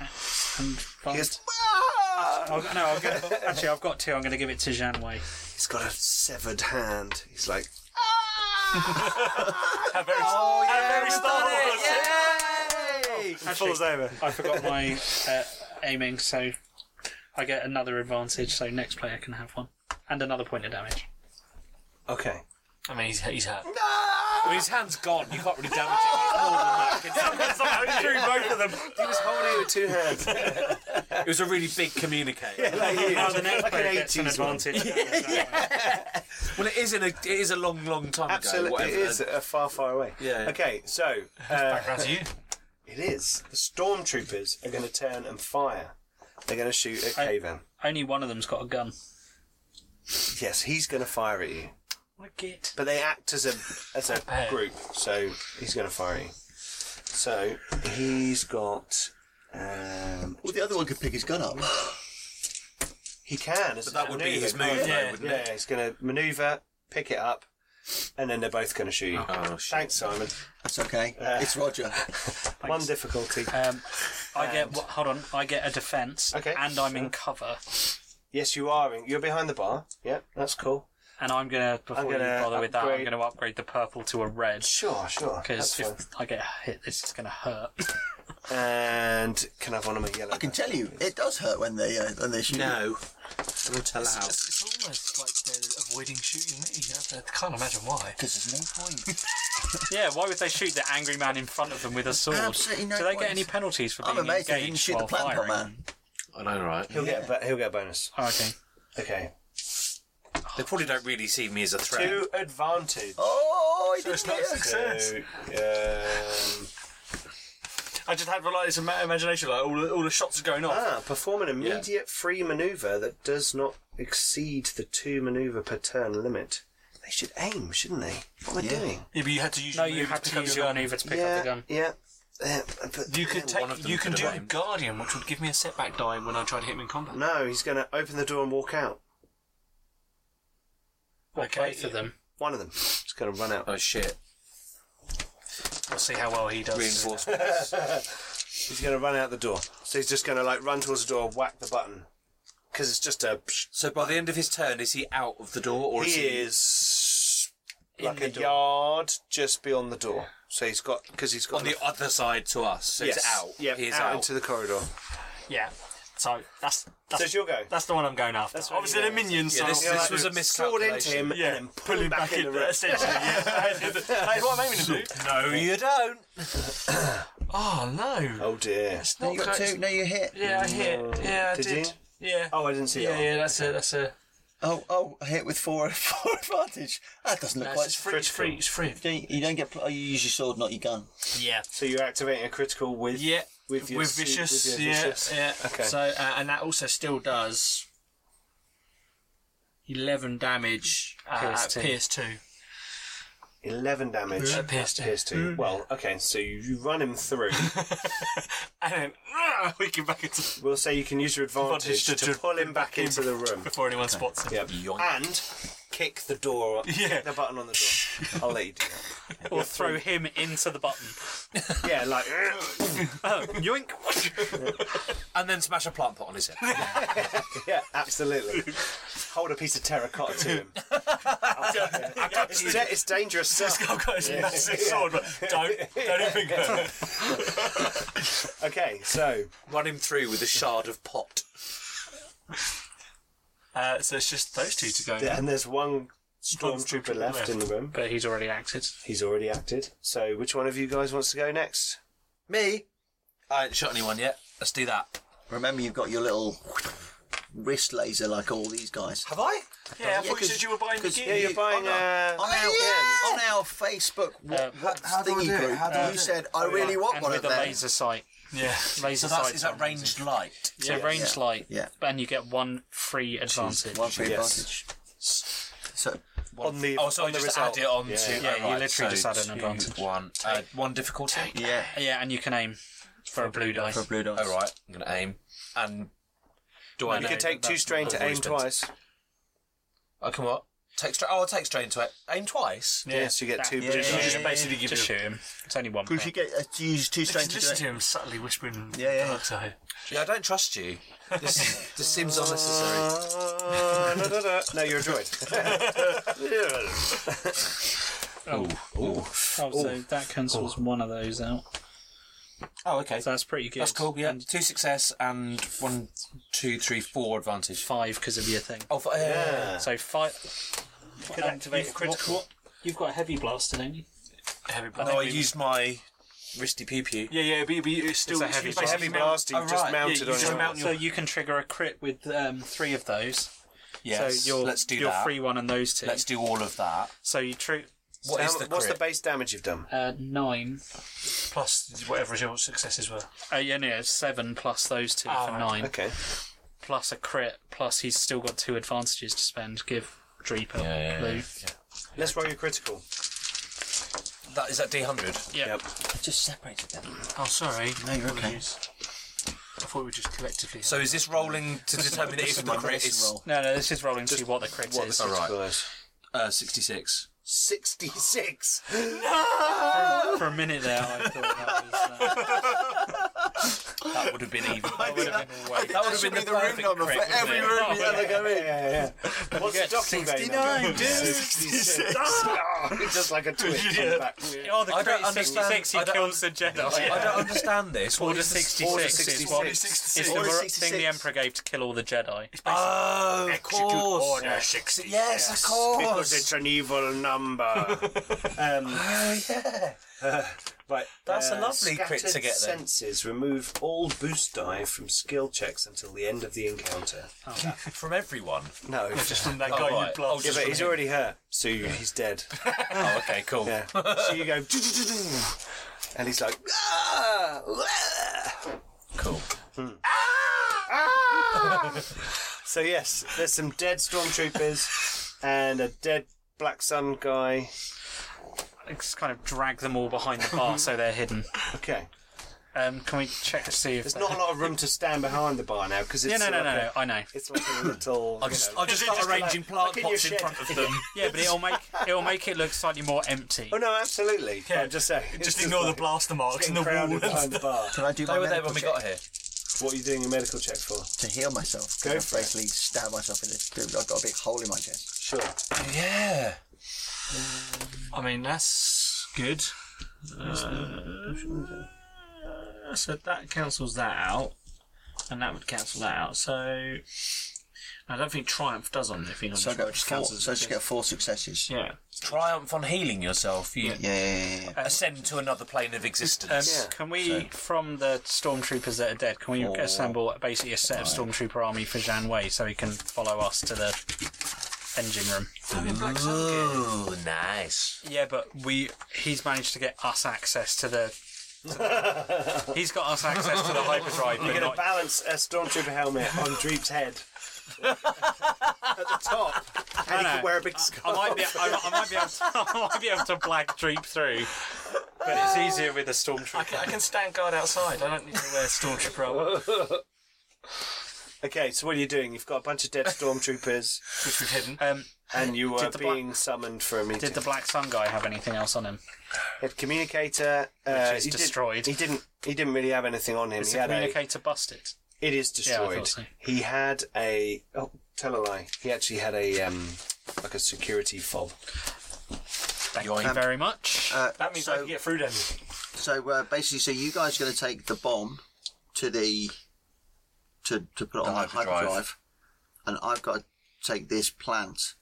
Speaker 7: and
Speaker 6: He goes.
Speaker 7: advantage. I'll, no, I'll go, actually, I've got two. I'm going to give it to Zhan Wei.
Speaker 6: He's got a severed hand. He's like.
Speaker 3: How very, oh, yeah, very Star Wars.
Speaker 7: Actually,
Speaker 6: over.
Speaker 7: I forgot my uh, aiming, so I get another advantage. So next player can have one and another point of damage.
Speaker 6: Okay.
Speaker 3: I mean, he's, he's hurt.
Speaker 8: I mean, his hand's gone. You can't really damage it. It's more than that.
Speaker 6: He was holding it with two hands.
Speaker 8: It was a really big communicator.
Speaker 7: Now the next
Speaker 6: Like an
Speaker 7: player gets an
Speaker 6: 80s one.
Speaker 7: advantage. yeah.
Speaker 8: Well, it is in a it is a long, long time ago.
Speaker 6: Absolutely, it
Speaker 8: whatever.
Speaker 6: is uh, far, far away.
Speaker 8: Yeah.
Speaker 6: Okay, so uh,
Speaker 3: Back around to you.
Speaker 6: it is. The stormtroopers are going to turn and fire. They're going to shoot at
Speaker 7: I-
Speaker 6: Kavan.
Speaker 7: Only one of them's got a gun.
Speaker 6: Yes, he's going to fire at you.
Speaker 7: What a git.
Speaker 6: But they act as a as a
Speaker 3: Hey.
Speaker 6: group, so he's going to fire at you. So he's got. Um,
Speaker 2: Well, the other one could pick his gun up.
Speaker 6: he can. But
Speaker 8: That would be his move, though,
Speaker 3: Yeah.
Speaker 8: wouldn't it?
Speaker 6: Yeah, he's going to maneuver, pick it up, and then they're both going to shoot you.
Speaker 8: Oh, shit.
Speaker 6: Thanks, Simon.
Speaker 2: That's okay.
Speaker 6: Uh.
Speaker 2: it's Roger.
Speaker 6: One difficulty.
Speaker 7: Um, I get what, hold on. I get a defense,
Speaker 6: Okay.
Speaker 7: and I'm in cover,
Speaker 6: Yes, you are. In, you're behind the bar. Yep, that's cool.
Speaker 7: and I'm gonna before
Speaker 6: gonna
Speaker 7: you bother with that, I'm
Speaker 6: upgrade-
Speaker 7: gonna upgrade the purple to a red.
Speaker 6: Sure, sure.
Speaker 7: Because
Speaker 6: That's fine.
Speaker 7: if I get hit, this is going to hurt.
Speaker 6: And can I have one of my yellow?
Speaker 2: I can tell you, it does hurt when they uh, when they shoot.
Speaker 8: No. Don't tell it out.
Speaker 3: It's, it's almost like they're avoiding shooting me. I can't imagine why.
Speaker 2: because there's no point.
Speaker 7: yeah, why would they shoot the angry man in front of them with a sword?
Speaker 2: Absolutely no
Speaker 7: Do they
Speaker 2: point.
Speaker 7: get any penalties for
Speaker 2: I'm
Speaker 7: being
Speaker 2: amazed they didn't
Speaker 7: engaged
Speaker 2: shoot the plant
Speaker 7: while
Speaker 2: pot
Speaker 7: firing?
Speaker 2: man.
Speaker 8: I know, right?
Speaker 6: He'll get. A, bo- he'll get a bonus.
Speaker 7: Oh, okay.
Speaker 6: Okay.
Speaker 8: They probably don't really see me as a threat.
Speaker 6: Two advantage.
Speaker 2: Oh, he didn't hit us.
Speaker 6: So, um,
Speaker 3: I just had like this ima- imagination, like all the, all the shots are going off.
Speaker 6: ah, perform an immediate free maneuver that does not exceed the two maneuver per turn limit. They should aim, shouldn't they? What are they
Speaker 2: Yeah.
Speaker 6: doing?
Speaker 3: Yeah, but you had to use
Speaker 7: No,
Speaker 3: your
Speaker 7: you
Speaker 3: move
Speaker 7: had
Speaker 3: to
Speaker 7: to
Speaker 3: pick
Speaker 7: use
Speaker 3: up
Speaker 7: your maneuver to pick
Speaker 6: yeah,
Speaker 7: up the gun.
Speaker 6: yeah. Eh, but-
Speaker 3: You could
Speaker 8: one of
Speaker 3: take.
Speaker 8: them
Speaker 3: You can
Speaker 8: could
Speaker 3: do
Speaker 8: have aimed.
Speaker 3: Guardian, which would give me a setback die when I try to hit him in combat.
Speaker 6: No, he's going to open the door and walk out.
Speaker 3: okay.
Speaker 7: Both of them.
Speaker 6: One of them. He's going to run out.
Speaker 8: Oh shit!
Speaker 3: We'll see how well he does.
Speaker 8: Reinforcement.
Speaker 6: He's going to run out the door. So he's just going to like run towards the door, whack the button. Because it's just a.
Speaker 8: so by the end of his turn, is he out of the door or
Speaker 6: he
Speaker 8: is he?
Speaker 6: is like
Speaker 3: the
Speaker 6: a
Speaker 3: door.
Speaker 6: yard just beyond the door. So he's got. Because he's got.
Speaker 8: On the other side to us, so
Speaker 6: yes.
Speaker 8: it's out.
Speaker 6: Yep,
Speaker 8: He is
Speaker 6: out,
Speaker 8: out.
Speaker 6: into the corridor.
Speaker 3: Yeah. So that's that's
Speaker 6: So it's your go.
Speaker 3: that's the one I'm going after.
Speaker 6: That's what
Speaker 3: Obviously,
Speaker 6: you're
Speaker 3: the minions.
Speaker 8: Yeah,
Speaker 3: so
Speaker 8: this,
Speaker 3: I'll-
Speaker 8: this was a
Speaker 6: Sword into
Speaker 8: miscalculation.
Speaker 6: him
Speaker 3: yeah,
Speaker 6: and then pull him back, in the room.
Speaker 3: Essentially, yeah. That is- that is what I'm aiming to do.
Speaker 8: No, you don't.
Speaker 3: Oh no!
Speaker 6: Oh dear.
Speaker 3: It's
Speaker 2: No,
Speaker 3: not
Speaker 2: you got
Speaker 3: good.
Speaker 2: two. No, you hit.
Speaker 3: Yeah, I hit. Yeah, I
Speaker 6: Did
Speaker 3: did.
Speaker 6: you?
Speaker 3: Yeah.
Speaker 6: Oh, I didn't see
Speaker 3: Yeah,
Speaker 6: that.
Speaker 3: yeah, that's a that's a
Speaker 2: Oh, oh, I hit with four, four advantage. That doesn't look
Speaker 3: that's
Speaker 2: quite.
Speaker 3: it's free, it's free, it's free.
Speaker 2: You don't- you don't get. pl- Oh, you use your sword, not your gun.
Speaker 3: Yeah,
Speaker 6: So you're activating a critical with.
Speaker 3: yeah,
Speaker 6: With
Speaker 3: with,
Speaker 6: your suit,
Speaker 3: vicious,
Speaker 6: with your
Speaker 3: yeah,
Speaker 6: vicious.
Speaker 3: yeah.
Speaker 6: Okay.
Speaker 7: So, uh, and that also still does 11 damage.
Speaker 3: Uh,
Speaker 7: Pierce
Speaker 3: at Pierce two.
Speaker 6: 11 damage.
Speaker 3: Uh, pierced him.
Speaker 6: Pierce two. Well, okay, so you, you run him through.
Speaker 3: and then ah, we get back into
Speaker 6: we'll say you can use your advantage to,
Speaker 3: Advantage to- to
Speaker 6: pull him back
Speaker 3: in
Speaker 6: into the room.
Speaker 3: before anyone spots him.
Speaker 6: Yep.
Speaker 8: Yoink.
Speaker 6: And kick the door,
Speaker 3: Yeah.
Speaker 6: kick the button on the door. I'll let you do that.
Speaker 7: Or throw him into the button.
Speaker 6: Yeah, like,
Speaker 3: Yoink!
Speaker 8: And then smash a plant pot on his head.
Speaker 6: yeah, absolutely. Hold a piece of terracotta to him. I'll take it. it's, da- it's dangerous stuff.
Speaker 3: I've got his massive sword, but don't don't even think about it.
Speaker 6: Okay, so
Speaker 8: Run him through with a shard of pot.
Speaker 3: Uh, so it's just those two to go.
Speaker 6: th- and there's one
Speaker 3: Stormtrooper
Speaker 6: stormtrooper left, in the room.
Speaker 7: But he's already acted.
Speaker 6: He's already acted. So which one of you guys wants to go next?
Speaker 8: Me? I ain't shot anyone yet. Let's do that.
Speaker 2: Remember, you've got your little wrist laser like all these guys.
Speaker 8: Have I?
Speaker 3: Yeah, I
Speaker 2: Yeah,
Speaker 3: thought you
Speaker 2: 'cause-
Speaker 3: said you were buying the
Speaker 2: 'cause
Speaker 3: gear.
Speaker 6: Yeah, you're buying. Uh,
Speaker 2: on, our, on our Facebook
Speaker 7: Uh,
Speaker 2: what, what thingy group, you said, I really want
Speaker 7: and
Speaker 2: one
Speaker 7: with
Speaker 2: of
Speaker 7: the
Speaker 2: them.
Speaker 7: laser sight.
Speaker 3: Yeah.
Speaker 7: Laser
Speaker 8: So that's
Speaker 7: sight.
Speaker 8: is that ranged light?
Speaker 7: yeah, range light.
Speaker 2: yeah.
Speaker 7: And you get one free advantage.
Speaker 2: One free
Speaker 6: Yes.
Speaker 2: advantage. So,
Speaker 6: on the
Speaker 8: Oh, so
Speaker 6: on
Speaker 8: I
Speaker 6: the
Speaker 8: just
Speaker 6: result.
Speaker 8: add it on
Speaker 6: Yeah.
Speaker 8: to. oh,
Speaker 7: Yeah, you
Speaker 8: right, so
Speaker 7: literally just add an
Speaker 8: two,
Speaker 7: advantage.
Speaker 8: One, uh, one difficulty.
Speaker 2: yeah,
Speaker 7: Yeah, and you can aim for a blue die.
Speaker 2: for a blue dice.
Speaker 8: All right, I'm gonna aim. And do I?
Speaker 6: You can
Speaker 8: need-
Speaker 6: take two strain to
Speaker 8: I've
Speaker 6: aim
Speaker 8: always been-
Speaker 6: twice.
Speaker 8: Oh come on. Take strain. Oh, I'll take strain to it. Aim twice.
Speaker 6: Yes, you get two.
Speaker 2: Yeah,
Speaker 6: blue
Speaker 2: yeah,
Speaker 6: dice.
Speaker 2: yeah.
Speaker 3: basically give
Speaker 7: Just
Speaker 3: him.
Speaker 7: shoot him. It's only one.
Speaker 2: Because you get uh, to use two strength to
Speaker 3: Just
Speaker 2: do
Speaker 3: listen
Speaker 2: it.
Speaker 3: to him subtly whispering.
Speaker 2: Yeah, yeah.
Speaker 3: dark side.
Speaker 8: Yeah, I don't trust you. This, this seems unnecessary.
Speaker 6: Uh, da, da, da. No, you're a droid.
Speaker 7: Oh, so that cancels one of those out.
Speaker 8: Oh, okay.
Speaker 7: So that's pretty good.
Speaker 8: That's cool. Yeah,
Speaker 7: And
Speaker 8: two success and one, two, three, four advantage.
Speaker 7: five because of your thing.
Speaker 8: Oh, for, yeah.
Speaker 7: So five. Could activate a critical. You've Uh, got a heavy blaster, don't you?
Speaker 3: Heavy
Speaker 8: No, I used my wristy pee pee.
Speaker 3: Yeah, yeah, but, but it's still
Speaker 7: a heavy
Speaker 3: you
Speaker 6: It's a heavy
Speaker 3: basically mount-
Speaker 6: blast. You
Speaker 8: Oh,
Speaker 6: just
Speaker 8: right.
Speaker 6: mounted
Speaker 3: Yeah, you
Speaker 6: on
Speaker 3: just
Speaker 6: your.
Speaker 3: mount
Speaker 7: So you can trigger a crit with um, three of those.
Speaker 8: Yes.
Speaker 7: So your
Speaker 8: let's do
Speaker 7: your
Speaker 8: that.
Speaker 7: free one and those 2
Speaker 8: Let's do all of that.
Speaker 7: so you true
Speaker 8: What
Speaker 6: How
Speaker 8: is
Speaker 6: mu-
Speaker 8: the
Speaker 6: what's the
Speaker 8: crit?
Speaker 6: base damage you've done?
Speaker 7: uh, nine.
Speaker 3: plus whatever your successes were.
Speaker 7: Oh yeah, no, it's seven plus those two
Speaker 3: Oh,
Speaker 7: for
Speaker 3: right.
Speaker 7: nine,
Speaker 6: Okay.
Speaker 7: plus a crit, plus he's still got two advantages to spend. Give Dreeper
Speaker 8: yeah,
Speaker 7: blue.
Speaker 6: Let's roll your critical.
Speaker 8: that is that D hundred.
Speaker 7: Yeah.
Speaker 6: Yep.
Speaker 2: It just separated them.
Speaker 3: Oh, sorry.
Speaker 2: No, you're okay.
Speaker 3: Apologies. I thought we were just collectively.
Speaker 8: So is this rolling to determine if the
Speaker 2: My
Speaker 8: crit
Speaker 2: medicine
Speaker 8: is
Speaker 2: roll.
Speaker 7: No, no, this is rolling to what the crit is.
Speaker 8: All right.
Speaker 6: Critical is.
Speaker 8: uh, sixty six?
Speaker 6: 66.
Speaker 7: For a minute there, I thought that was. Uh,
Speaker 8: That would have been even. that would have been, way- that
Speaker 2: That
Speaker 8: would have
Speaker 2: should be
Speaker 8: been the,
Speaker 2: the room
Speaker 8: perfect
Speaker 2: number
Speaker 8: crit.
Speaker 2: for
Speaker 8: wouldn't
Speaker 2: every
Speaker 8: it?
Speaker 2: room you
Speaker 6: Oh,
Speaker 2: ever go in.
Speaker 6: Yeah, yeah. What's the docking bay number?
Speaker 2: dude.
Speaker 6: 66. Oh, just like a twitch on the back.
Speaker 7: oh, the
Speaker 8: I
Speaker 7: crit
Speaker 8: don't
Speaker 7: is
Speaker 8: understand-
Speaker 7: 66. He
Speaker 8: I don't-
Speaker 7: kills the Jedi.
Speaker 8: I don't understand this. What
Speaker 7: Order
Speaker 8: is this?
Speaker 7: 66,
Speaker 6: Order
Speaker 7: is what
Speaker 6: 66.
Speaker 7: is the
Speaker 6: Order
Speaker 7: mor- thing
Speaker 6: 66.
Speaker 7: the Emperor gave to kill all the Jedi.
Speaker 8: Oh, of
Speaker 3: Execute
Speaker 8: course.
Speaker 3: Order 66.
Speaker 8: Yes, of
Speaker 6: Because
Speaker 8: course.
Speaker 6: it's an evil number. um,
Speaker 8: Oh, yeah.
Speaker 6: right,
Speaker 8: That's a lovely crit to
Speaker 6: Uh, scattered
Speaker 8: get then.
Speaker 6: Senses remove all boost die from skill checks until the end of the encounter.
Speaker 8: From everyone.
Speaker 6: No,
Speaker 3: Just from that
Speaker 8: Oh,
Speaker 3: guy
Speaker 8: right.
Speaker 3: you blocked.
Speaker 8: Oh,
Speaker 6: yeah,
Speaker 8: just
Speaker 6: but
Speaker 8: from
Speaker 6: he's
Speaker 8: him.
Speaker 6: already hurt, so you- he's dead.
Speaker 8: Oh, okay, cool.
Speaker 6: Yeah. so you go, and he's like, "Ah, ah."
Speaker 8: Cool.
Speaker 6: Ah! So yes, there's some dead stormtroopers and a dead Black Sun guy.
Speaker 7: I just kind of drag them all behind the bar so they're hidden.
Speaker 6: Okay.
Speaker 3: Um, can we check to see if
Speaker 6: There's not a lot of room to stand behind the bar now because it's
Speaker 3: Yeah, no, no,
Speaker 6: like
Speaker 3: no,
Speaker 6: a-
Speaker 3: no. I know.
Speaker 6: It's like a little.
Speaker 8: I'll just,
Speaker 6: you know-
Speaker 8: I'll just start arranging plant
Speaker 6: like in your
Speaker 8: pots in
Speaker 6: shed.
Speaker 8: front of them.
Speaker 3: Yeah, but it'll make it'll make it look slightly more empty.
Speaker 6: Oh no, absolutely. Yeah. I'm just saying. it's
Speaker 7: Just ignore the
Speaker 6: like
Speaker 7: blaster marks
Speaker 6: getting
Speaker 7: and the wall.
Speaker 6: crowded
Speaker 7: and
Speaker 6: behind the bar.
Speaker 2: Can I do
Speaker 8: They
Speaker 2: my
Speaker 8: were there
Speaker 2: medical
Speaker 8: when we
Speaker 2: check
Speaker 8: got here.
Speaker 6: What are you doing your medical check for?
Speaker 2: to heal myself?
Speaker 6: Go
Speaker 2: Go I
Speaker 6: for it.
Speaker 2: basically stab myself in this group. I've got a big hole in my chest.
Speaker 6: Sure.
Speaker 8: Yeah.
Speaker 7: I mean, that's good.
Speaker 3: Uh,
Speaker 9: So that cancels that out, and that would cancel that out. So I don't think Triumph does on if he
Speaker 2: So I got
Speaker 9: just
Speaker 2: just four, so I just get four successes.
Speaker 9: Yeah.
Speaker 8: Triumph on healing yourself. You
Speaker 2: Yeah, yeah, yeah, yeah.
Speaker 8: ascend to another plane of
Speaker 3: Um,
Speaker 8: existence.
Speaker 3: Can we, from the stormtroopers that are dead, can we assemble basically a set of stormtrooper army for Zhan Wei so he can follow us to the engine room?
Speaker 8: Ooh, nice.
Speaker 3: Yeah, but we he's managed to get us access to the. to the- he's got us access to the hyperdrive,
Speaker 6: You're
Speaker 3: but
Speaker 6: going
Speaker 3: not.
Speaker 6: to balance a stormtrooper helmet on Dreep's head at the top, and he
Speaker 3: know.
Speaker 6: can wear a big scarf.
Speaker 3: I might be, I, I might be able, to, I might be able to black Dreep through, but it's easier with a
Speaker 7: I
Speaker 3: stormtrooper.
Speaker 7: can, I can stand guard outside. I don't need to wear stormtrooper armor,
Speaker 6: Okay, so what are you doing? You've got a bunch of dead stormtroopers,
Speaker 7: which we've hidden.
Speaker 3: Um,
Speaker 6: and you are
Speaker 3: the black-
Speaker 6: being summoned for a meeting.
Speaker 3: did the Black Sun guy have anything else on him?
Speaker 6: He had communicator. Uh,
Speaker 3: is
Speaker 6: he did-
Speaker 3: destroyed.
Speaker 6: he didn't. He didn't really have anything on him.
Speaker 3: Is
Speaker 6: he
Speaker 3: the
Speaker 6: had a-
Speaker 3: communicator busted?
Speaker 6: it is
Speaker 3: Yeah, I thought
Speaker 6: destroyed.
Speaker 3: so.
Speaker 6: He had a. Oh, tell a lie. He actually had a um, like a security fob.
Speaker 3: Thank you very much.
Speaker 2: Uh,
Speaker 7: That means I
Speaker 2: so,
Speaker 7: can get through them.
Speaker 2: so uh, basically, so you guys are going to take the bomb to the to to put it on the
Speaker 8: hyperdrive.
Speaker 2: hyperdrive, and I've got to take this plant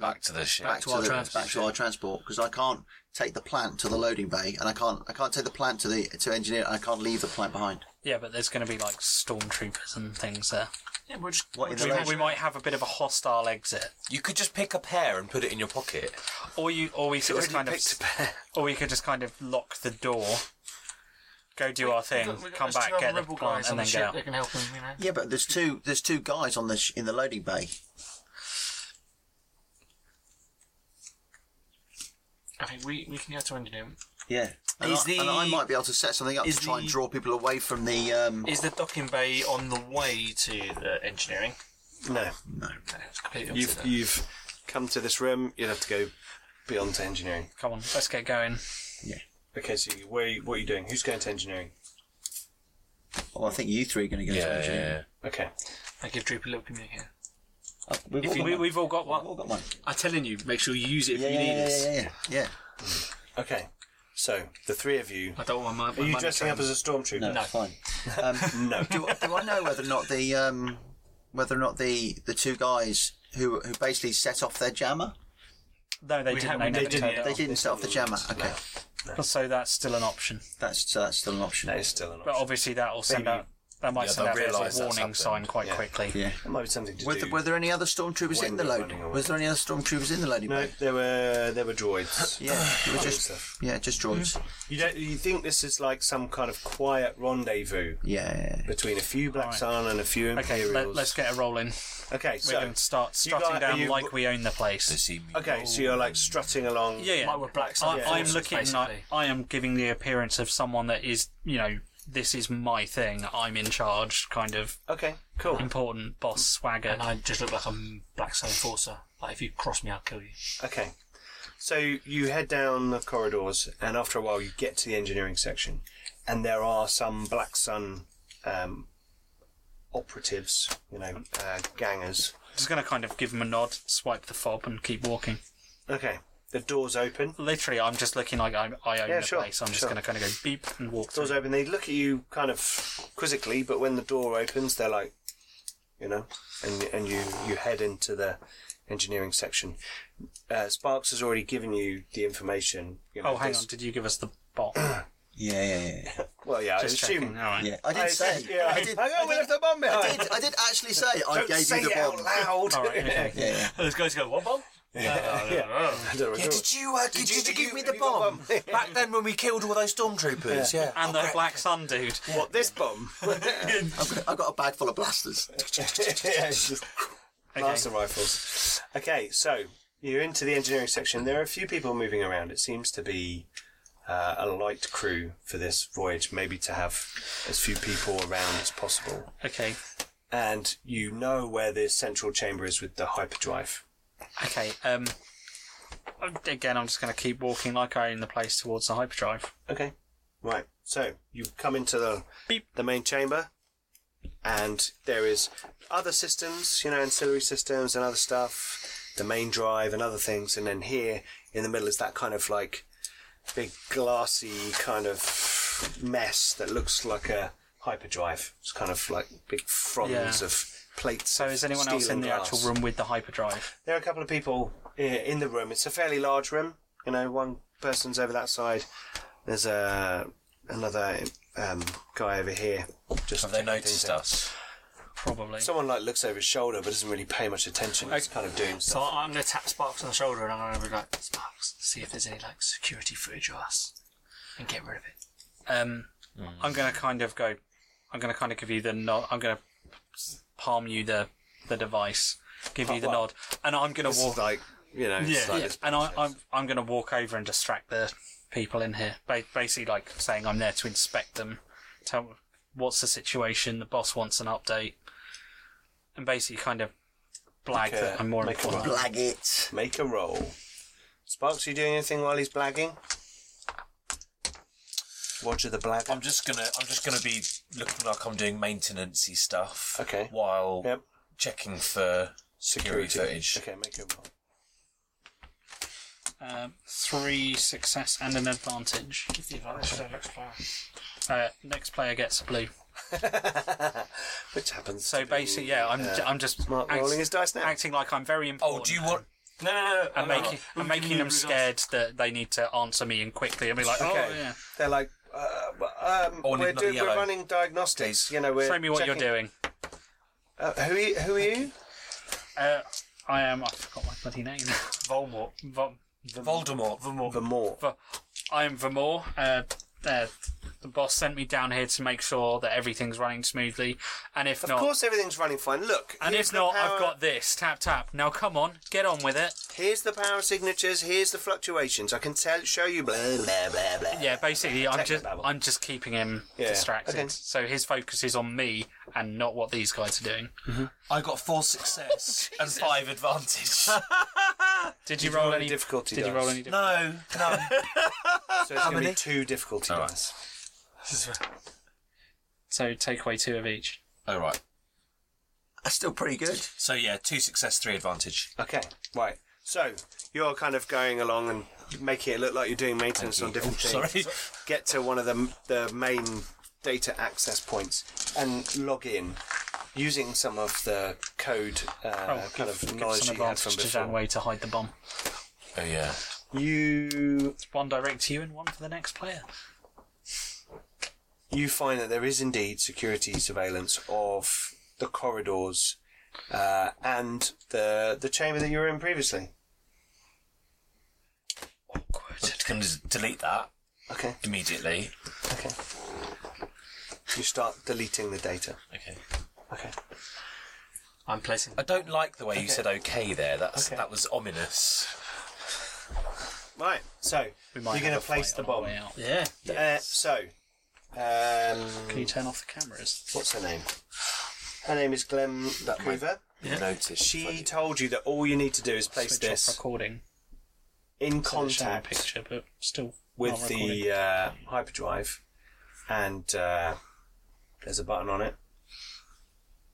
Speaker 8: Back to the ship.
Speaker 2: back to,
Speaker 7: our
Speaker 2: the-
Speaker 7: transport
Speaker 2: back to our transport because I can't take the plant to the loading bay, and I can't I can't take the plant to the to engineer. And I can't leave the plant behind.
Speaker 3: Yeah, but there's going to be like stormtroopers and things there.
Speaker 7: Yeah, we're just,
Speaker 2: What in the
Speaker 3: We,
Speaker 2: loading?
Speaker 3: we might have a bit of a hostile exit,
Speaker 8: You could just pick a pear and put it in your pocket.
Speaker 3: or you, or we could just kind of,
Speaker 6: picked a pair.
Speaker 3: or we could just kind of lock the door, go do our thing,
Speaker 7: We've got- we've got
Speaker 3: come
Speaker 7: those two
Speaker 3: back,
Speaker 7: other
Speaker 3: get the
Speaker 7: rebel
Speaker 3: plant,
Speaker 7: guys
Speaker 3: and
Speaker 7: on
Speaker 3: then
Speaker 7: the
Speaker 3: get
Speaker 7: ship
Speaker 3: out.
Speaker 7: that can help them, you know.
Speaker 2: Yeah, but there's two there's two guys on the sh- in the loading bay.
Speaker 7: I think we, we can go to engineering.
Speaker 2: Yeah. And,
Speaker 7: Is
Speaker 2: I,
Speaker 7: the-
Speaker 2: and I might be able to set something up to
Speaker 7: is
Speaker 2: try and
Speaker 7: the-
Speaker 2: draw people away from the. Um,
Speaker 7: Is the docking bay on the way to the engineering?
Speaker 6: No,
Speaker 7: No, it's completely opposite
Speaker 6: you've
Speaker 7: there.
Speaker 6: you've come to this room. You'll have to go beyond to engineering.
Speaker 3: Come on, let's get going.
Speaker 6: Okay, so you, where you, what are you doing? Who's going to engineering?
Speaker 2: well, oh, I think you three are going to go to engineering.
Speaker 6: Okay.
Speaker 7: I give Droop a little communicator.
Speaker 2: Uh, we've, all got
Speaker 3: We,
Speaker 2: one.
Speaker 3: we've all got
Speaker 2: We've
Speaker 3: one.
Speaker 2: all got one.
Speaker 9: I'm telling you, make sure you use it if
Speaker 2: Yeah,
Speaker 9: you
Speaker 2: yeah,
Speaker 9: need
Speaker 2: yeah,
Speaker 9: us.
Speaker 2: yeah, yeah, yeah.
Speaker 6: Okay. So the three of you.
Speaker 7: I don't want my, my
Speaker 6: Are you
Speaker 7: money
Speaker 6: dressing up
Speaker 7: taken.
Speaker 6: as a stormtrooper?
Speaker 2: No, it's fine. Um,
Speaker 6: No.
Speaker 2: do, do I know whether or not the um, whether or not the, the two guys who who basically set off their jammer?
Speaker 3: No, they didn't.
Speaker 7: have-
Speaker 3: They,
Speaker 7: they
Speaker 3: never
Speaker 7: didn't
Speaker 3: turned
Speaker 7: yet.
Speaker 2: They
Speaker 3: it
Speaker 2: didn't set off the jammer. Okay,
Speaker 3: on. So that's still an option,
Speaker 2: that's so that's still an option.
Speaker 6: That is still an
Speaker 3: but
Speaker 6: option.
Speaker 3: obviously that will send
Speaker 6: Maybe-
Speaker 3: out. That might
Speaker 8: Yeah,
Speaker 3: send
Speaker 8: they'll
Speaker 3: out a bit
Speaker 8: realise
Speaker 3: of a
Speaker 8: that's
Speaker 3: warning
Speaker 8: happened.
Speaker 3: sign quite
Speaker 6: Yeah.
Speaker 3: quickly.
Speaker 2: Yeah.
Speaker 6: That might be something to
Speaker 2: Were,
Speaker 6: do.
Speaker 2: th- were there any other stormtroopers
Speaker 6: When
Speaker 2: in the
Speaker 6: they're
Speaker 2: loading?
Speaker 6: running away.
Speaker 2: Was there any other stormtroopers in the loading
Speaker 6: no,
Speaker 2: bay?
Speaker 6: there were there were droids.
Speaker 2: Yeah, it was just
Speaker 6: stuff.
Speaker 2: yeah, just droids.
Speaker 6: You don't. You think this is like some kind of quiet rendezvous
Speaker 2: Yeah.
Speaker 6: between a few Black
Speaker 3: Right.
Speaker 6: Sun and a few
Speaker 3: Okay,
Speaker 6: Imperials?
Speaker 3: let, let's get a roll in.
Speaker 6: Okay,
Speaker 3: We're
Speaker 6: so
Speaker 3: going to start strutting
Speaker 6: got- are
Speaker 3: down
Speaker 6: you-
Speaker 3: like we own the place.
Speaker 6: okay, so you're like strutting along.
Speaker 3: Yeah, yeah.
Speaker 7: Like we're black
Speaker 3: I,
Speaker 7: Sun
Speaker 3: I'm
Speaker 7: forces,
Speaker 3: looking.
Speaker 7: basically.
Speaker 3: I, I am giving the appearance of someone that is, you know, this is my thing. I'm in charge. Kind of
Speaker 6: Okay, cool.
Speaker 3: important boss swagger.
Speaker 7: And I just look like a black sun enforcer. Like if you cross me, I'll kill you.
Speaker 6: Okay. So you head down the corridors, and after a while, you get to the engineering section, and there are some Black Sun um, operatives, you know, uh, gangers.
Speaker 3: just going to kind of give him a nod, swipe the fob, and keep walking.
Speaker 6: Okay. The doors open.
Speaker 3: Literally, I'm just looking like I, I own
Speaker 6: Yeah,
Speaker 3: the
Speaker 6: sure,
Speaker 3: place. I'm just
Speaker 6: sure.
Speaker 3: going to kind of go beep and walk
Speaker 6: Doors
Speaker 3: through.
Speaker 6: open. They look at you kind of quizzically, but when the door opens, they're like, you know, and and you you head into the engineering section. Uh, Sparks has already given you the information. You know,
Speaker 3: Oh, hang
Speaker 6: this-
Speaker 3: on! Did you give us the bomb?
Speaker 2: Yeah, yeah, yeah, yeah.
Speaker 6: Well, yeah,
Speaker 3: Just
Speaker 6: I assume.
Speaker 3: checking. All right.
Speaker 2: yeah. I did say.
Speaker 6: yeah,
Speaker 2: I did.
Speaker 6: Hang on,
Speaker 2: I
Speaker 6: we
Speaker 2: did,
Speaker 6: left the bomb behind.
Speaker 2: I did, I did actually say I
Speaker 6: Don't
Speaker 2: gave
Speaker 6: say
Speaker 2: you the
Speaker 6: it
Speaker 2: bomb.
Speaker 6: out loud.
Speaker 3: All right. Okay.
Speaker 2: Yeah, yeah.
Speaker 7: Those guys go, what bomb?
Speaker 6: I don't
Speaker 8: Yeah,
Speaker 6: recall.
Speaker 8: did you, uh, did, you, give me the
Speaker 6: you got
Speaker 8: bomb? Back then when we killed all those stormtroopers, yeah.
Speaker 3: And the Black Sun dude.
Speaker 6: What, this bomb?
Speaker 2: I've, got, I've got a bag full of blasters.
Speaker 6: Blaster rifles. Okay, so you're into the engineering section. There are a few people moving around. It seems to be uh, a light crew for this voyage, maybe to have as few people around as possible.
Speaker 9: Okay.
Speaker 6: And you know where the central chamber is with the hyperdrive.
Speaker 9: Okay. Um. Again, I'm just going to keep walking like I own the place towards the hyperdrive.
Speaker 6: Okay. Right. So you come into the the main chamber, and there is other systems, you know, ancillary systems and other stuff, the main drive and other things, and then here in the middle is that kind of like big glassy kind of mess that looks like a hyperdrive. It's kind of like big fronds
Speaker 9: Yeah.
Speaker 6: of plates.
Speaker 9: So is anyone else in the actual room with the hyperdrive?
Speaker 6: There are a couple of people i- in the room. It's a fairly large room. You know, one person's over that side. There's a another um, guy over here. Just
Speaker 8: Have they
Speaker 6: checking
Speaker 8: noticed
Speaker 6: things out.
Speaker 8: us?
Speaker 9: Probably.
Speaker 6: Someone like looks over his shoulder, but doesn't really pay much attention. He's
Speaker 7: Okay.
Speaker 6: kind of doing
Speaker 7: So
Speaker 6: stuff.
Speaker 7: I- I'm going to tap Sparks on the shoulder and I'm going to be like, Sparks, see if there's any like security footage of us and get rid of it.
Speaker 9: Um,
Speaker 7: Mm.
Speaker 9: I'm going to kind of go. I'm going to kind of give you the nod. I'm going to palm you the the device, give you the
Speaker 6: Oh, Well,
Speaker 9: nod, and I'm going to
Speaker 6: This is
Speaker 9: walk.
Speaker 6: like you know, it's
Speaker 7: Yeah.
Speaker 6: like
Speaker 9: Yeah,
Speaker 6: this
Speaker 9: and I, I'm I'm going to walk over and distract the people in here, ba- basically like saying I'm there to inspect them, tell 'em what's the situation. The boss wants an update, and basically kind of blag
Speaker 6: Make a-
Speaker 9: that I'm more
Speaker 6: make a
Speaker 9: important.
Speaker 2: Blag it.
Speaker 6: make a roll. Sparks, you doing anything while he's blagging? Roger the blagger.
Speaker 8: I'm just gonna I'm just gonna be looking like I'm doing maintenancey stuff.
Speaker 6: Okay.
Speaker 8: While
Speaker 6: Yep.
Speaker 8: checking for security, footage.
Speaker 6: Okay, make a roll.
Speaker 9: Um, three success and an advantage.
Speaker 7: Give the advantage to the next player.
Speaker 9: Uh, next player gets a blue.
Speaker 6: Which happens.
Speaker 9: So
Speaker 6: to be,
Speaker 9: basically, yeah, I'm
Speaker 6: uh,
Speaker 9: I'm just
Speaker 6: Mark
Speaker 9: act-
Speaker 6: rolling his dice now.
Speaker 9: acting like I'm very
Speaker 8: Oh,
Speaker 9: important.
Speaker 8: do you want?
Speaker 7: No, no, no. no,
Speaker 9: And
Speaker 7: no, no,
Speaker 9: making,
Speaker 7: no.
Speaker 9: and making them scared that they need to answer me and quickly and be like,
Speaker 6: Okay.
Speaker 9: oh, yeah.
Speaker 6: They're like, uh, um,
Speaker 8: Oh, I need
Speaker 6: we're,
Speaker 8: another
Speaker 6: doing, we're
Speaker 8: yellow.
Speaker 6: running diagnostics. You know, we're
Speaker 9: Show me what
Speaker 6: checking-
Speaker 9: you're doing.
Speaker 6: Uh, who, are you, who are you?
Speaker 9: Uh, I am. I forgot my bloody name.
Speaker 7: Voldemort.
Speaker 9: Vom,
Speaker 8: Voldemort.
Speaker 6: The more.
Speaker 9: v- I am Vamore. Uh, uh, the boss sent me down here to make sure that everything's running smoothly. And if
Speaker 6: Of
Speaker 9: not,
Speaker 6: course, everything's running fine. Look,
Speaker 9: and
Speaker 6: here's
Speaker 9: if
Speaker 6: the
Speaker 9: not,
Speaker 6: power-
Speaker 9: I've got this. Tap tap. Now come on, get on with it.
Speaker 6: Here's the power signatures. Here's the fluctuations. I can tell, show you. Blah blah blah blah.
Speaker 9: Yeah, basically, I'm just
Speaker 6: Technobabble.
Speaker 9: I'm just keeping him
Speaker 6: Yeah,
Speaker 9: distracted.
Speaker 6: okay.
Speaker 9: So his focus is on me and not what these guys are doing.
Speaker 8: I got four success and five advantage.
Speaker 9: Did you roll
Speaker 6: roll
Speaker 9: any
Speaker 6: any difficulty
Speaker 9: Did you roll
Speaker 6: dice?
Speaker 9: any? Difficulty?
Speaker 8: no, no.
Speaker 6: So it's going to be
Speaker 8: many?
Speaker 6: two difficulty
Speaker 8: All right.
Speaker 6: dice.
Speaker 9: So take away two of each.
Speaker 8: All right.
Speaker 2: That's still pretty good.
Speaker 8: So yeah, two success, three advantage.
Speaker 6: Okay, right. So you're kind of going along and making it look like you're doing maintenance on different
Speaker 9: Oh,
Speaker 6: things.
Speaker 8: Oh, Sorry.
Speaker 6: Get to one of the the main data access points and log in using some of the code uh, kind of knowledge
Speaker 9: Give Oh, some
Speaker 6: that you had
Speaker 9: advantage
Speaker 6: from
Speaker 9: to
Speaker 6: before.
Speaker 9: Janway to hide the bomb.
Speaker 8: Oh yeah.
Speaker 6: You
Speaker 9: It's one direct to you and one for the next player.
Speaker 6: you find that there is indeed security surveillance of the corridors uh, and the the chamber that you were in previously.
Speaker 8: I'm just gonna delete that
Speaker 6: Okay,
Speaker 8: immediately.
Speaker 6: okay. You start deleting the data.
Speaker 8: Okay.
Speaker 6: Okay.
Speaker 7: I'm placing.
Speaker 8: I don't like the way you said "okay" there. That's
Speaker 6: Okay.
Speaker 8: that was ominous.
Speaker 6: Right. So you're
Speaker 9: might
Speaker 6: going to
Speaker 9: have a
Speaker 6: place
Speaker 9: fight
Speaker 6: the
Speaker 9: on our
Speaker 6: bomb.
Speaker 9: way out.
Speaker 7: Yeah.
Speaker 6: Uh, so,
Speaker 9: Can
Speaker 6: um,
Speaker 9: you turn off the cameras?
Speaker 6: what's her name? Her name is Glenn Coover.
Speaker 8: Notice.
Speaker 6: She told you that all you need to do is place
Speaker 9: Switch off
Speaker 6: this
Speaker 9: recording.
Speaker 6: in
Speaker 9: so it's showing a
Speaker 6: contact
Speaker 9: picture, but still
Speaker 6: with
Speaker 9: not
Speaker 6: the
Speaker 9: recording.
Speaker 6: uh, hyperdrive, and uh, there's a button on it.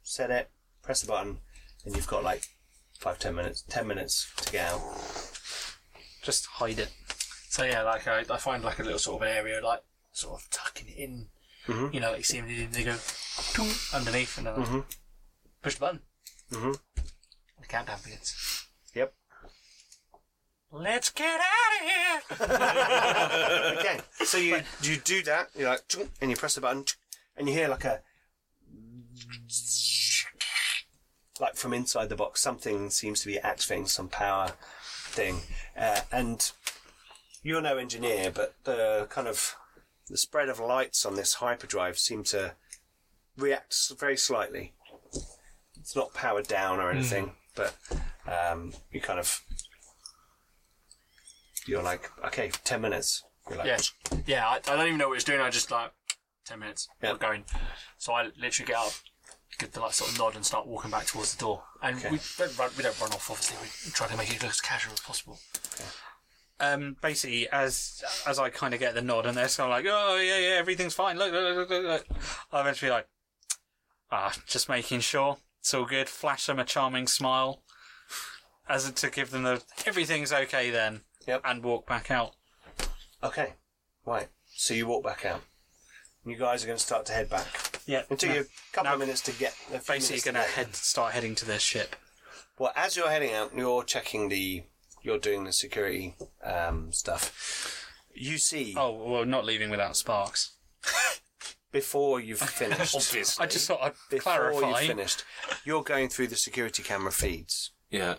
Speaker 6: Set it. Press the button, and you've got like five, ten minutes. Ten minutes to get out.
Speaker 9: Just hide it.
Speaker 7: So yeah, like I, I find like a little sort of area, like sort of tucking it in.
Speaker 9: Mm-hmm.
Speaker 7: You know, like seemingly they go toom, underneath and then I push the button.
Speaker 9: Mm-hmm.
Speaker 6: Mhm.
Speaker 7: The countdown begins.
Speaker 6: Yep.
Speaker 7: Let's get out of here.
Speaker 6: okay, so you you do that, you're like, "Chung," and you press the button, "Chung," and you hear like a like from inside the box, something seems to be activating some power thing, uh, and you're no engineer, but the kind of the spread of lights on this hyperdrive seem to react s- very slightly. It's not powered down or anything, but um, you kind of you're like, okay, ten minutes. You're like,
Speaker 7: Yeah, yeah. I, I don't even know what it's doing. I just like ten minutes.
Speaker 6: Yeah.
Speaker 7: We're going. So I literally get up, give the like sort of nod, and start walking back towards the door. And we don't run. We don't run off. Obviously, we try to make it look as casual as possible.
Speaker 9: um, basically, as as I kind of get the nod, and they're sort of like, "Oh yeah, yeah, everything's fine." Look, look, look, look, look. I eventually like, ah, just making sure it's all good. Flash them a charming smile, as to give them the everything's okay then,
Speaker 6: Yep.
Speaker 9: and walk back out.
Speaker 6: Okay, right. So you walk back out. You guys are going to start to head back.
Speaker 9: Yeah,
Speaker 6: Until you a couple of minutes to get. a few
Speaker 9: basically
Speaker 6: minutes
Speaker 9: going to
Speaker 6: get-
Speaker 9: head start heading to their ship.
Speaker 6: Well, as you're heading out, you're checking the. You're doing the security um, stuff. You see,
Speaker 9: Oh well, not leaving without sparks.
Speaker 6: before you've finished.
Speaker 9: I just thought I'd
Speaker 6: before
Speaker 9: clarify.
Speaker 6: you've finished, you're going through the security camera feeds.
Speaker 8: Yeah.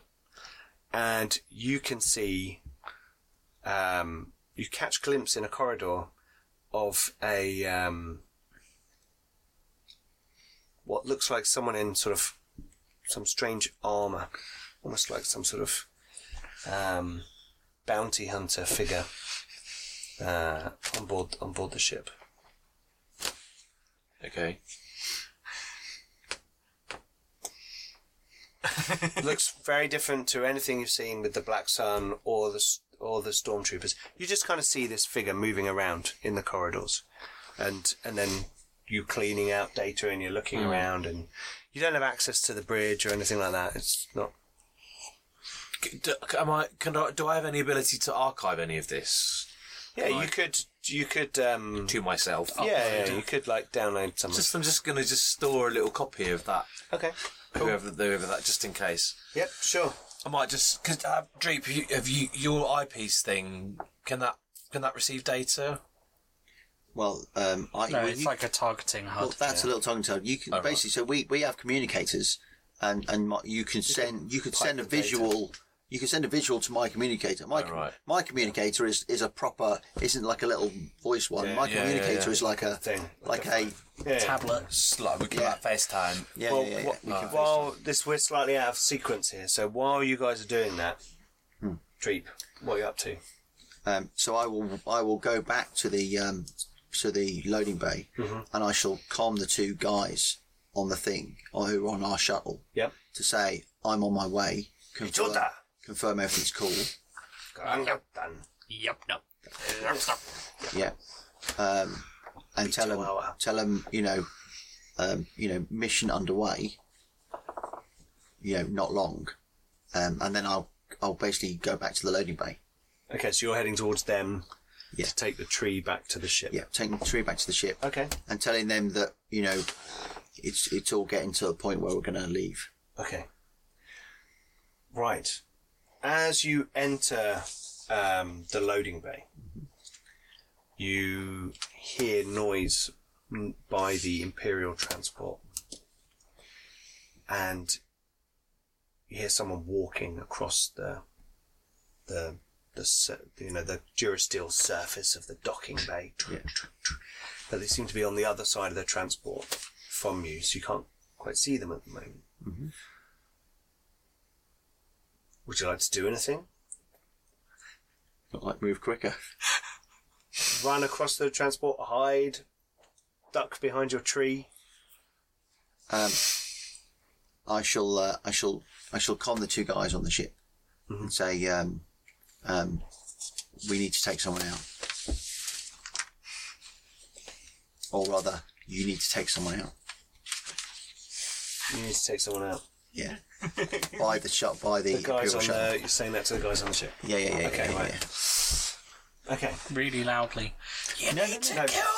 Speaker 6: and you can see um, you catch glimpse in a corridor of a um, what looks like someone in sort of some strange armor almost like some sort of um, bounty hunter figure uh, on board on board the ship
Speaker 8: Okay.
Speaker 6: looks very different to anything you've seen with the Black Sun or the s- or the stormtroopers. You just kind of see this figure moving around in the corridors, and and then you cleaning out data and you're looking
Speaker 2: Mm.
Speaker 6: around and you don't have access to the bridge or anything like that. It's not.
Speaker 8: C- Do, c- am I? Can I? Do I have any ability to archive any of this
Speaker 6: Yeah, you could you could um
Speaker 8: to myself?
Speaker 6: yeah, yeah you could like download some.
Speaker 8: Just I'm just gonna just store a little copy of that
Speaker 6: okay.
Speaker 8: whoever whoever that just in case.
Speaker 6: Yep. Sure.
Speaker 8: I might just because uh, Dreep, you, have you your eyepiece thing? Can that can that receive data?
Speaker 2: Well, um, I,
Speaker 9: No,
Speaker 2: well,
Speaker 9: it's
Speaker 2: you-
Speaker 9: like a targeting
Speaker 2: well,
Speaker 9: HUD.
Speaker 2: that's a little tongue tied. You can
Speaker 8: Oh, right.
Speaker 2: basically so we, we have communicators, and and my, you can send you could send a visual. You can send a visual to my communicator. My
Speaker 8: Oh, right.
Speaker 2: my communicator is, is a proper isn't like a little voice one. my
Speaker 8: yeah,
Speaker 2: communicator
Speaker 8: yeah, yeah.
Speaker 2: is like a
Speaker 6: Thing.
Speaker 2: like a
Speaker 6: Yeah.
Speaker 9: tablet.
Speaker 8: It's like we can
Speaker 2: Yeah.
Speaker 8: like FaceTime.
Speaker 2: yeah,
Speaker 6: Well,
Speaker 2: yeah, yeah,
Speaker 6: wha-
Speaker 2: we
Speaker 8: uh,
Speaker 2: can-
Speaker 6: while this we're slightly out of sequence here, so while you guys are doing that,
Speaker 2: Hmm.
Speaker 6: Dreep, what are you up to?
Speaker 2: Um, so I will I will go back to the um, to the loading bay, and I shall calm the two guys on the thing or who are on our shuttle
Speaker 6: Yep.
Speaker 2: to say I'm on my way. Confirm, confirm everything's cool.
Speaker 7: Yep. No.
Speaker 2: Yeah, um, and tell them
Speaker 6: Chihuahua.
Speaker 2: tell them you know um, you know mission underway. You know, not long, um, and then I'll I'll basically go back to the loading bay.
Speaker 6: Okay, so you're heading towards them
Speaker 2: Yeah.
Speaker 6: to take the tree back to the ship.
Speaker 2: Yeah, taking three back to the ship.
Speaker 6: Okay.
Speaker 2: and telling them that you know it's it's all getting to a point where we're going to leave.
Speaker 6: Okay. Right. As you enter um, the loading bay, you hear noise mm, by the Imperial transport. And you hear someone walking across the the the sur- you know the durasteel surface of the docking bay. But they seem to be on the other side of the transport from you, so you can't quite see them at the moment. Would you like to do anything?
Speaker 2: Not like move quicker.
Speaker 6: Run across the transport, hide, duck behind your tree.
Speaker 2: Um, I shall uh, I shall I shall con the two guys on the ship
Speaker 6: Mm-hmm.
Speaker 2: and say um, um, we need to take someone out, or rather, you need to take someone out.
Speaker 6: You need to take someone out.
Speaker 2: Yeah, by the shot by the,
Speaker 6: The guys
Speaker 2: Imperial
Speaker 6: on
Speaker 2: shuttle.
Speaker 6: the you're saying that to the guys on the ship.
Speaker 2: Yeah, yeah, yeah,
Speaker 6: Okay,
Speaker 2: yeah, yeah,
Speaker 6: right.
Speaker 2: yeah.
Speaker 6: Okay.
Speaker 9: really loudly.
Speaker 2: No, no, no,
Speaker 6: No, to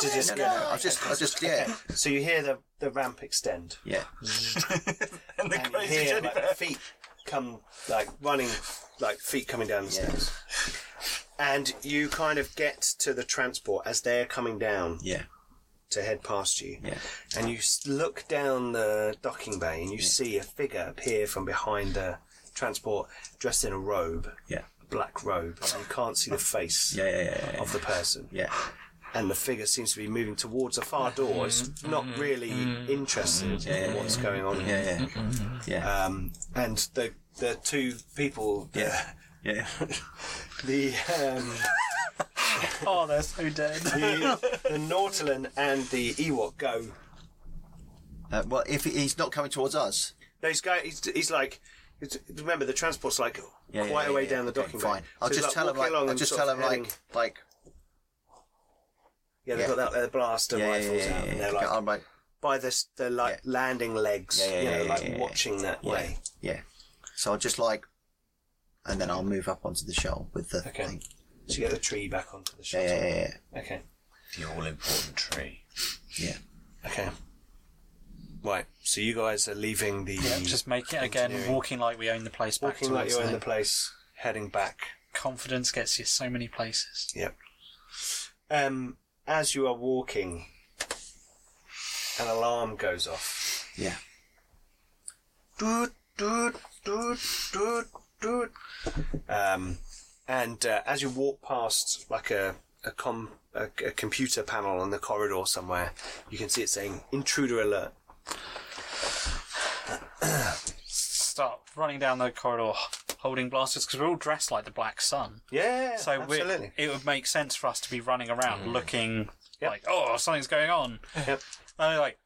Speaker 6: just-
Speaker 2: no, no, no. I just, I just, yeah,
Speaker 6: So you hear the, the ramp extend.
Speaker 2: yeah.
Speaker 7: And the
Speaker 6: And you
Speaker 7: crazy
Speaker 6: hear
Speaker 7: Jenny
Speaker 6: like feet come like running like feet coming down the stairs. And you kind of get to the transport as they're coming down
Speaker 2: Yeah,
Speaker 6: to head past you.
Speaker 2: yeah.
Speaker 6: and you s- look down the docking bay and you see a figure appear from behind the transport dressed in a robe
Speaker 2: Yeah.
Speaker 6: a black robe and you can't see the face
Speaker 2: Yeah, yeah, yeah, yeah.
Speaker 6: of the person
Speaker 2: yeah.
Speaker 6: and the figure seems to be moving towards a far door it's not really interested in what's going on here.
Speaker 2: Mm-hmm. Yeah, yeah, yeah,
Speaker 6: um, and the the two people the,
Speaker 2: yeah.
Speaker 6: the um,
Speaker 3: Oh, they're so dead.
Speaker 6: the, the Nautilin and the Ewok go.
Speaker 2: Uh, well, if he- he's not coming towards us,
Speaker 6: No, he's going. He's, he's like. It's, remember, the transport's like
Speaker 2: Yeah, yeah,
Speaker 6: quite
Speaker 2: yeah,
Speaker 6: a way
Speaker 2: yeah,
Speaker 6: down the
Speaker 2: okay,
Speaker 6: docking bay.
Speaker 2: Fine. I'll
Speaker 6: So he's,
Speaker 2: just tell him
Speaker 6: walking
Speaker 2: like.
Speaker 6: along
Speaker 2: I'll
Speaker 6: and
Speaker 2: just
Speaker 6: sort
Speaker 2: tell
Speaker 6: of
Speaker 2: him like
Speaker 6: heading-
Speaker 2: like.
Speaker 6: Yeah, they've
Speaker 2: yeah.
Speaker 6: got that their blaster
Speaker 2: Yeah, yeah, yeah,
Speaker 6: rifles
Speaker 2: yeah,
Speaker 6: out, and
Speaker 2: yeah,
Speaker 6: they're like
Speaker 2: I'm like,
Speaker 6: by the s- the like landing legs.
Speaker 2: Yeah, yeah,
Speaker 6: you know,
Speaker 2: yeah, yeah,
Speaker 6: like
Speaker 2: yeah, yeah.
Speaker 6: watching that
Speaker 2: yeah,
Speaker 6: way.
Speaker 2: yeah. So I'll just like, and then I'll move up onto the shell with the
Speaker 6: Okay.
Speaker 2: thing.
Speaker 6: So you get the tree back onto the shuttle.
Speaker 2: Yeah, yeah, yeah, yeah.
Speaker 6: Okay.
Speaker 8: The all important tree.
Speaker 6: Okay. Right. So you guys are leaving the
Speaker 9: Just make it again,
Speaker 6: Engineering.
Speaker 9: walking like we own the place back
Speaker 6: walking like
Speaker 9: towards
Speaker 6: you're in
Speaker 9: them.
Speaker 6: the place, heading back.
Speaker 9: Confidence gets you so many places.
Speaker 6: Yep. Um, as you are walking, an alarm goes off.
Speaker 2: yeah.
Speaker 6: Doot, doot, doot, doot, doot. Um, and uh, as you walk past, like a a com a, a computer panel on the corridor somewhere, you can see it saying "intruder alert."
Speaker 9: Start running down the corridor, holding blasters because we're all dressed like the Black Sun.
Speaker 6: Yeah,
Speaker 9: So we
Speaker 6: absolutely.
Speaker 9: it would make sense for us to be running around looking
Speaker 6: Yep.
Speaker 9: like, oh, something's going on.
Speaker 6: Yep.
Speaker 9: And they're like,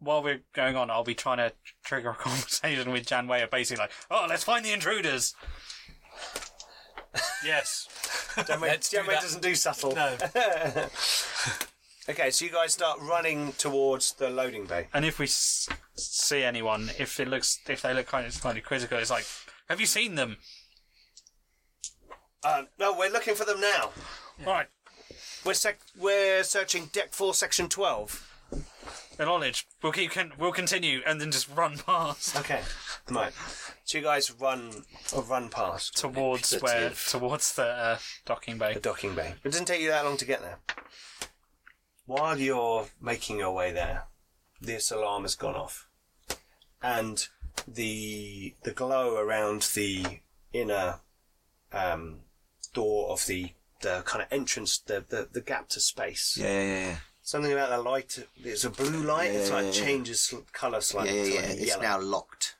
Speaker 9: while we're going on, I'll be trying to trigger a conversation with Jan Weyer, basically like, oh, let's find the intruders.
Speaker 7: Yes.
Speaker 8: Let's do
Speaker 6: Jeremy
Speaker 8: that.
Speaker 6: doesn't do subtle.
Speaker 7: No.
Speaker 6: Okay, so you guys start running towards the loading bay.
Speaker 9: And if we s- see anyone, if it looks, if they look kind of slightly critical, it's like, have you seen them?
Speaker 6: Uh, no, we're looking for them now.
Speaker 9: All right,
Speaker 6: We're sec- we're searching deck four, section twelve.
Speaker 9: acknowledge. We'll keep, con- we'll continue, and then just run past
Speaker 6: Okay. Right. So you guys run or run past
Speaker 9: towards where, towards the uh, docking bay.
Speaker 6: the docking bay. It doesn't take you that long to get there. While you're making your way there, this alarm has gone off, and the the glow around the inner um, door of the the kind of entrance, the, the the gap to space.
Speaker 2: Yeah, yeah, yeah,
Speaker 6: Something about the light. It's a blue light. it's
Speaker 2: Yeah,
Speaker 6: like
Speaker 2: yeah, yeah.
Speaker 6: changes color
Speaker 2: yeah,
Speaker 6: slightly.
Speaker 2: yeah, yeah.
Speaker 6: to
Speaker 2: yeah.
Speaker 6: like a
Speaker 2: It's
Speaker 6: yellow.
Speaker 2: now locked.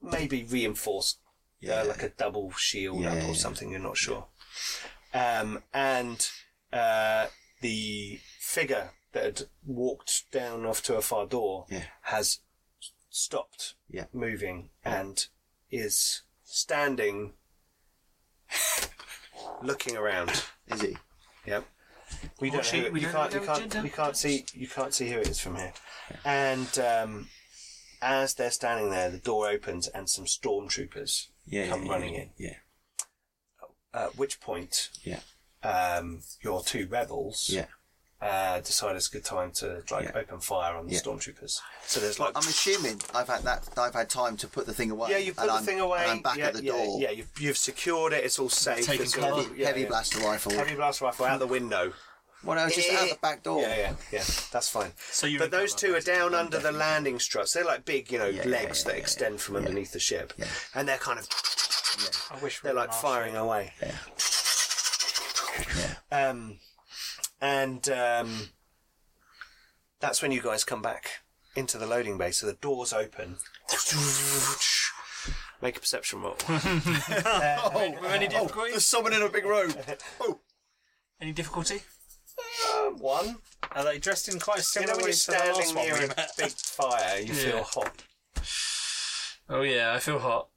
Speaker 6: maybe reinforced
Speaker 2: Yeah.
Speaker 6: uh, like a double shield
Speaker 2: Yeah,
Speaker 6: up
Speaker 2: yeah, yeah.
Speaker 6: or something. You're not sure. Um, and uh, the figure that had walked down off to a far door
Speaker 2: Yeah.
Speaker 6: has stopped
Speaker 2: Yeah.
Speaker 6: moving and is standing, looking around.
Speaker 2: Is he?
Speaker 6: Yep. We don't know. who- you can't. You can't. You can't see. You can't see who it is from here. And um, as they're standing there, the door opens and some stormtroopers
Speaker 2: Yeah,
Speaker 6: come
Speaker 2: yeah,
Speaker 6: running
Speaker 2: yeah,
Speaker 6: in.
Speaker 2: Yeah,
Speaker 6: At which point,
Speaker 2: yeah,
Speaker 6: um, your two rebels
Speaker 2: yeah.
Speaker 6: uh, decide it's a good time to like
Speaker 2: Yeah.
Speaker 6: open fire on the
Speaker 2: Yeah.
Speaker 6: stormtroopers. So there's
Speaker 2: Well,
Speaker 6: like.
Speaker 2: I'm assuming I've had that. I've had time to put the thing away.
Speaker 6: yeah, you put
Speaker 2: and
Speaker 6: the
Speaker 2: I'm-
Speaker 6: thing away.
Speaker 2: And I'm back
Speaker 6: yeah,
Speaker 2: at the
Speaker 6: yeah,
Speaker 2: door.
Speaker 6: Yeah, you've, you've secured it. It's all safe.
Speaker 7: Taken
Speaker 6: it's all-
Speaker 2: Heavy,
Speaker 6: yeah,
Speaker 2: heavy
Speaker 6: yeah.
Speaker 2: blaster rifle.
Speaker 6: Heavy blast rifle out the window.
Speaker 2: Well, no, it's just out the back door.
Speaker 6: Yeah, yeah, yeah. That's fine.
Speaker 7: So you
Speaker 6: but those two are down under the
Speaker 2: definitely.
Speaker 6: landing struts. They're like big, you know,
Speaker 2: Yeah, yeah,
Speaker 6: legs
Speaker 2: yeah,
Speaker 6: that
Speaker 2: yeah,
Speaker 6: extend from underneath the ship,
Speaker 2: Yeah.
Speaker 6: and they're kind of.
Speaker 9: I wish we
Speaker 6: They're
Speaker 9: were
Speaker 6: like
Speaker 9: marshal.
Speaker 6: firing away.
Speaker 2: Yeah.
Speaker 6: Um, and um, that's when you guys come back into the loading bay. So the doors open. Make a perception roll.
Speaker 7: Oh, any difficulty?
Speaker 2: There's someone in a big room.
Speaker 7: Any difficulty?
Speaker 6: Um, One.
Speaker 9: Are they dressed in quite a
Speaker 6: You
Speaker 9: similar
Speaker 6: know
Speaker 9: way
Speaker 6: when you're
Speaker 9: to the last
Speaker 6: standing
Speaker 9: one
Speaker 6: near
Speaker 9: we
Speaker 6: a
Speaker 9: met?
Speaker 6: big fire, you feel hot.
Speaker 7: Oh yeah, I feel hot.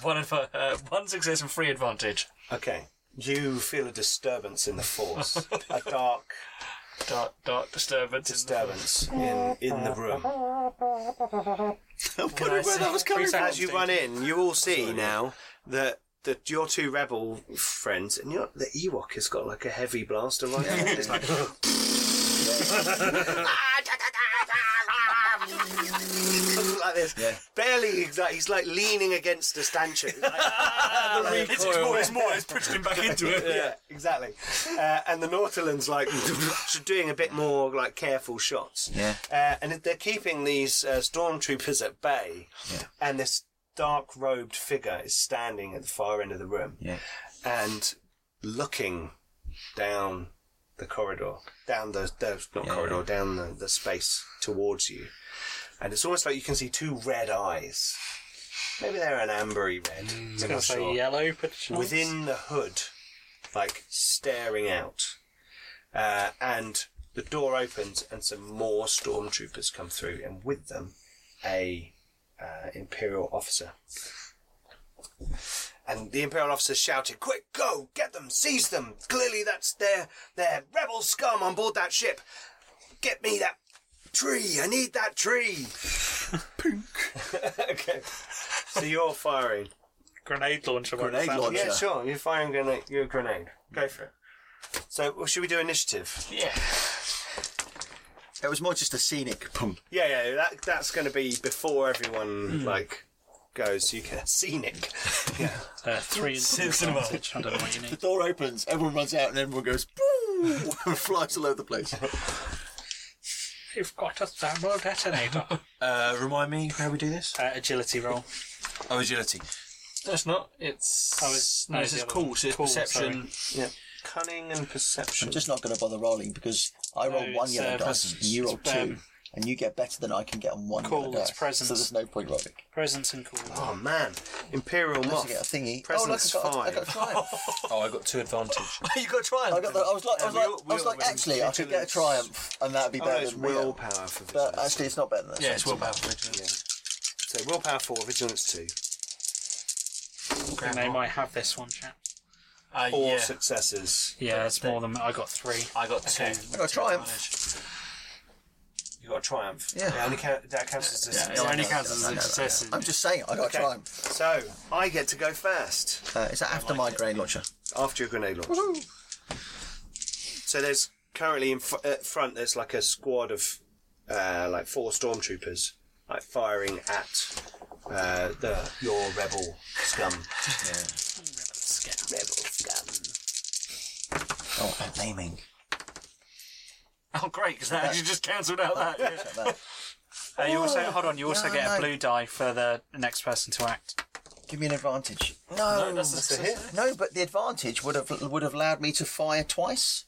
Speaker 7: one, adv- uh, one success and three advantage.
Speaker 6: Okay. You feel a disturbance in the force, a dark
Speaker 7: Dark, dark disturbance. in the-
Speaker 6: disturbance in, in the room.
Speaker 7: Can I see- three seconds,
Speaker 6: As you
Speaker 7: dude.
Speaker 6: run in, you all see now that that your two rebel friends and you know, the Ewok has got like a heavy blaster rifle. It's like like this,
Speaker 2: Yeah.
Speaker 6: barely exact. He's like leaning against a stanchion. It's like,
Speaker 7: It's, it's more, it's more, it's pushing him back into it.
Speaker 6: yeah, exactly. Uh, and the Nautilin's like doing a bit more like careful shots.
Speaker 2: Yeah.
Speaker 6: Uh, and they're keeping these uh, stormtroopers at bay.
Speaker 2: Yeah.
Speaker 6: And this dark robed figure is standing at the far end of the room
Speaker 2: Yeah.
Speaker 6: and looking down the corridor, down the, the not
Speaker 2: Yeah,
Speaker 6: corridor,
Speaker 2: yeah.
Speaker 6: down the, the space towards you. And it's almost like you can see two red eyes. Maybe they're an ambery red. I'm not
Speaker 9: Gonna say
Speaker 6: sure.
Speaker 9: yellow, but
Speaker 6: Within the hood like staring out. Uh, and the door opens, and some more stormtroopers come through, and with them, a uh, imperial officer. And the imperial officer shouted, "Quick, go get them, seize them! Clearly, that's their their rebel scum on board that ship. Get me that tree! I need that tree!" Pink. okay. So you're firing.
Speaker 7: Grenade launcher. won't
Speaker 2: Grenade
Speaker 7: fail.
Speaker 2: launcher.
Speaker 7: Yeah.
Speaker 6: Yeah, sure. You're firing grenade. You're a grenade. Go for it. So, well, should we do initiative?
Speaker 2: It was more just a scenic pump.
Speaker 6: Yeah, yeah. That that's going to be before everyone
Speaker 8: Hmm.
Speaker 6: like goes. You can scenic. Yeah.
Speaker 9: Uh, three and two advantage. I don't know what you need.
Speaker 2: The door opens, everyone runs out, and everyone goes "Boo!" and flies all over the place.
Speaker 7: You've got a thermal detonator.
Speaker 8: Uh, remind me how we do this?
Speaker 9: Uh, agility roll.
Speaker 8: Oh, agility.
Speaker 7: That's not. It's. Oh, it's no,
Speaker 9: it's
Speaker 7: the
Speaker 9: the
Speaker 7: other
Speaker 9: cool,
Speaker 7: one.
Speaker 8: So it's
Speaker 7: Cool,
Speaker 8: perception.
Speaker 6: Cunning and perception.
Speaker 2: I'm just not going to bother rolling because I roll
Speaker 9: No,
Speaker 2: one
Speaker 9: it's,
Speaker 2: yellow
Speaker 9: uh,
Speaker 2: dice, and you roll two,
Speaker 9: um,
Speaker 2: and you get better than I can get on one
Speaker 9: Cool,
Speaker 2: yellow
Speaker 9: it's
Speaker 2: dice.
Speaker 9: presence.
Speaker 2: So there's no point rolling.
Speaker 9: Presence and cool.
Speaker 6: oh man, Imperial
Speaker 2: Unless
Speaker 6: moth.
Speaker 2: you get a thingy.
Speaker 6: Presence
Speaker 2: oh, look, I got, I got a
Speaker 6: five.
Speaker 2: triumph.
Speaker 8: Oh, I got two advantage.
Speaker 7: you got to try
Speaker 2: I got the, I was like, I was
Speaker 6: Yeah,
Speaker 2: like, I
Speaker 6: we all-
Speaker 2: was
Speaker 6: we all
Speaker 2: like
Speaker 6: win.
Speaker 2: actually, I could get a
Speaker 6: Vigilance.
Speaker 2: triumph, and that'd be
Speaker 6: Oh, no,
Speaker 2: better
Speaker 6: it's
Speaker 2: than real.
Speaker 6: willpower for
Speaker 2: But
Speaker 6: vigilance.
Speaker 2: actually, it's not better than that.
Speaker 7: Yeah, it's willpower.
Speaker 6: so willpower four, vigilance two,
Speaker 9: And they might have this one, chap.
Speaker 7: Uh,
Speaker 6: four
Speaker 7: yeah.
Speaker 6: successes.
Speaker 9: Yeah, that's more than I got three.
Speaker 7: I got two.
Speaker 2: I got a triumph.
Speaker 6: You got a triumph.
Speaker 2: Yeah.
Speaker 6: only count, that counts as a success.
Speaker 7: No, only counts as
Speaker 2: I
Speaker 7: a
Speaker 2: know that,
Speaker 7: success.
Speaker 2: yeah. I'm just saying, I got
Speaker 6: Okay.
Speaker 2: a triumph.
Speaker 6: So I get to go first
Speaker 2: Uh, is that after my grain launcher?
Speaker 6: after your grenade launch. So there's currently in fr- at front. There's like a squad of uh, like four stormtroopers like firing at uh, the your rebel scum. Rebel scum.
Speaker 2: Oh, I'm aiming.
Speaker 7: Oh, great, because that actually just cancelled out that. yeah.
Speaker 9: Uh, you also hold on. You also
Speaker 2: Oh, no,
Speaker 9: get a
Speaker 2: no.
Speaker 9: blue die for the next person to act.
Speaker 2: Give me an advantage. No, no,
Speaker 7: that's a success.
Speaker 2: No, but the advantage would have would have allowed me to fire twice.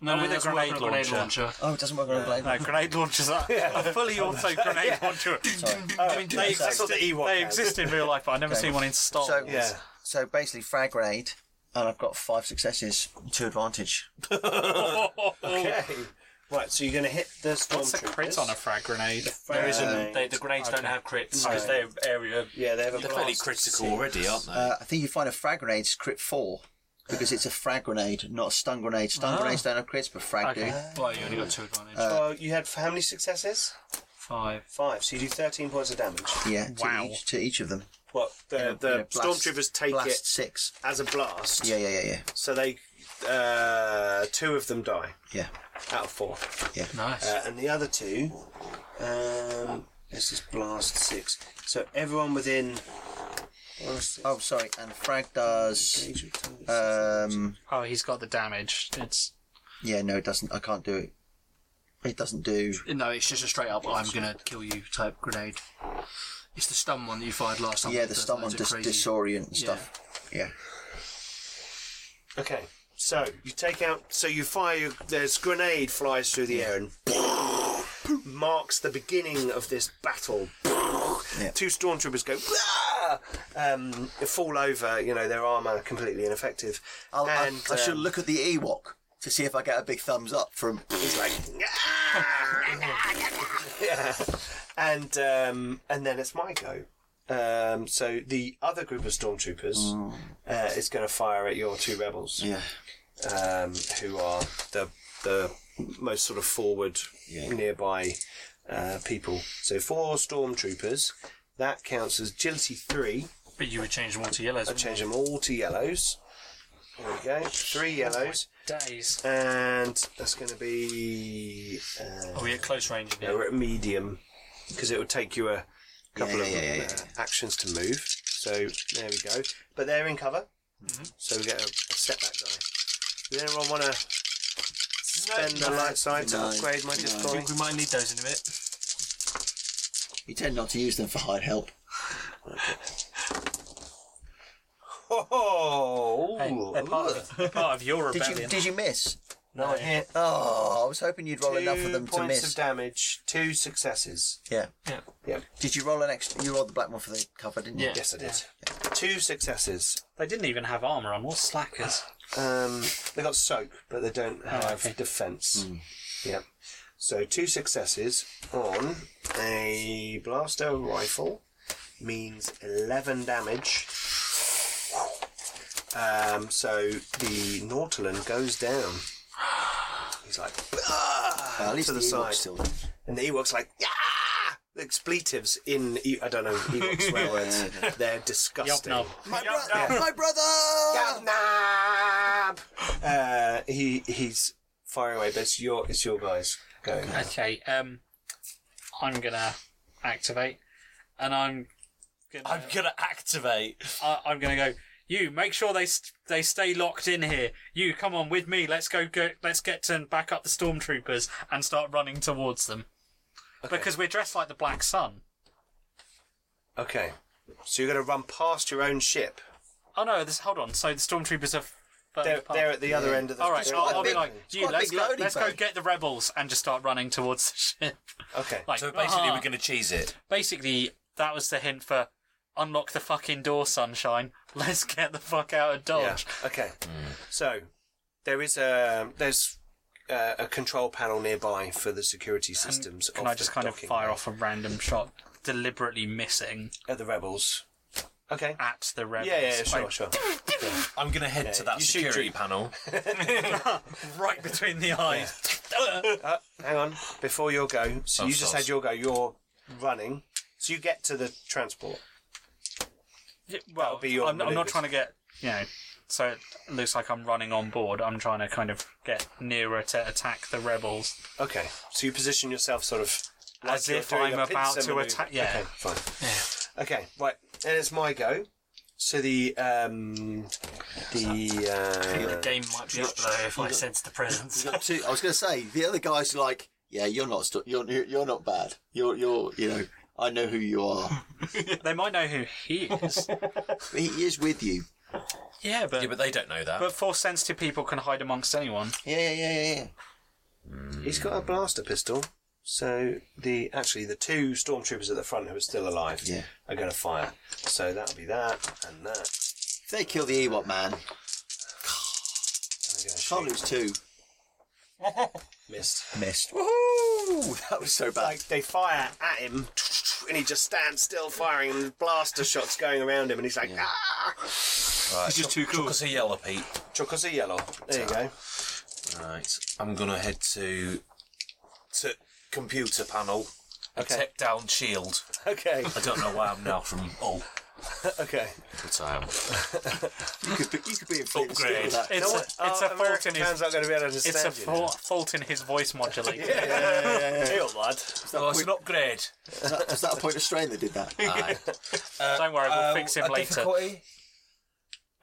Speaker 7: No,
Speaker 9: with a
Speaker 7: that's working
Speaker 9: grenade
Speaker 7: on a
Speaker 9: launcher.
Speaker 2: Oh, it doesn't work on a blade.
Speaker 9: No, grenade launchers are a fully auto grenade launcher.
Speaker 2: Sorry.
Speaker 9: They
Speaker 6: That's what
Speaker 9: exist.
Speaker 6: the Ewok
Speaker 9: They
Speaker 6: has.
Speaker 9: exist in real life, but I've never seen one in Star
Speaker 2: So
Speaker 9: Wars.
Speaker 6: Yeah.
Speaker 2: So basically, frag raid, and I've got five successes, two advantage.
Speaker 6: Okay. Right. So you're gonna hit the stormtroopers.
Speaker 9: What's the crit on a frag grenade?
Speaker 7: There
Speaker 6: Right.
Speaker 7: isn't. They, the grenades don't have crits because they're area.
Speaker 6: Yeah, they have a
Speaker 7: They're
Speaker 6: blast.
Speaker 7: fairly critical already, aren't they?
Speaker 2: Uh, I think you find a frag grenade's crit four because it's a frag grenade, not a stun grenade. Stun
Speaker 9: Ah.
Speaker 2: grenades don't have crits, but frag do.
Speaker 7: Well, you only got two advantage.
Speaker 6: Well, you had how many successes?
Speaker 7: Five.
Speaker 6: uh, Five. So you do 13 points of damage.
Speaker 2: Yeah, to,
Speaker 9: Wow. Uh,
Speaker 2: each, to each of them.
Speaker 6: Well,
Speaker 2: In a-
Speaker 6: the,
Speaker 2: in a
Speaker 6: the
Speaker 2: blast-
Speaker 6: stormtroopers take
Speaker 2: blast
Speaker 6: it
Speaker 2: six.
Speaker 6: as a blast.
Speaker 2: Yeah, yeah, yeah, yeah,
Speaker 6: So they, uh, two of them die
Speaker 2: yeah.
Speaker 6: out of four,
Speaker 7: Nice.
Speaker 6: uh, and the other two, um, this is blast six. So everyone within.
Speaker 2: Oh, sorry. And frag does. Um,
Speaker 9: Oh, he's got the damage. It's
Speaker 2: yeah, no, it doesn't. I can't do it. It doesn't do.
Speaker 7: no, it's just a straight up "I'm gonna kill you" type grenade. It's the stun one that you fired last time.
Speaker 2: Yeah,
Speaker 7: that
Speaker 2: the
Speaker 7: does
Speaker 2: stun one
Speaker 7: loads of
Speaker 2: does
Speaker 7: crazy-
Speaker 2: disorient and
Speaker 7: Yeah.
Speaker 2: stuff. Yeah.
Speaker 6: Okay. So you take out. So you fire. Your, there's grenade flies through the air and marks the beginning of this battle. Two stormtroopers go. "Wah!" Um, fall over. You know their armor completely ineffective.
Speaker 2: I'll, I-
Speaker 6: and
Speaker 2: I, should
Speaker 6: um,
Speaker 2: look at the Ewok to see if I get a big thumbs up from.
Speaker 6: He's like, yeah. and um, and then it's my go. Um, so the other group of stormtroopers uh, is going to fire at your two rebels,
Speaker 2: Yeah.
Speaker 6: um, who are the the most sort of forward nearby uh, people. So four stormtroopers. That counts as agility three.
Speaker 7: But you would change them all to yellows.
Speaker 6: I change them all to yellows. There we go. Three yellows,
Speaker 9: days.
Speaker 6: and that's going to be. Uh,
Speaker 7: Are Oh, we at close range?
Speaker 6: yeah, we're at medium because it would take you a couple
Speaker 2: Yeah,
Speaker 6: of
Speaker 2: yeah, yeah,
Speaker 6: uh, actions to move. So there we go. But they're in cover, so we get a, a setback die. Does anyone want to spend the light side to
Speaker 2: No.
Speaker 6: upgrade my
Speaker 7: I
Speaker 6: difficulty?
Speaker 7: think we might need those in a minute.
Speaker 2: You tend not to use them for hired help.
Speaker 6: Oh,
Speaker 9: Hey, they're part of, they're part of your
Speaker 2: Did you
Speaker 9: rebellion.
Speaker 2: did you miss?
Speaker 6: no, I hit
Speaker 2: Oh, I was hoping you'd roll
Speaker 6: two
Speaker 2: enough of them to
Speaker 6: points
Speaker 2: miss.
Speaker 6: of damage, two successes.
Speaker 2: yeah.
Speaker 6: Yep.
Speaker 2: Did you roll an extra? You rolled the black one for the cover, didn't you?
Speaker 7: Yeah.
Speaker 6: Yes, I did. Two successes.
Speaker 9: They didn't even have armor on. What slackers?
Speaker 6: Um, they got soak, but they don't have
Speaker 9: Oh, okay. Hmm.
Speaker 6: defense. Yep. So two successes on a blaster rifle means eleven damage. Um, so the Nautilin goes down. He's like "Ah,"
Speaker 2: at least
Speaker 6: to the,
Speaker 2: the Ewok's
Speaker 6: side,
Speaker 2: still there.
Speaker 6: and the Ewok's like ah. The expletives in E- I don't know Ewok swear words. They're disgusting.
Speaker 9: Yup,
Speaker 2: My, bro- my brother!
Speaker 6: Gaznab! Uh, he he's far away, but it's your it's your guys going.
Speaker 9: Okay, um, I'm gonna activate, and I'm gonna
Speaker 8: I'm gonna activate.
Speaker 9: I, uh, I'm gonna go. You make sure they st- they stay locked in here. You come on with me. Let's go. go let's get to back up the stormtroopers and start running towards them because we're dressed like the Black Sun.
Speaker 6: Okay, so you're going to run past your own ship.
Speaker 9: Oh no! This hold on. So the stormtroopers are. further
Speaker 6: They're,
Speaker 9: apart.
Speaker 6: they're at the other end of the.
Speaker 9: All right,
Speaker 6: they're
Speaker 9: I'll,
Speaker 6: at the
Speaker 9: I'll be
Speaker 6: other
Speaker 9: like,
Speaker 6: end.
Speaker 9: you,
Speaker 2: quite a
Speaker 9: let's,
Speaker 2: big
Speaker 9: go,
Speaker 2: loading
Speaker 9: let's go
Speaker 2: bay.
Speaker 9: get the rebels and just start running towards the ship.
Speaker 6: Okay.
Speaker 9: Like,
Speaker 8: So basically,
Speaker 9: "Ah."
Speaker 8: we're gonna cheese it.
Speaker 9: basically that was the hint for unlock the fucking door, sunshine. Let's get the fuck out of
Speaker 6: Yeah.
Speaker 9: Dodge.
Speaker 6: Okay. So there is a there's uh, a control panel nearby for the security systems.
Speaker 9: Can
Speaker 6: of
Speaker 9: I just
Speaker 6: the
Speaker 9: kind of
Speaker 6: docking
Speaker 9: fire
Speaker 6: bay
Speaker 9: off a random shot, deliberately missing
Speaker 6: at the rebels? Okay.
Speaker 9: at the rebels?
Speaker 6: Yeah, yeah, sure,
Speaker 9: like,
Speaker 6: sure.
Speaker 8: I'm gonna head to that
Speaker 6: you shoot
Speaker 8: security
Speaker 6: Drew.
Speaker 8: panel.
Speaker 9: right between the eyes.
Speaker 6: Uh, hang on, before your go, so
Speaker 8: Oh,
Speaker 6: you just
Speaker 8: soz.
Speaker 6: had your go. You're running, so you get to the transport.
Speaker 9: Yeah,
Speaker 6: That'll
Speaker 9: well,
Speaker 6: be your
Speaker 9: I'm, I'm not
Speaker 6: manoeuvres.
Speaker 9: trying to get you know. So it looks like I'm running on board. I'm trying to kind of get nearer to attack the rebels,
Speaker 6: Okay, so you position yourself sort of like
Speaker 9: As
Speaker 6: you're
Speaker 9: if
Speaker 6: doing
Speaker 9: I'm
Speaker 6: a
Speaker 9: about
Speaker 6: pincer
Speaker 9: to
Speaker 6: manoeuvre.
Speaker 9: attack- yeah.
Speaker 6: Okay, fine. Okay, right, and it's my go. So the um the
Speaker 7: The
Speaker 6: uh,
Speaker 7: game might be up though if I sense the presence.
Speaker 2: You got two- I was going to say, the other guy's like, yeah, you're not, stu- you're, you're you're not bad. You're, you're, you know, I know who you are.
Speaker 9: they might know who he is.
Speaker 2: But he is with you.
Speaker 9: yeah, but
Speaker 8: Yeah, but they don't know that.
Speaker 9: but force sensitive people can hide amongst anyone.
Speaker 2: Yeah, yeah, yeah, yeah, yeah.
Speaker 6: he's got a blaster pistol. So the actually the two stormtroopers at the front who are still alive
Speaker 2: Yeah.
Speaker 6: are going to fire. So that'll be that and that.
Speaker 2: If they kill the Ewok man,
Speaker 6: I'm gonna
Speaker 2: can't
Speaker 6: shoot.
Speaker 2: lose two.
Speaker 6: Missed.
Speaker 2: Missed. Woohoo! That was so bad.
Speaker 6: like they fire at him and he just stands still firing and blaster shots going around him and he's like ah
Speaker 8: Right,
Speaker 7: just
Speaker 8: chuck-
Speaker 7: too cool.
Speaker 8: chuck us a yellow, Pete.
Speaker 6: chuck us a yellow there you go
Speaker 8: Right, I'm gonna head to to computer panel. and
Speaker 6: Okay.
Speaker 8: Take down shield.
Speaker 6: okay
Speaker 8: I don't know why I'm now from Oh, all,
Speaker 6: okay
Speaker 8: but I am.
Speaker 2: You could be, you could be in favour still
Speaker 8: Upgrade.
Speaker 2: with that.
Speaker 9: It's a, it's
Speaker 6: Uh,
Speaker 9: a fault in his
Speaker 6: fans aren't going to be able to
Speaker 9: It's
Speaker 6: understand
Speaker 9: a fa- fault in his voice modulator.
Speaker 6: deal lad
Speaker 8: Oh, it's an upgrade.
Speaker 2: Is that, is that a point of strain that did that?
Speaker 9: Don't worry, we'll fix him later.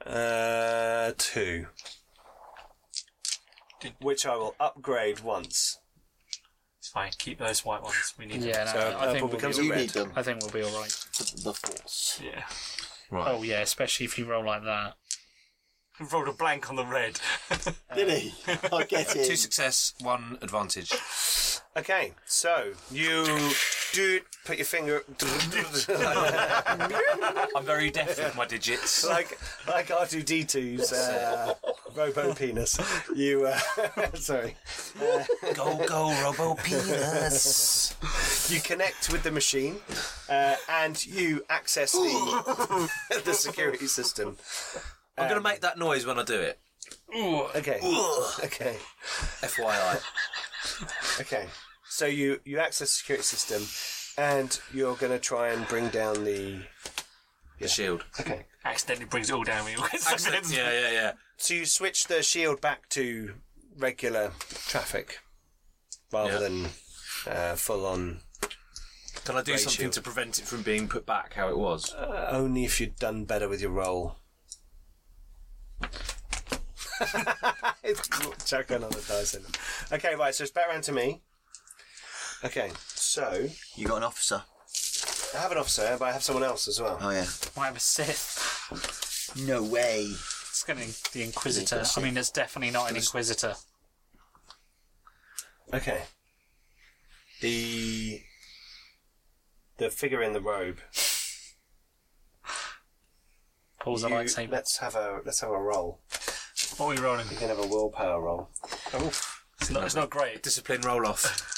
Speaker 6: uh two which I will upgrade once
Speaker 7: It's fine. Keep those white ones. We need
Speaker 9: Yeah, no,
Speaker 6: so
Speaker 9: I,
Speaker 6: purple
Speaker 9: think we'll
Speaker 6: becomes
Speaker 9: be,
Speaker 6: a
Speaker 2: You
Speaker 6: red
Speaker 2: need them.
Speaker 9: I think we'll be all right.
Speaker 2: The, the force.
Speaker 7: them. Yeah.
Speaker 8: Right.
Speaker 9: Oh yeah, especially if you roll like that.
Speaker 7: Rolled a blank on the red.
Speaker 2: Did he? I get
Speaker 8: Two
Speaker 2: it.
Speaker 8: success, one advantage.
Speaker 6: Okay, so you do put your finger
Speaker 8: I'm very deaf with my digits.
Speaker 6: like like R two D 2s uh, robo penis. You uh, sorry,
Speaker 8: go, go, Robo Penis.
Speaker 6: you connect with the machine, uh, and you access the the security system.
Speaker 8: I'm gonna make that noise when I do it.
Speaker 6: Okay, okay,
Speaker 8: FYI.
Speaker 6: okay. So you you access the security system, and you're gonna try and bring down the.
Speaker 8: The shield.
Speaker 6: Okay.
Speaker 7: Accidentally brings it all down. We all get
Speaker 8: Accident. Yeah, yeah, yeah.
Speaker 6: So you switch the shield back to regular traffic, rather
Speaker 8: Yeah.
Speaker 6: than uh, full on.
Speaker 8: Can I do something
Speaker 6: shield.
Speaker 8: to prevent it from being put back how it was?
Speaker 7: Uh,
Speaker 6: Only if you'd done better with your roll. it's chuck another dice in. Okay, right. So it's back round to me. Okay, so
Speaker 2: You got an officer.
Speaker 6: I have an officer, but I have someone else as well.
Speaker 2: Oh, yeah.
Speaker 9: Might have a Sith.
Speaker 2: No way.
Speaker 9: It's gonna the Inquisitor. I mean, it's definitely not an Inquisitor.
Speaker 6: Okay. The the figure in the robe.
Speaker 7: pulls a
Speaker 6: You-
Speaker 7: lightsaber.
Speaker 6: Let's have a let's have a roll.
Speaker 3: What are we rolling?
Speaker 6: You can have a willpower roll.
Speaker 3: It's not, it's not great.
Speaker 8: Discipline roll off.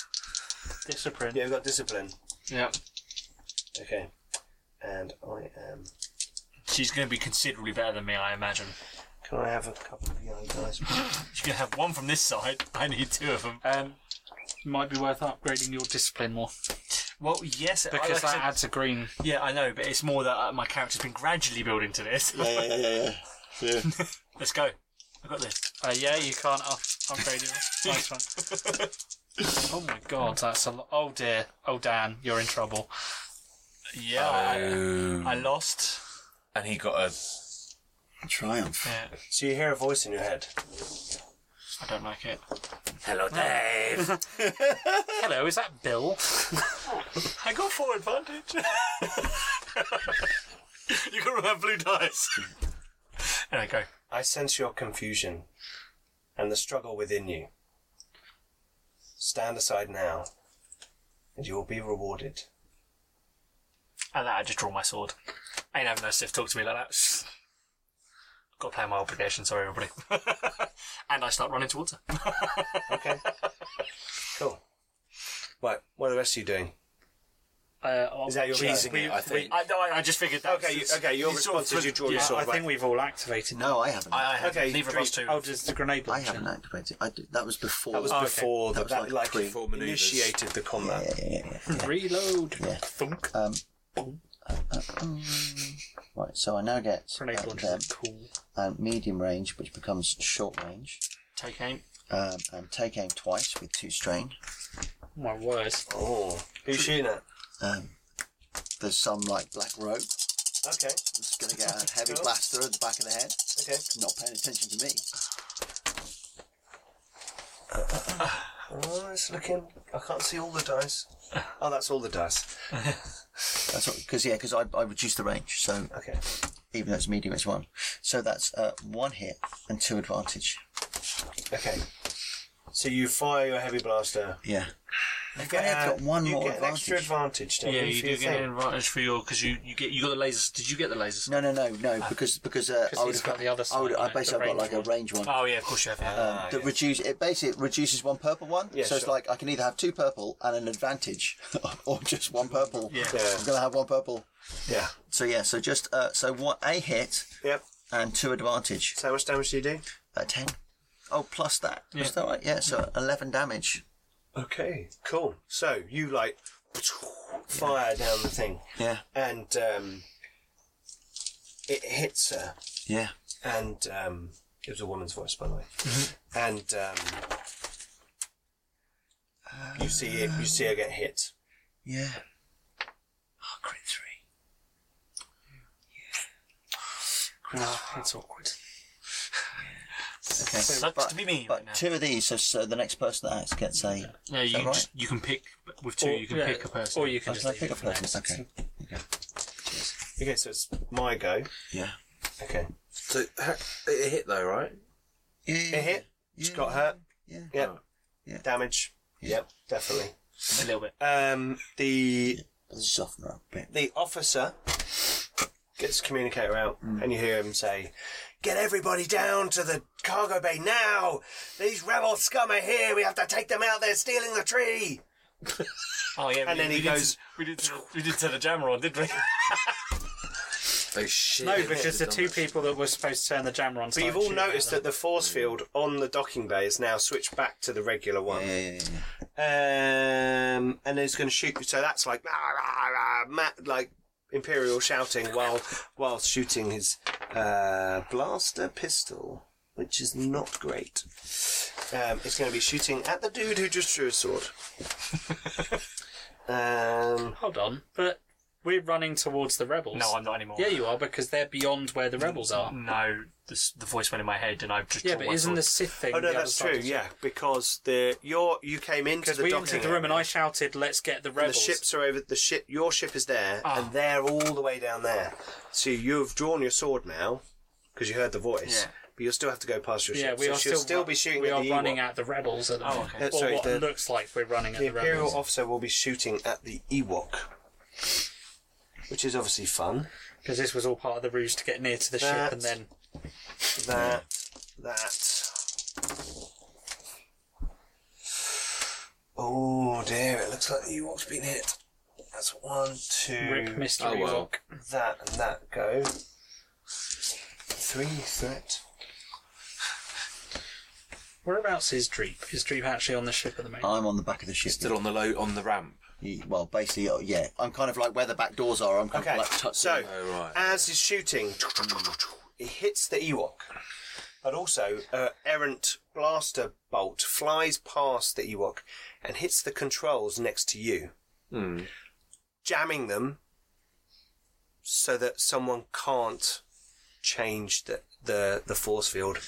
Speaker 7: Discipline.
Speaker 6: Yeah, we've got discipline.
Speaker 3: Yeah.
Speaker 6: Okay. And I am.
Speaker 3: She's going to be considerably better than me, I imagine.
Speaker 6: Can I have a couple of young guys?
Speaker 3: She's going to have one from this side. I need two of them.
Speaker 7: Um, might be worth upgrading your discipline more
Speaker 3: Well, yes, I-
Speaker 7: because
Speaker 3: like I
Speaker 7: that
Speaker 3: said-
Speaker 7: adds a green.
Speaker 3: yeah, I know, but it's more that uh, my character's been gradually building to this.
Speaker 2: yeah, yeah, yeah, yeah. yeah.
Speaker 3: Let's go. I got this.
Speaker 7: Uh, yeah, you can't up- upgrade it. Nice one. Oh my god, that's a lot. Oh dear. Oh Dan, you're in trouble.
Speaker 3: Yeah, I, I lost.
Speaker 8: And he got a.
Speaker 2: Triumph.
Speaker 3: Yeah,
Speaker 6: So you hear a voice in your head.
Speaker 3: I don't like it.
Speaker 8: Hello, Dave.
Speaker 7: Hello, is that Bill?
Speaker 3: I got four advantage. you can have blue dice. there we go.
Speaker 6: I sense your confusion and the struggle within you. Stand aside now, and you will be rewarded.
Speaker 3: And that I just draw my sword. I ain't having no stiff talk to me like that. Got to play my obligation, sorry everybody. and I start running towards her.
Speaker 6: Okay. cool. Right, what are the rest of you doing?
Speaker 7: Uh,
Speaker 6: Is that your
Speaker 8: Cheesing
Speaker 6: go?
Speaker 8: it, I think.
Speaker 3: I, no, I- I just figured that.
Speaker 6: Okay, you, okay, your response is you draw your
Speaker 3: yeah,
Speaker 6: sword.
Speaker 7: I
Speaker 6: right.
Speaker 7: think we've all activated.
Speaker 2: No, I haven't. I,
Speaker 3: I, I have
Speaker 6: Okay,
Speaker 3: okay, neither of us two.
Speaker 7: Oh, does the grenade launcher?
Speaker 2: haven't activated. I did, that was before.
Speaker 6: that was
Speaker 7: okay.
Speaker 6: before
Speaker 2: That
Speaker 6: that,
Speaker 2: was
Speaker 6: Oh, that,
Speaker 2: like
Speaker 6: like,
Speaker 2: three.
Speaker 8: Four maneuvers.
Speaker 6: initiated the combat.
Speaker 2: yeah, yeah, yeah, yeah.
Speaker 7: Reload.
Speaker 2: Yeah.
Speaker 7: Thunk.
Speaker 2: Um, uh, uh, um,
Speaker 6: Mm.
Speaker 2: right, so I now get
Speaker 7: Grenade
Speaker 2: uh,
Speaker 7: launcher.
Speaker 2: them,
Speaker 7: Cool.
Speaker 2: um, medium range, which becomes short range,
Speaker 3: Take aim.
Speaker 2: um, and take aim twice with two strain.
Speaker 7: Oh my word.
Speaker 6: Oh, who's shooting at?
Speaker 2: Um, there's some like black rope
Speaker 6: Okay,
Speaker 2: that's going to get a heavy
Speaker 6: Cool.
Speaker 2: blaster at the back of the head.
Speaker 6: okay.
Speaker 2: Not paying attention to me.
Speaker 6: Oh, it's looking. I can't see all the dice. Oh, that's all the dice.
Speaker 2: That's because yeah, because I, I reduced the range, so
Speaker 6: Okay.
Speaker 2: even though it's medium, it's one. So that's uh, one hit and two advantage.
Speaker 6: Okay. So you fire your heavy blaster.
Speaker 2: Yeah.
Speaker 6: You
Speaker 2: only had got one
Speaker 6: Uh, you
Speaker 2: more
Speaker 6: get an extra advantage, don't
Speaker 3: Yeah,
Speaker 6: you?
Speaker 3: you
Speaker 6: for
Speaker 3: do
Speaker 6: your
Speaker 3: get
Speaker 6: thing?
Speaker 3: an advantage for your because you, you get you got the lasers. Did you get the lasers?
Speaker 2: No, no, no, no, because because uh, I would
Speaker 7: he's
Speaker 2: have
Speaker 7: got the other
Speaker 2: I, would,
Speaker 7: side,
Speaker 2: I
Speaker 7: yeah,
Speaker 2: basically
Speaker 7: the
Speaker 2: I've got like a range one.
Speaker 3: Oh yeah, of course you have. Yeah.
Speaker 2: Um, that reduce it basically reduces one purple one,
Speaker 6: Yeah,
Speaker 2: so it's
Speaker 6: sure.
Speaker 2: like I can either have two purple and an advantage, or just one purple. Yeah. I'm gonna have one purple.
Speaker 6: Yeah.
Speaker 2: So yeah, so just uh, so what a hit
Speaker 6: Yep.
Speaker 2: and two advantage.
Speaker 6: So how much damage do you do?
Speaker 2: Uh, ten. Oh, plus that. Is that right? Yeah. So eleven damage.
Speaker 6: Okay. Cool. So you like fire down the thing,
Speaker 2: Yeah.
Speaker 6: and um, it hits her.
Speaker 2: Yeah.
Speaker 6: and um, it was a woman's voice, by the way.
Speaker 2: Mm-hmm.
Speaker 6: and um, you see it, you see her get hit.
Speaker 2: Yeah. Oh,
Speaker 7: That's awkward.
Speaker 2: Okay.
Speaker 3: Sucks
Speaker 2: but,
Speaker 3: to be me
Speaker 2: But
Speaker 3: right now.
Speaker 2: two of these, so, so the next person that acts gets a.
Speaker 3: yeah, you
Speaker 2: that
Speaker 3: can
Speaker 2: right?
Speaker 3: just, you can pick with two. you can
Speaker 7: yeah,
Speaker 3: pick a person.
Speaker 7: Or you can
Speaker 2: Oh,
Speaker 7: just
Speaker 2: can I
Speaker 7: leave
Speaker 2: pick
Speaker 7: it
Speaker 2: a
Speaker 7: for
Speaker 2: person?
Speaker 7: next.
Speaker 2: Okay.
Speaker 6: Okay, so it's my go.
Speaker 2: Yeah.
Speaker 6: Okay,
Speaker 8: So it hit though, right?
Speaker 2: Yeah.
Speaker 6: it hit. It's got hurt.
Speaker 2: Yeah.
Speaker 6: Yep.
Speaker 2: Yeah.
Speaker 6: Damage. Yep. Definitely.
Speaker 3: a little bit.
Speaker 6: Um, the
Speaker 2: Softener up a bit.
Speaker 6: the officer gets the communicator out, and you hear him say, "Get everybody down to the cargo bay now! These rebel scum are here. We have to take them out. They're stealing the tree."
Speaker 3: Oh yeah,
Speaker 6: And
Speaker 3: we-
Speaker 6: then
Speaker 3: we
Speaker 6: he
Speaker 3: did-
Speaker 6: goes-
Speaker 3: We did. We did turn the jammer on, did we?
Speaker 8: Oh shit!
Speaker 7: No, because the two people that were supposed to turn the jammer on.
Speaker 6: But you've all noticed that the force field on the docking bay is now switched back to the regular one.
Speaker 2: Yeah, yeah, yeah, yeah.
Speaker 6: Um, and it's going to shoot. So that's like "Ah, rah, rah," ma- like imperial shouting while while shooting his uh, blaster pistol, which is not great. Um, it's going to be shooting at the dude who just drew a sword. um,
Speaker 7: Hold on, but we're running towards the rebels.
Speaker 3: No, I'm not anymore.
Speaker 7: Yeah, you are because they're beyond where the rebels are.
Speaker 3: No, this, the voice went in my head, and I've just.
Speaker 7: Yeah,
Speaker 3: drawn
Speaker 7: but
Speaker 3: my
Speaker 7: isn't
Speaker 3: sword.
Speaker 7: the Sith thing?
Speaker 6: oh no,
Speaker 7: the other
Speaker 6: that's
Speaker 7: side
Speaker 6: true.
Speaker 7: of-
Speaker 6: Yeah, because the your you came into
Speaker 7: Because
Speaker 6: the
Speaker 7: we
Speaker 6: docking
Speaker 7: entered the room and I
Speaker 6: area.
Speaker 7: shouted, "Let's get the
Speaker 6: And
Speaker 7: rebels." Ah.
Speaker 6: the ships are over the ship your ship is there and they're all the way down there so you've drawn your sword now because you heard the voice
Speaker 3: Yeah.
Speaker 6: but you'll still have to go past your
Speaker 7: Yeah,
Speaker 6: ship
Speaker 7: we
Speaker 6: so
Speaker 7: are
Speaker 6: she'll
Speaker 7: still,
Speaker 6: still
Speaker 7: ru-
Speaker 6: be shooting
Speaker 7: We
Speaker 6: at
Speaker 7: are
Speaker 6: the
Speaker 7: running
Speaker 6: Ewok.
Speaker 7: at the rebels at the moment,
Speaker 3: okay.
Speaker 6: Uh,
Speaker 7: or
Speaker 6: sorry,
Speaker 7: what
Speaker 6: the-
Speaker 7: looks like we're running at
Speaker 6: the
Speaker 7: the
Speaker 6: imperial
Speaker 7: rebels.
Speaker 6: officer will be shooting at the ewok which is obviously fun.
Speaker 3: Because this was all part of the ruse to get near to the ship
Speaker 6: That-
Speaker 3: and then.
Speaker 6: That, that. Oh dear, it looks like the Ewok's been hit. That's one, two.
Speaker 3: Rip Mystery
Speaker 8: Oh, well.
Speaker 3: Rock.
Speaker 6: that and that go. Three threat.
Speaker 3: Whereabouts is Dreep? Is Dreep actually on the ship at the moment?
Speaker 2: I'm on the back of the ship.
Speaker 8: Still on the low on the ramp.
Speaker 2: You- well, basically, uh, yeah. I'm kind of like where the back doors are. I'm kind
Speaker 6: Okay,
Speaker 2: of like tucked
Speaker 6: so
Speaker 2: in.
Speaker 8: Oh right.
Speaker 6: as he's shooting, it hits the Ewok, but also a errant blaster bolt flies past the Ewok and hits the controls next to you, jamming them so that someone can't change the the, the force field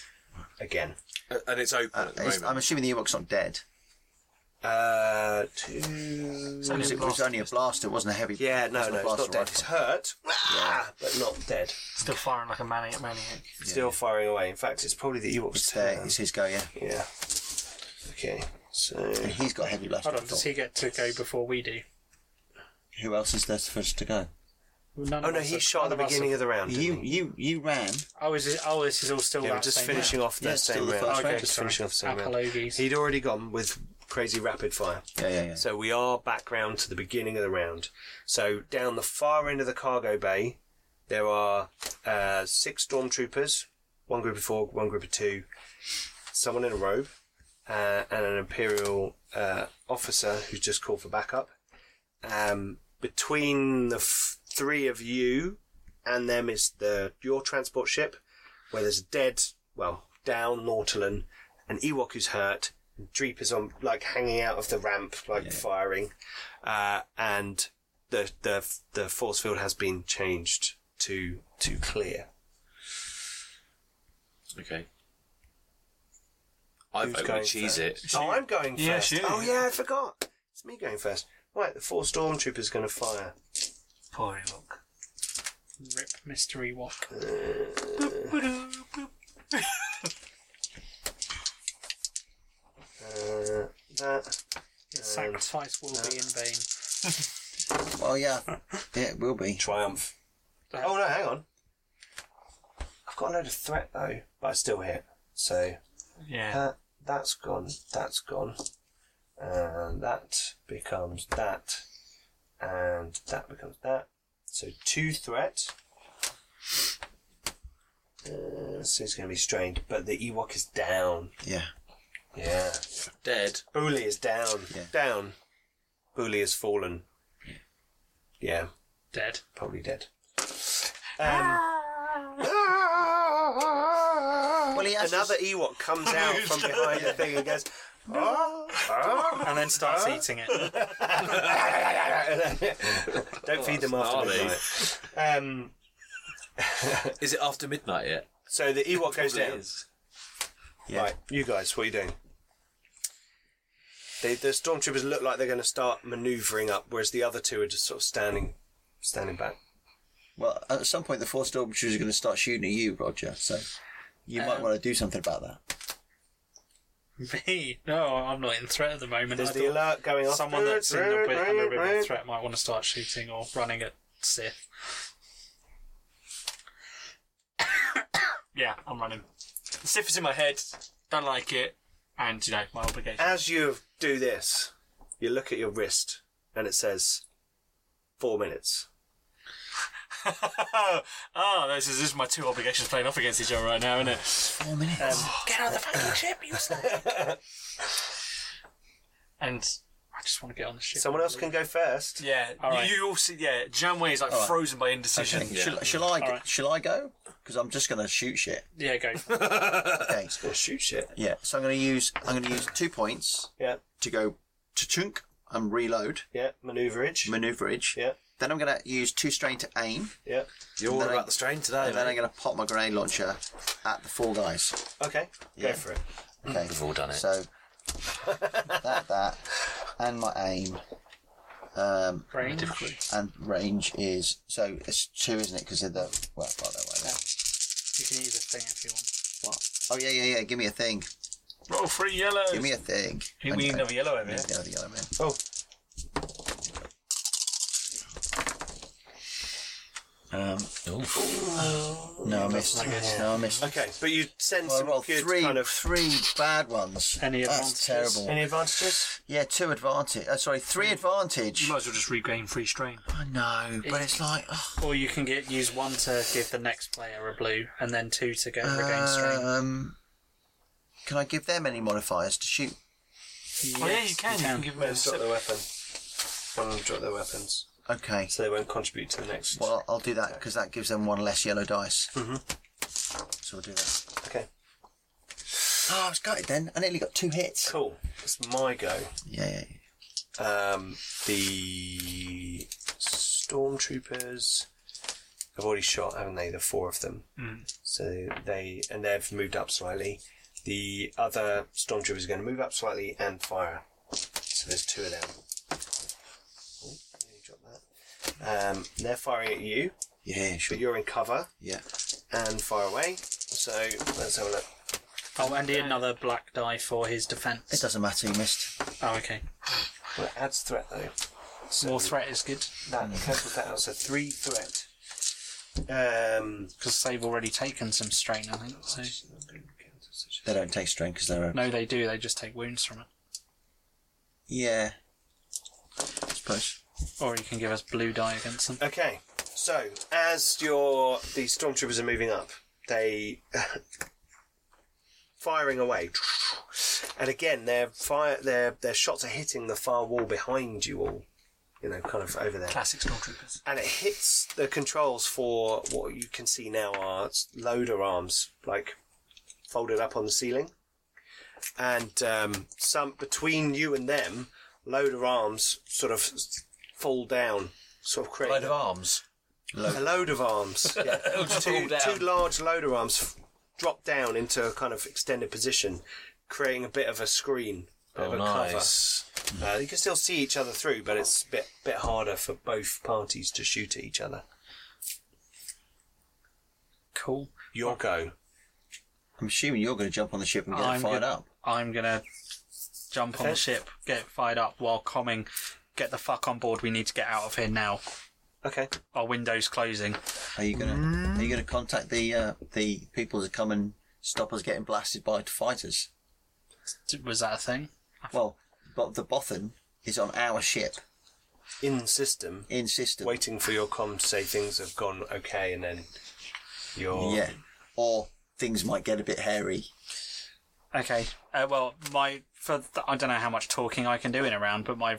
Speaker 6: again.
Speaker 8: Uh, and it's open
Speaker 2: Uh,
Speaker 8: at the
Speaker 2: it's-
Speaker 8: moment.
Speaker 2: I'm assuming the Ewok's not dead.
Speaker 6: Uh, two.
Speaker 2: Because it was only a blast. It wasn't a heavy.
Speaker 6: Yeah,
Speaker 2: it
Speaker 6: no,
Speaker 2: wasn't
Speaker 6: no,
Speaker 2: a
Speaker 6: it's not
Speaker 2: blaster
Speaker 6: dead. It's
Speaker 2: rifle.
Speaker 6: hurt, but not dead.
Speaker 7: Still firing like a maniac maniac.
Speaker 6: Still firing away. In fact, it's probably the Ewok's
Speaker 2: It's,
Speaker 6: turn.
Speaker 2: there. it's his go. Yeah,
Speaker 6: Yeah. Okay. So
Speaker 2: and he's got a heavy blaster.
Speaker 3: Hold on, does
Speaker 2: rifle.
Speaker 3: he get to go before we do?
Speaker 2: Who else is there for us to go?
Speaker 3: None
Speaker 6: Oh
Speaker 3: of
Speaker 6: no,
Speaker 3: us
Speaker 6: he
Speaker 3: are-
Speaker 6: shot at
Speaker 3: none
Speaker 6: the
Speaker 3: us are-
Speaker 6: beginning of the round. didn't
Speaker 2: You,
Speaker 6: he?
Speaker 2: you, you ran.
Speaker 3: Oh, is it, oh, this is all still
Speaker 6: Yeah, we're
Speaker 3: that
Speaker 6: just
Speaker 3: same
Speaker 6: finishing off the
Speaker 2: Yeah, still
Speaker 6: same
Speaker 2: the
Speaker 6: round.
Speaker 2: first
Speaker 3: round.
Speaker 6: just
Speaker 3: Okay,
Speaker 6: finishing off the same round.
Speaker 3: Apologies.
Speaker 6: He'd already gone with crazy rapid fire.
Speaker 2: Yeah, yeah, yeah.
Speaker 6: So we are back round to the beginning of the round. So down the far end of the cargo bay, there are uh, six stormtroopers, one group of four, one group of two, someone in a robe, uh, and an imperial uh, officer who's just called for backup. Um, between the f- three of you and them is the your transport ship, where there's a dead, well, down Nautilin, an Ewok who's hurt, Dreep is on like hanging out of the ramp, like firing, uh, and the the the force field has been changed to to clear.
Speaker 8: Okay. I
Speaker 6: Who's
Speaker 8: vote we
Speaker 6: going
Speaker 8: cheese it.
Speaker 6: first? Oh, I'm going
Speaker 8: Yeah,
Speaker 6: first.
Speaker 8: shoot.
Speaker 6: Oh yeah, I forgot. It's me going first. Right, the four stormtroopers going to fire.
Speaker 7: Poor Ewok.
Speaker 3: Rip Mystery Walk.
Speaker 6: Uh, that
Speaker 3: Sacrifice will be in vain.
Speaker 2: Well, yeah, yeah, it will be.
Speaker 6: triumph. Oh no, hang on. I've got a load of threat though, but I still hit. So
Speaker 7: Yeah.
Speaker 6: that that's gone. That's gone. And that becomes that, and that becomes that. So two threat. Uh, so it's going to be strained, but the Ewok is down.
Speaker 2: Yeah,
Speaker 6: Yeah.
Speaker 8: Dead.
Speaker 6: Booley is down.
Speaker 2: Yeah.
Speaker 6: Down. Booley has fallen. Yeah,
Speaker 3: Dead.
Speaker 6: probably dead. Um, well,
Speaker 2: he has
Speaker 6: another Ewok comes out from behind the thing and goes, "Ah, ah."
Speaker 3: And then starts eating it.
Speaker 6: Don't feed them
Speaker 8: Oh,
Speaker 6: after
Speaker 8: that's
Speaker 6: midnight. Um,
Speaker 8: Is it after midnight yet?
Speaker 6: so the Ewok goes
Speaker 8: Probably
Speaker 6: down.
Speaker 8: is.
Speaker 2: yeah.
Speaker 6: Right, you guys, what are you doing? They, the stormtroopers look like they're going to start manoeuvring up, whereas the other two are just sort of standing, standing back.
Speaker 2: Well, at some point, the four stormtroopers are going to start shooting at you, Roger. So you
Speaker 8: Um,
Speaker 2: might want to do something about that.
Speaker 3: Me? No, I'm not in threat at the moment.
Speaker 6: There's
Speaker 3: I
Speaker 6: the
Speaker 3: thought
Speaker 6: alert going off.
Speaker 3: someone that's in the bit under a bit of threat might want to start shooting or running at Sith.
Speaker 7: Yeah, I'm running. The Sif is in my head. Don't like it. And, you know, my obligation.
Speaker 6: As you do this, you look at your wrist and it says four minutes.
Speaker 7: oh, this is, this is my two obligations playing off against each other right now, isn't it?
Speaker 2: Four minutes.
Speaker 7: Get out of the fucking ship, you snake! and
Speaker 3: I just want to get on the ship.
Speaker 6: Someone else can go first.
Speaker 7: yeah,
Speaker 3: All right.
Speaker 7: you, you all see. Yeah, Janeway is like
Speaker 2: All right.
Speaker 7: frozen by indecision.
Speaker 2: Okay, Shall, shall I?
Speaker 3: All right.
Speaker 2: Shall I go? Because I'm just going to shoot shit.
Speaker 3: Yeah, go. for it.
Speaker 2: Okay.
Speaker 6: Or shoot shit.
Speaker 2: yeah. So I'm going to use. I'm going to use two points
Speaker 6: Yeah,
Speaker 2: to go to chunk and reload
Speaker 6: yeah. Maneuverage.
Speaker 2: maneuverage.
Speaker 6: Yeah,
Speaker 2: Then I'm going to use two strain to aim,
Speaker 6: yeah.
Speaker 8: You're all
Speaker 2: Then I-
Speaker 8: about the strain today.
Speaker 2: and then I'm
Speaker 8: mate.
Speaker 2: going to pop my grenade launcher at the four guys.
Speaker 6: Okay, go
Speaker 2: Yeah.
Speaker 6: for it.
Speaker 2: Okay.
Speaker 8: We've all done it.
Speaker 2: So that, that, and my aim, um,
Speaker 3: Range.
Speaker 2: and range is so it's two, isn't it? Because of the well, right there, right there.
Speaker 3: You can use a thing if you want.
Speaker 2: What? Oh yeah, yeah, yeah. Give me a thing.
Speaker 7: Roll three yellows.
Speaker 2: Give me a thing.
Speaker 7: we need another yellow over here.
Speaker 2: Yeah, the yellow man.
Speaker 6: Oh.
Speaker 2: Um, no, I missed. No, I missed.
Speaker 6: Okay, but you send
Speaker 2: Well, I
Speaker 6: some
Speaker 2: rolled
Speaker 6: good
Speaker 2: three,
Speaker 6: kind of
Speaker 2: three bad ones.
Speaker 9: Any
Speaker 2: That's terrible.
Speaker 6: any advantages.
Speaker 2: Yeah, two advantage. Uh, sorry,
Speaker 9: Mm.
Speaker 2: three advantage.
Speaker 7: You might as well just regain free strain.
Speaker 2: I know, but it's like, oh,
Speaker 9: Or you can get use one to give the next player a blue, and then two to get
Speaker 6: Uh,
Speaker 9: regain strength.
Speaker 2: um, can I give them any modifiers to shoot?
Speaker 7: Oh yeah, you can. You can give them a
Speaker 6: Drop
Speaker 7: sip.
Speaker 6: their weapon. One of them drop their weapons,
Speaker 2: Okay.
Speaker 6: so they won't contribute to the next.
Speaker 2: Well, I'll I'll do that because that gives them one less yellow dice. Mm-hmm. So we'll do that.
Speaker 6: Okay,
Speaker 2: Oh, I was gutted then. I nearly got two hits.
Speaker 6: cool. It's my go.
Speaker 2: Yeah, yeah. yeah.
Speaker 6: Um, the stormtroopers have already shot, haven't they? The four of them. So they and they've moved up slightly. The other stormtroopers are going to move up slightly and fire. So there's two of them. Oh, nearly dropped that. Um, they're firing at you,
Speaker 2: Yeah, sure.
Speaker 6: but you're in cover
Speaker 2: Yeah.
Speaker 6: and far away. So let's have a look.
Speaker 9: Oh, and another black die for his
Speaker 2: It
Speaker 9: defense.
Speaker 2: doesn't matter. You missed.
Speaker 9: Oh, okay.
Speaker 6: Well, it adds threat though. So
Speaker 9: More threat is good
Speaker 6: That cancels that out. So three threat. Um,
Speaker 9: because they've already taken some strain, I think. So
Speaker 2: They don't take strain because they're.
Speaker 9: no, they do. They just take wounds from it.
Speaker 2: Yeah. I suppose.
Speaker 9: Or you can give us blue die against them.
Speaker 6: Okay, so as your the stormtroopers are moving up, they firing away, and again their fire their their shots are hitting the far wall behind you all, you know, kind of over there,
Speaker 7: Classic stormtroopers.
Speaker 6: and it hits the controls for what you can see now are loader arms like folded up on the ceiling, and um, some between you and them, loader arms sort of fall down, sort of creating
Speaker 8: Load of arms.
Speaker 6: a load of arms. Yeah. Oh, two, two large loader arms f- drop down into a kind of extended position, creating a bit of a screen, bit of
Speaker 8: Oh,
Speaker 6: a
Speaker 8: nice.
Speaker 6: cover. Uh, you can still see each other through, but it's a bit, bit harder for both parties to shoot at each other.
Speaker 9: Cool.
Speaker 6: Your go.
Speaker 2: I'm assuming you're going to jump on the ship and get it
Speaker 9: I'm
Speaker 2: fired
Speaker 9: gonna-
Speaker 2: up.
Speaker 9: I'm gonna jump on
Speaker 6: Okay.
Speaker 9: the ship, get fired up while comming. Get the fuck on board. We need to get out of here now.
Speaker 6: Okay.
Speaker 9: Our window's closing.
Speaker 2: Are you gonna Are you gonna contact the uh, the people to come and stop us getting blasted by fighters?
Speaker 9: D- Was that a thing?
Speaker 2: Well, but the Bothan is on our ship
Speaker 6: In system,
Speaker 2: in system.
Speaker 6: waiting for your com to say things have gone okay, and then your
Speaker 2: Yeah, or things might get a bit hairy.
Speaker 9: Okay. Uh, well, my for th- I don't know how much talking I can do in a round, but my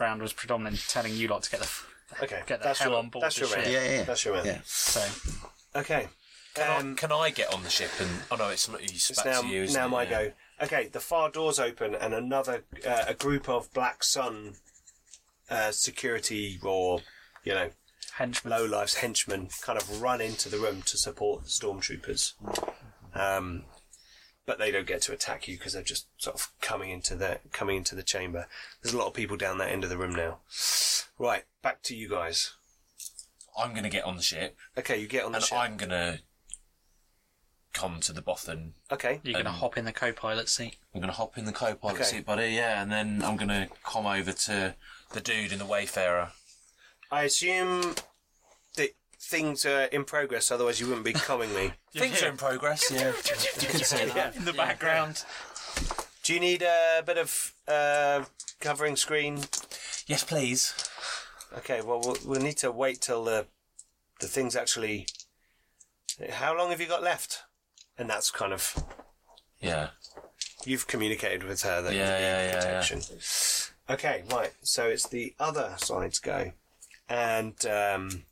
Speaker 9: round was predominantly telling you lot to get the. F-
Speaker 6: Okay.
Speaker 9: Get the
Speaker 6: that's
Speaker 9: hell
Speaker 6: your,
Speaker 9: on board
Speaker 6: That's your
Speaker 9: the ship.
Speaker 6: round.
Speaker 2: Yeah, yeah, yeah.
Speaker 6: That's your round.
Speaker 2: Yeah.
Speaker 9: so
Speaker 6: Okay.
Speaker 8: Can,
Speaker 6: Um,
Speaker 8: I, can I get on the ship and? Oh no, it's, not- it's
Speaker 6: It's
Speaker 8: back
Speaker 6: now,
Speaker 8: to you. Isn't
Speaker 6: now
Speaker 8: it?
Speaker 6: my
Speaker 8: Yeah.
Speaker 6: go. Okay, the far doors open, and another uh, a group of Black Sun uh, security or you know
Speaker 9: henchman.
Speaker 6: low lives henchmen kind of run into the room to support the stormtroopers. Um, but they don't get to attack you because they're just sort of coming into the coming into the chamber. There's a lot of people down that end of the room now. Right, back to you guys.
Speaker 8: I'm going to get on the ship
Speaker 6: Okay, you get on the
Speaker 8: and
Speaker 6: ship.
Speaker 8: I'm going to come to the Bothan.
Speaker 6: Okay,
Speaker 9: You're gonna
Speaker 8: Um,
Speaker 9: hop in the co-pilot seat.
Speaker 8: I'm going to hop in the co-pilot
Speaker 6: Okay.
Speaker 8: seat, buddy. Uh, Yeah, and then I'm going to come over to the dude in the Wayfarer.
Speaker 6: I assume that things are in progress. Otherwise, you wouldn't be calling me.
Speaker 8: Things are in progress. Yeah, you can say that.
Speaker 9: In the background.
Speaker 6: Do you need a bit of uh, covering screen?
Speaker 8: Yes, please.
Speaker 6: Okay, well, we'll we'll need to wait till the the thing's actually. How long have you got left? And that's kind of
Speaker 8: Yeah.
Speaker 6: you've communicated with her that
Speaker 8: Yeah,
Speaker 6: you need
Speaker 8: yeah, yeah, yeah.
Speaker 6: protection. Okay, right. So it's the other side's go, and um,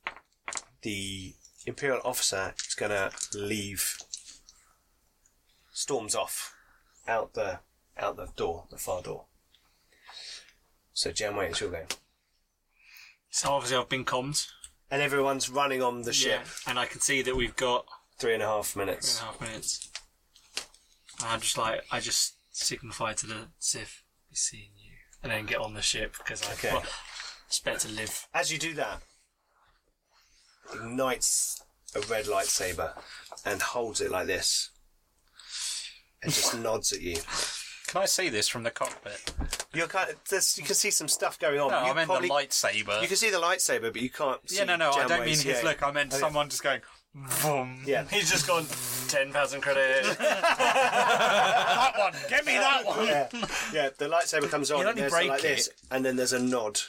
Speaker 6: the imperial officer is going to leave. Storms off out the out the door, the far door. So Janeway, it's your go.
Speaker 7: So obviously I've been comms.
Speaker 6: and everyone's running on the
Speaker 7: Yeah.
Speaker 6: ship.
Speaker 7: And I can see that we've got
Speaker 6: Three and a half
Speaker 7: three and
Speaker 6: minutes.
Speaker 7: a half minutes. And I'm just like, I just signify to the Sith, be seeing you. And then get on the ship because I
Speaker 6: Okay.
Speaker 7: well, it's better to live.
Speaker 6: As you do that, ignites a red lightsaber and holds it like this, and just nods at you.
Speaker 9: Can I see this from the cockpit?
Speaker 6: You're kind of, there's- you can see some stuff going on.
Speaker 9: No,
Speaker 6: you
Speaker 9: I meant
Speaker 6: probably-
Speaker 9: the lightsaber.
Speaker 6: You can see the lightsaber, but you can't. See
Speaker 9: yeah, no, no, I don't mean
Speaker 6: Janeway's-
Speaker 9: his
Speaker 6: yeah.
Speaker 9: look. I meant someone just going, boom.
Speaker 6: Yeah.
Speaker 7: He's just gone, 10,000 credit.
Speaker 9: that one. Give me that one.
Speaker 6: yeah, yeah, the lightsaber comes on.
Speaker 9: You'll
Speaker 6: and
Speaker 9: only
Speaker 6: there's a-
Speaker 9: break
Speaker 6: like this, and then there's a nod.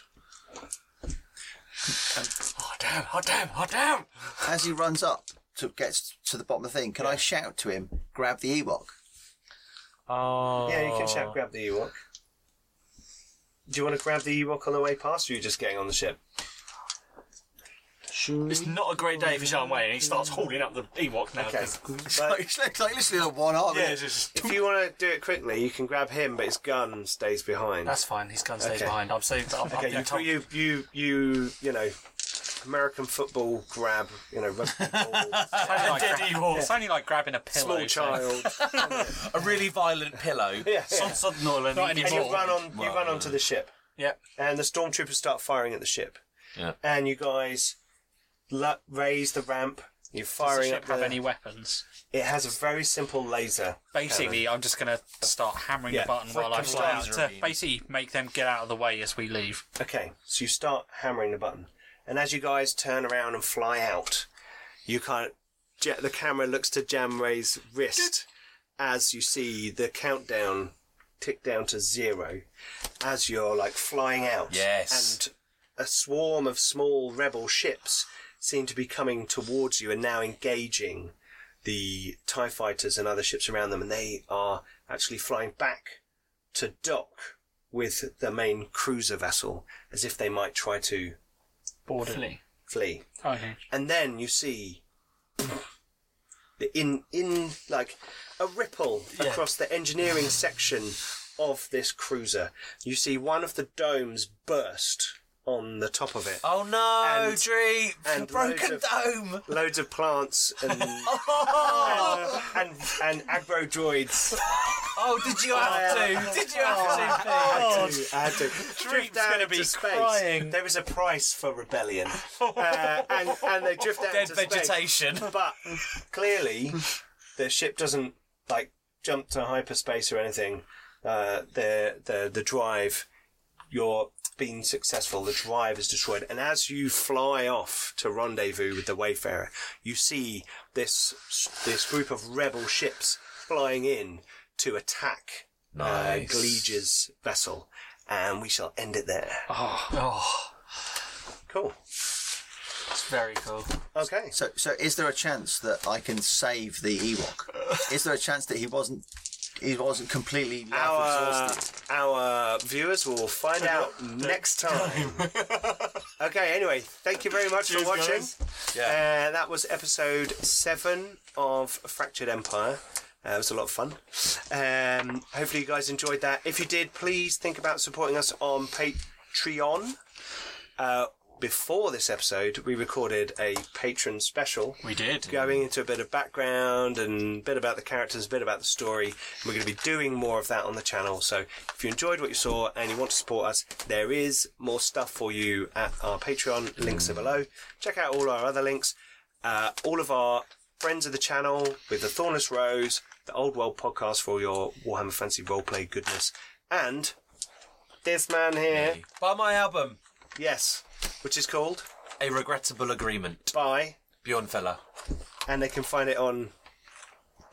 Speaker 7: oh, damn, oh, damn, oh, damn.
Speaker 2: As he runs up to gets to the bottom of the thing, can I shout to him, grab the Ewok?
Speaker 9: Oh.
Speaker 6: Yeah, you can shout, grab the Ewok. Do you want to grab the Ewok on the way past, or are you just getting on the ship?
Speaker 7: It's not a great day for Sean Wayne. He starts hauling up the Ewok now.
Speaker 6: Okay.
Speaker 7: 'cause-
Speaker 6: But
Speaker 2: It's like, like literally a one arm.
Speaker 7: Yeah, it's just.
Speaker 6: if you want to do it quickly, you can grab him, but his gun stays behind.
Speaker 7: That's fine. His gun stays
Speaker 6: Okay.
Speaker 7: behind. I've saved. I've,
Speaker 6: okay,
Speaker 7: I've
Speaker 6: you, you, you, you, you know, American football grab, you know, rugby ball,
Speaker 7: a dead Ewok.
Speaker 9: It's only like grabbing a pillow.
Speaker 6: small
Speaker 9: so-
Speaker 6: child.
Speaker 8: A really violent pillow.
Speaker 6: yeah, yeah.
Speaker 7: Sod Norland.
Speaker 9: Not
Speaker 6: And you
Speaker 9: anymore.
Speaker 6: run on, you
Speaker 8: Well,
Speaker 6: run onto the ship.
Speaker 7: Yeah.
Speaker 6: and the stormtroopers start firing at the ship.
Speaker 8: Yeah.
Speaker 6: And you guys la- raise the ramp. You're
Speaker 9: Does the
Speaker 6: firing
Speaker 9: ship
Speaker 6: up. The,
Speaker 9: have any weapons?
Speaker 6: It has a very simple laser.
Speaker 9: Basically, I'm just gonna start hammering
Speaker 6: Yeah,
Speaker 9: the button
Speaker 6: flick
Speaker 9: while I
Speaker 6: the
Speaker 9: fly out
Speaker 8: laser
Speaker 9: to
Speaker 8: beam.
Speaker 9: basically make them get out of the way as we leave.
Speaker 6: Okay, so you start hammering the button, and as you guys turn around and fly out, you kind of ja- the camera looks to Jam Ray's wrist as you see the countdown tick down to zero as you're like flying out.
Speaker 8: Yes.
Speaker 6: and a swarm of small rebel ships seem to be coming towards you and now engaging the TIE fighters and other ships around them, and they are actually flying back to dock with the main cruiser vessel as if they might try to
Speaker 7: Board flee.
Speaker 6: flee.
Speaker 9: Okay.
Speaker 6: And then you see the in in like a ripple across the engineering section of this cruiser. You see one of the domes burst on the top of it.
Speaker 8: Oh no,
Speaker 6: And-
Speaker 8: Dree!
Speaker 6: and
Speaker 8: Broken
Speaker 6: loads
Speaker 8: dome!
Speaker 6: Loads of plants and uh,
Speaker 8: Oh,
Speaker 6: and, and agro droids. uh,
Speaker 8: oh, did you have to? Oh. Did you
Speaker 6: Oh,
Speaker 8: have to?
Speaker 6: I had to. I had to. Drift down
Speaker 9: gonna
Speaker 6: into
Speaker 9: be
Speaker 6: space.
Speaker 9: crying.
Speaker 6: There is a price for rebellion, uh, and and they drift out
Speaker 8: Dead
Speaker 6: into space.
Speaker 8: vegetation.
Speaker 6: but clearly the ship doesn't like jump to hyperspace or anything. Uh, the the the drive, you're being successful. The drive is destroyed, and as you fly off to rendezvous with the Wayfarer, you see this this group of rebel ships flying in to attack
Speaker 8: Nice.
Speaker 6: uh, Glege's vessel, and we shall end it there.
Speaker 8: Ah.
Speaker 7: Oh,
Speaker 6: Cool.
Speaker 7: it's very cool.
Speaker 6: Okay.
Speaker 2: So, so is there a chance that I can save the Ewok? is there a chance that he wasn't, he wasn't completely laugh
Speaker 6: our, uh,
Speaker 2: exhausted?
Speaker 6: our viewers will find out next time. okay, anyway, thank you very much for watching. Uh, that was episode seven of Fractured Empire. Uh, it was a lot of fun. Um, hopefully, you guys enjoyed that. If you did, please think about supporting us on Patreon. Uh, before this episode, we recorded a patron special
Speaker 7: We did.
Speaker 6: going into a bit of background and a bit about the characters, a bit about the story. We're going to be doing more of that on the channel. So if you enjoyed what you saw and you want to support us, there is more stuff for you at our Patreon. Links are below. Check out all our other links. Uh, all of our friends of the channel with the Thornless Rose, the Old World podcast for all your Warhammer Fantasy roleplay goodness, and this man here.
Speaker 8: Buy my album,
Speaker 6: Yes, which is called
Speaker 8: A Regrettable Agreement.
Speaker 6: Buy,
Speaker 8: Bjorn Fella.
Speaker 6: and they can find it on.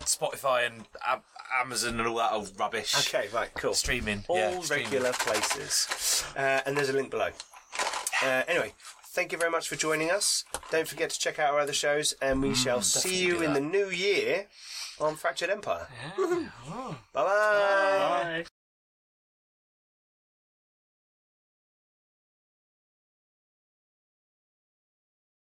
Speaker 8: Spotify and Am- Amazon and all that old rubbish.
Speaker 6: Okay, right, cool.
Speaker 8: Streaming.
Speaker 6: all
Speaker 8: yeah, streaming.
Speaker 6: regular places. Uh, and there's a link below. Uh, anyway, thank you very much for joining us. Don't forget to check out our other shows, and we shall see you
Speaker 7: Oh.
Speaker 6: in the new year on Fractured Empire. Bye bye.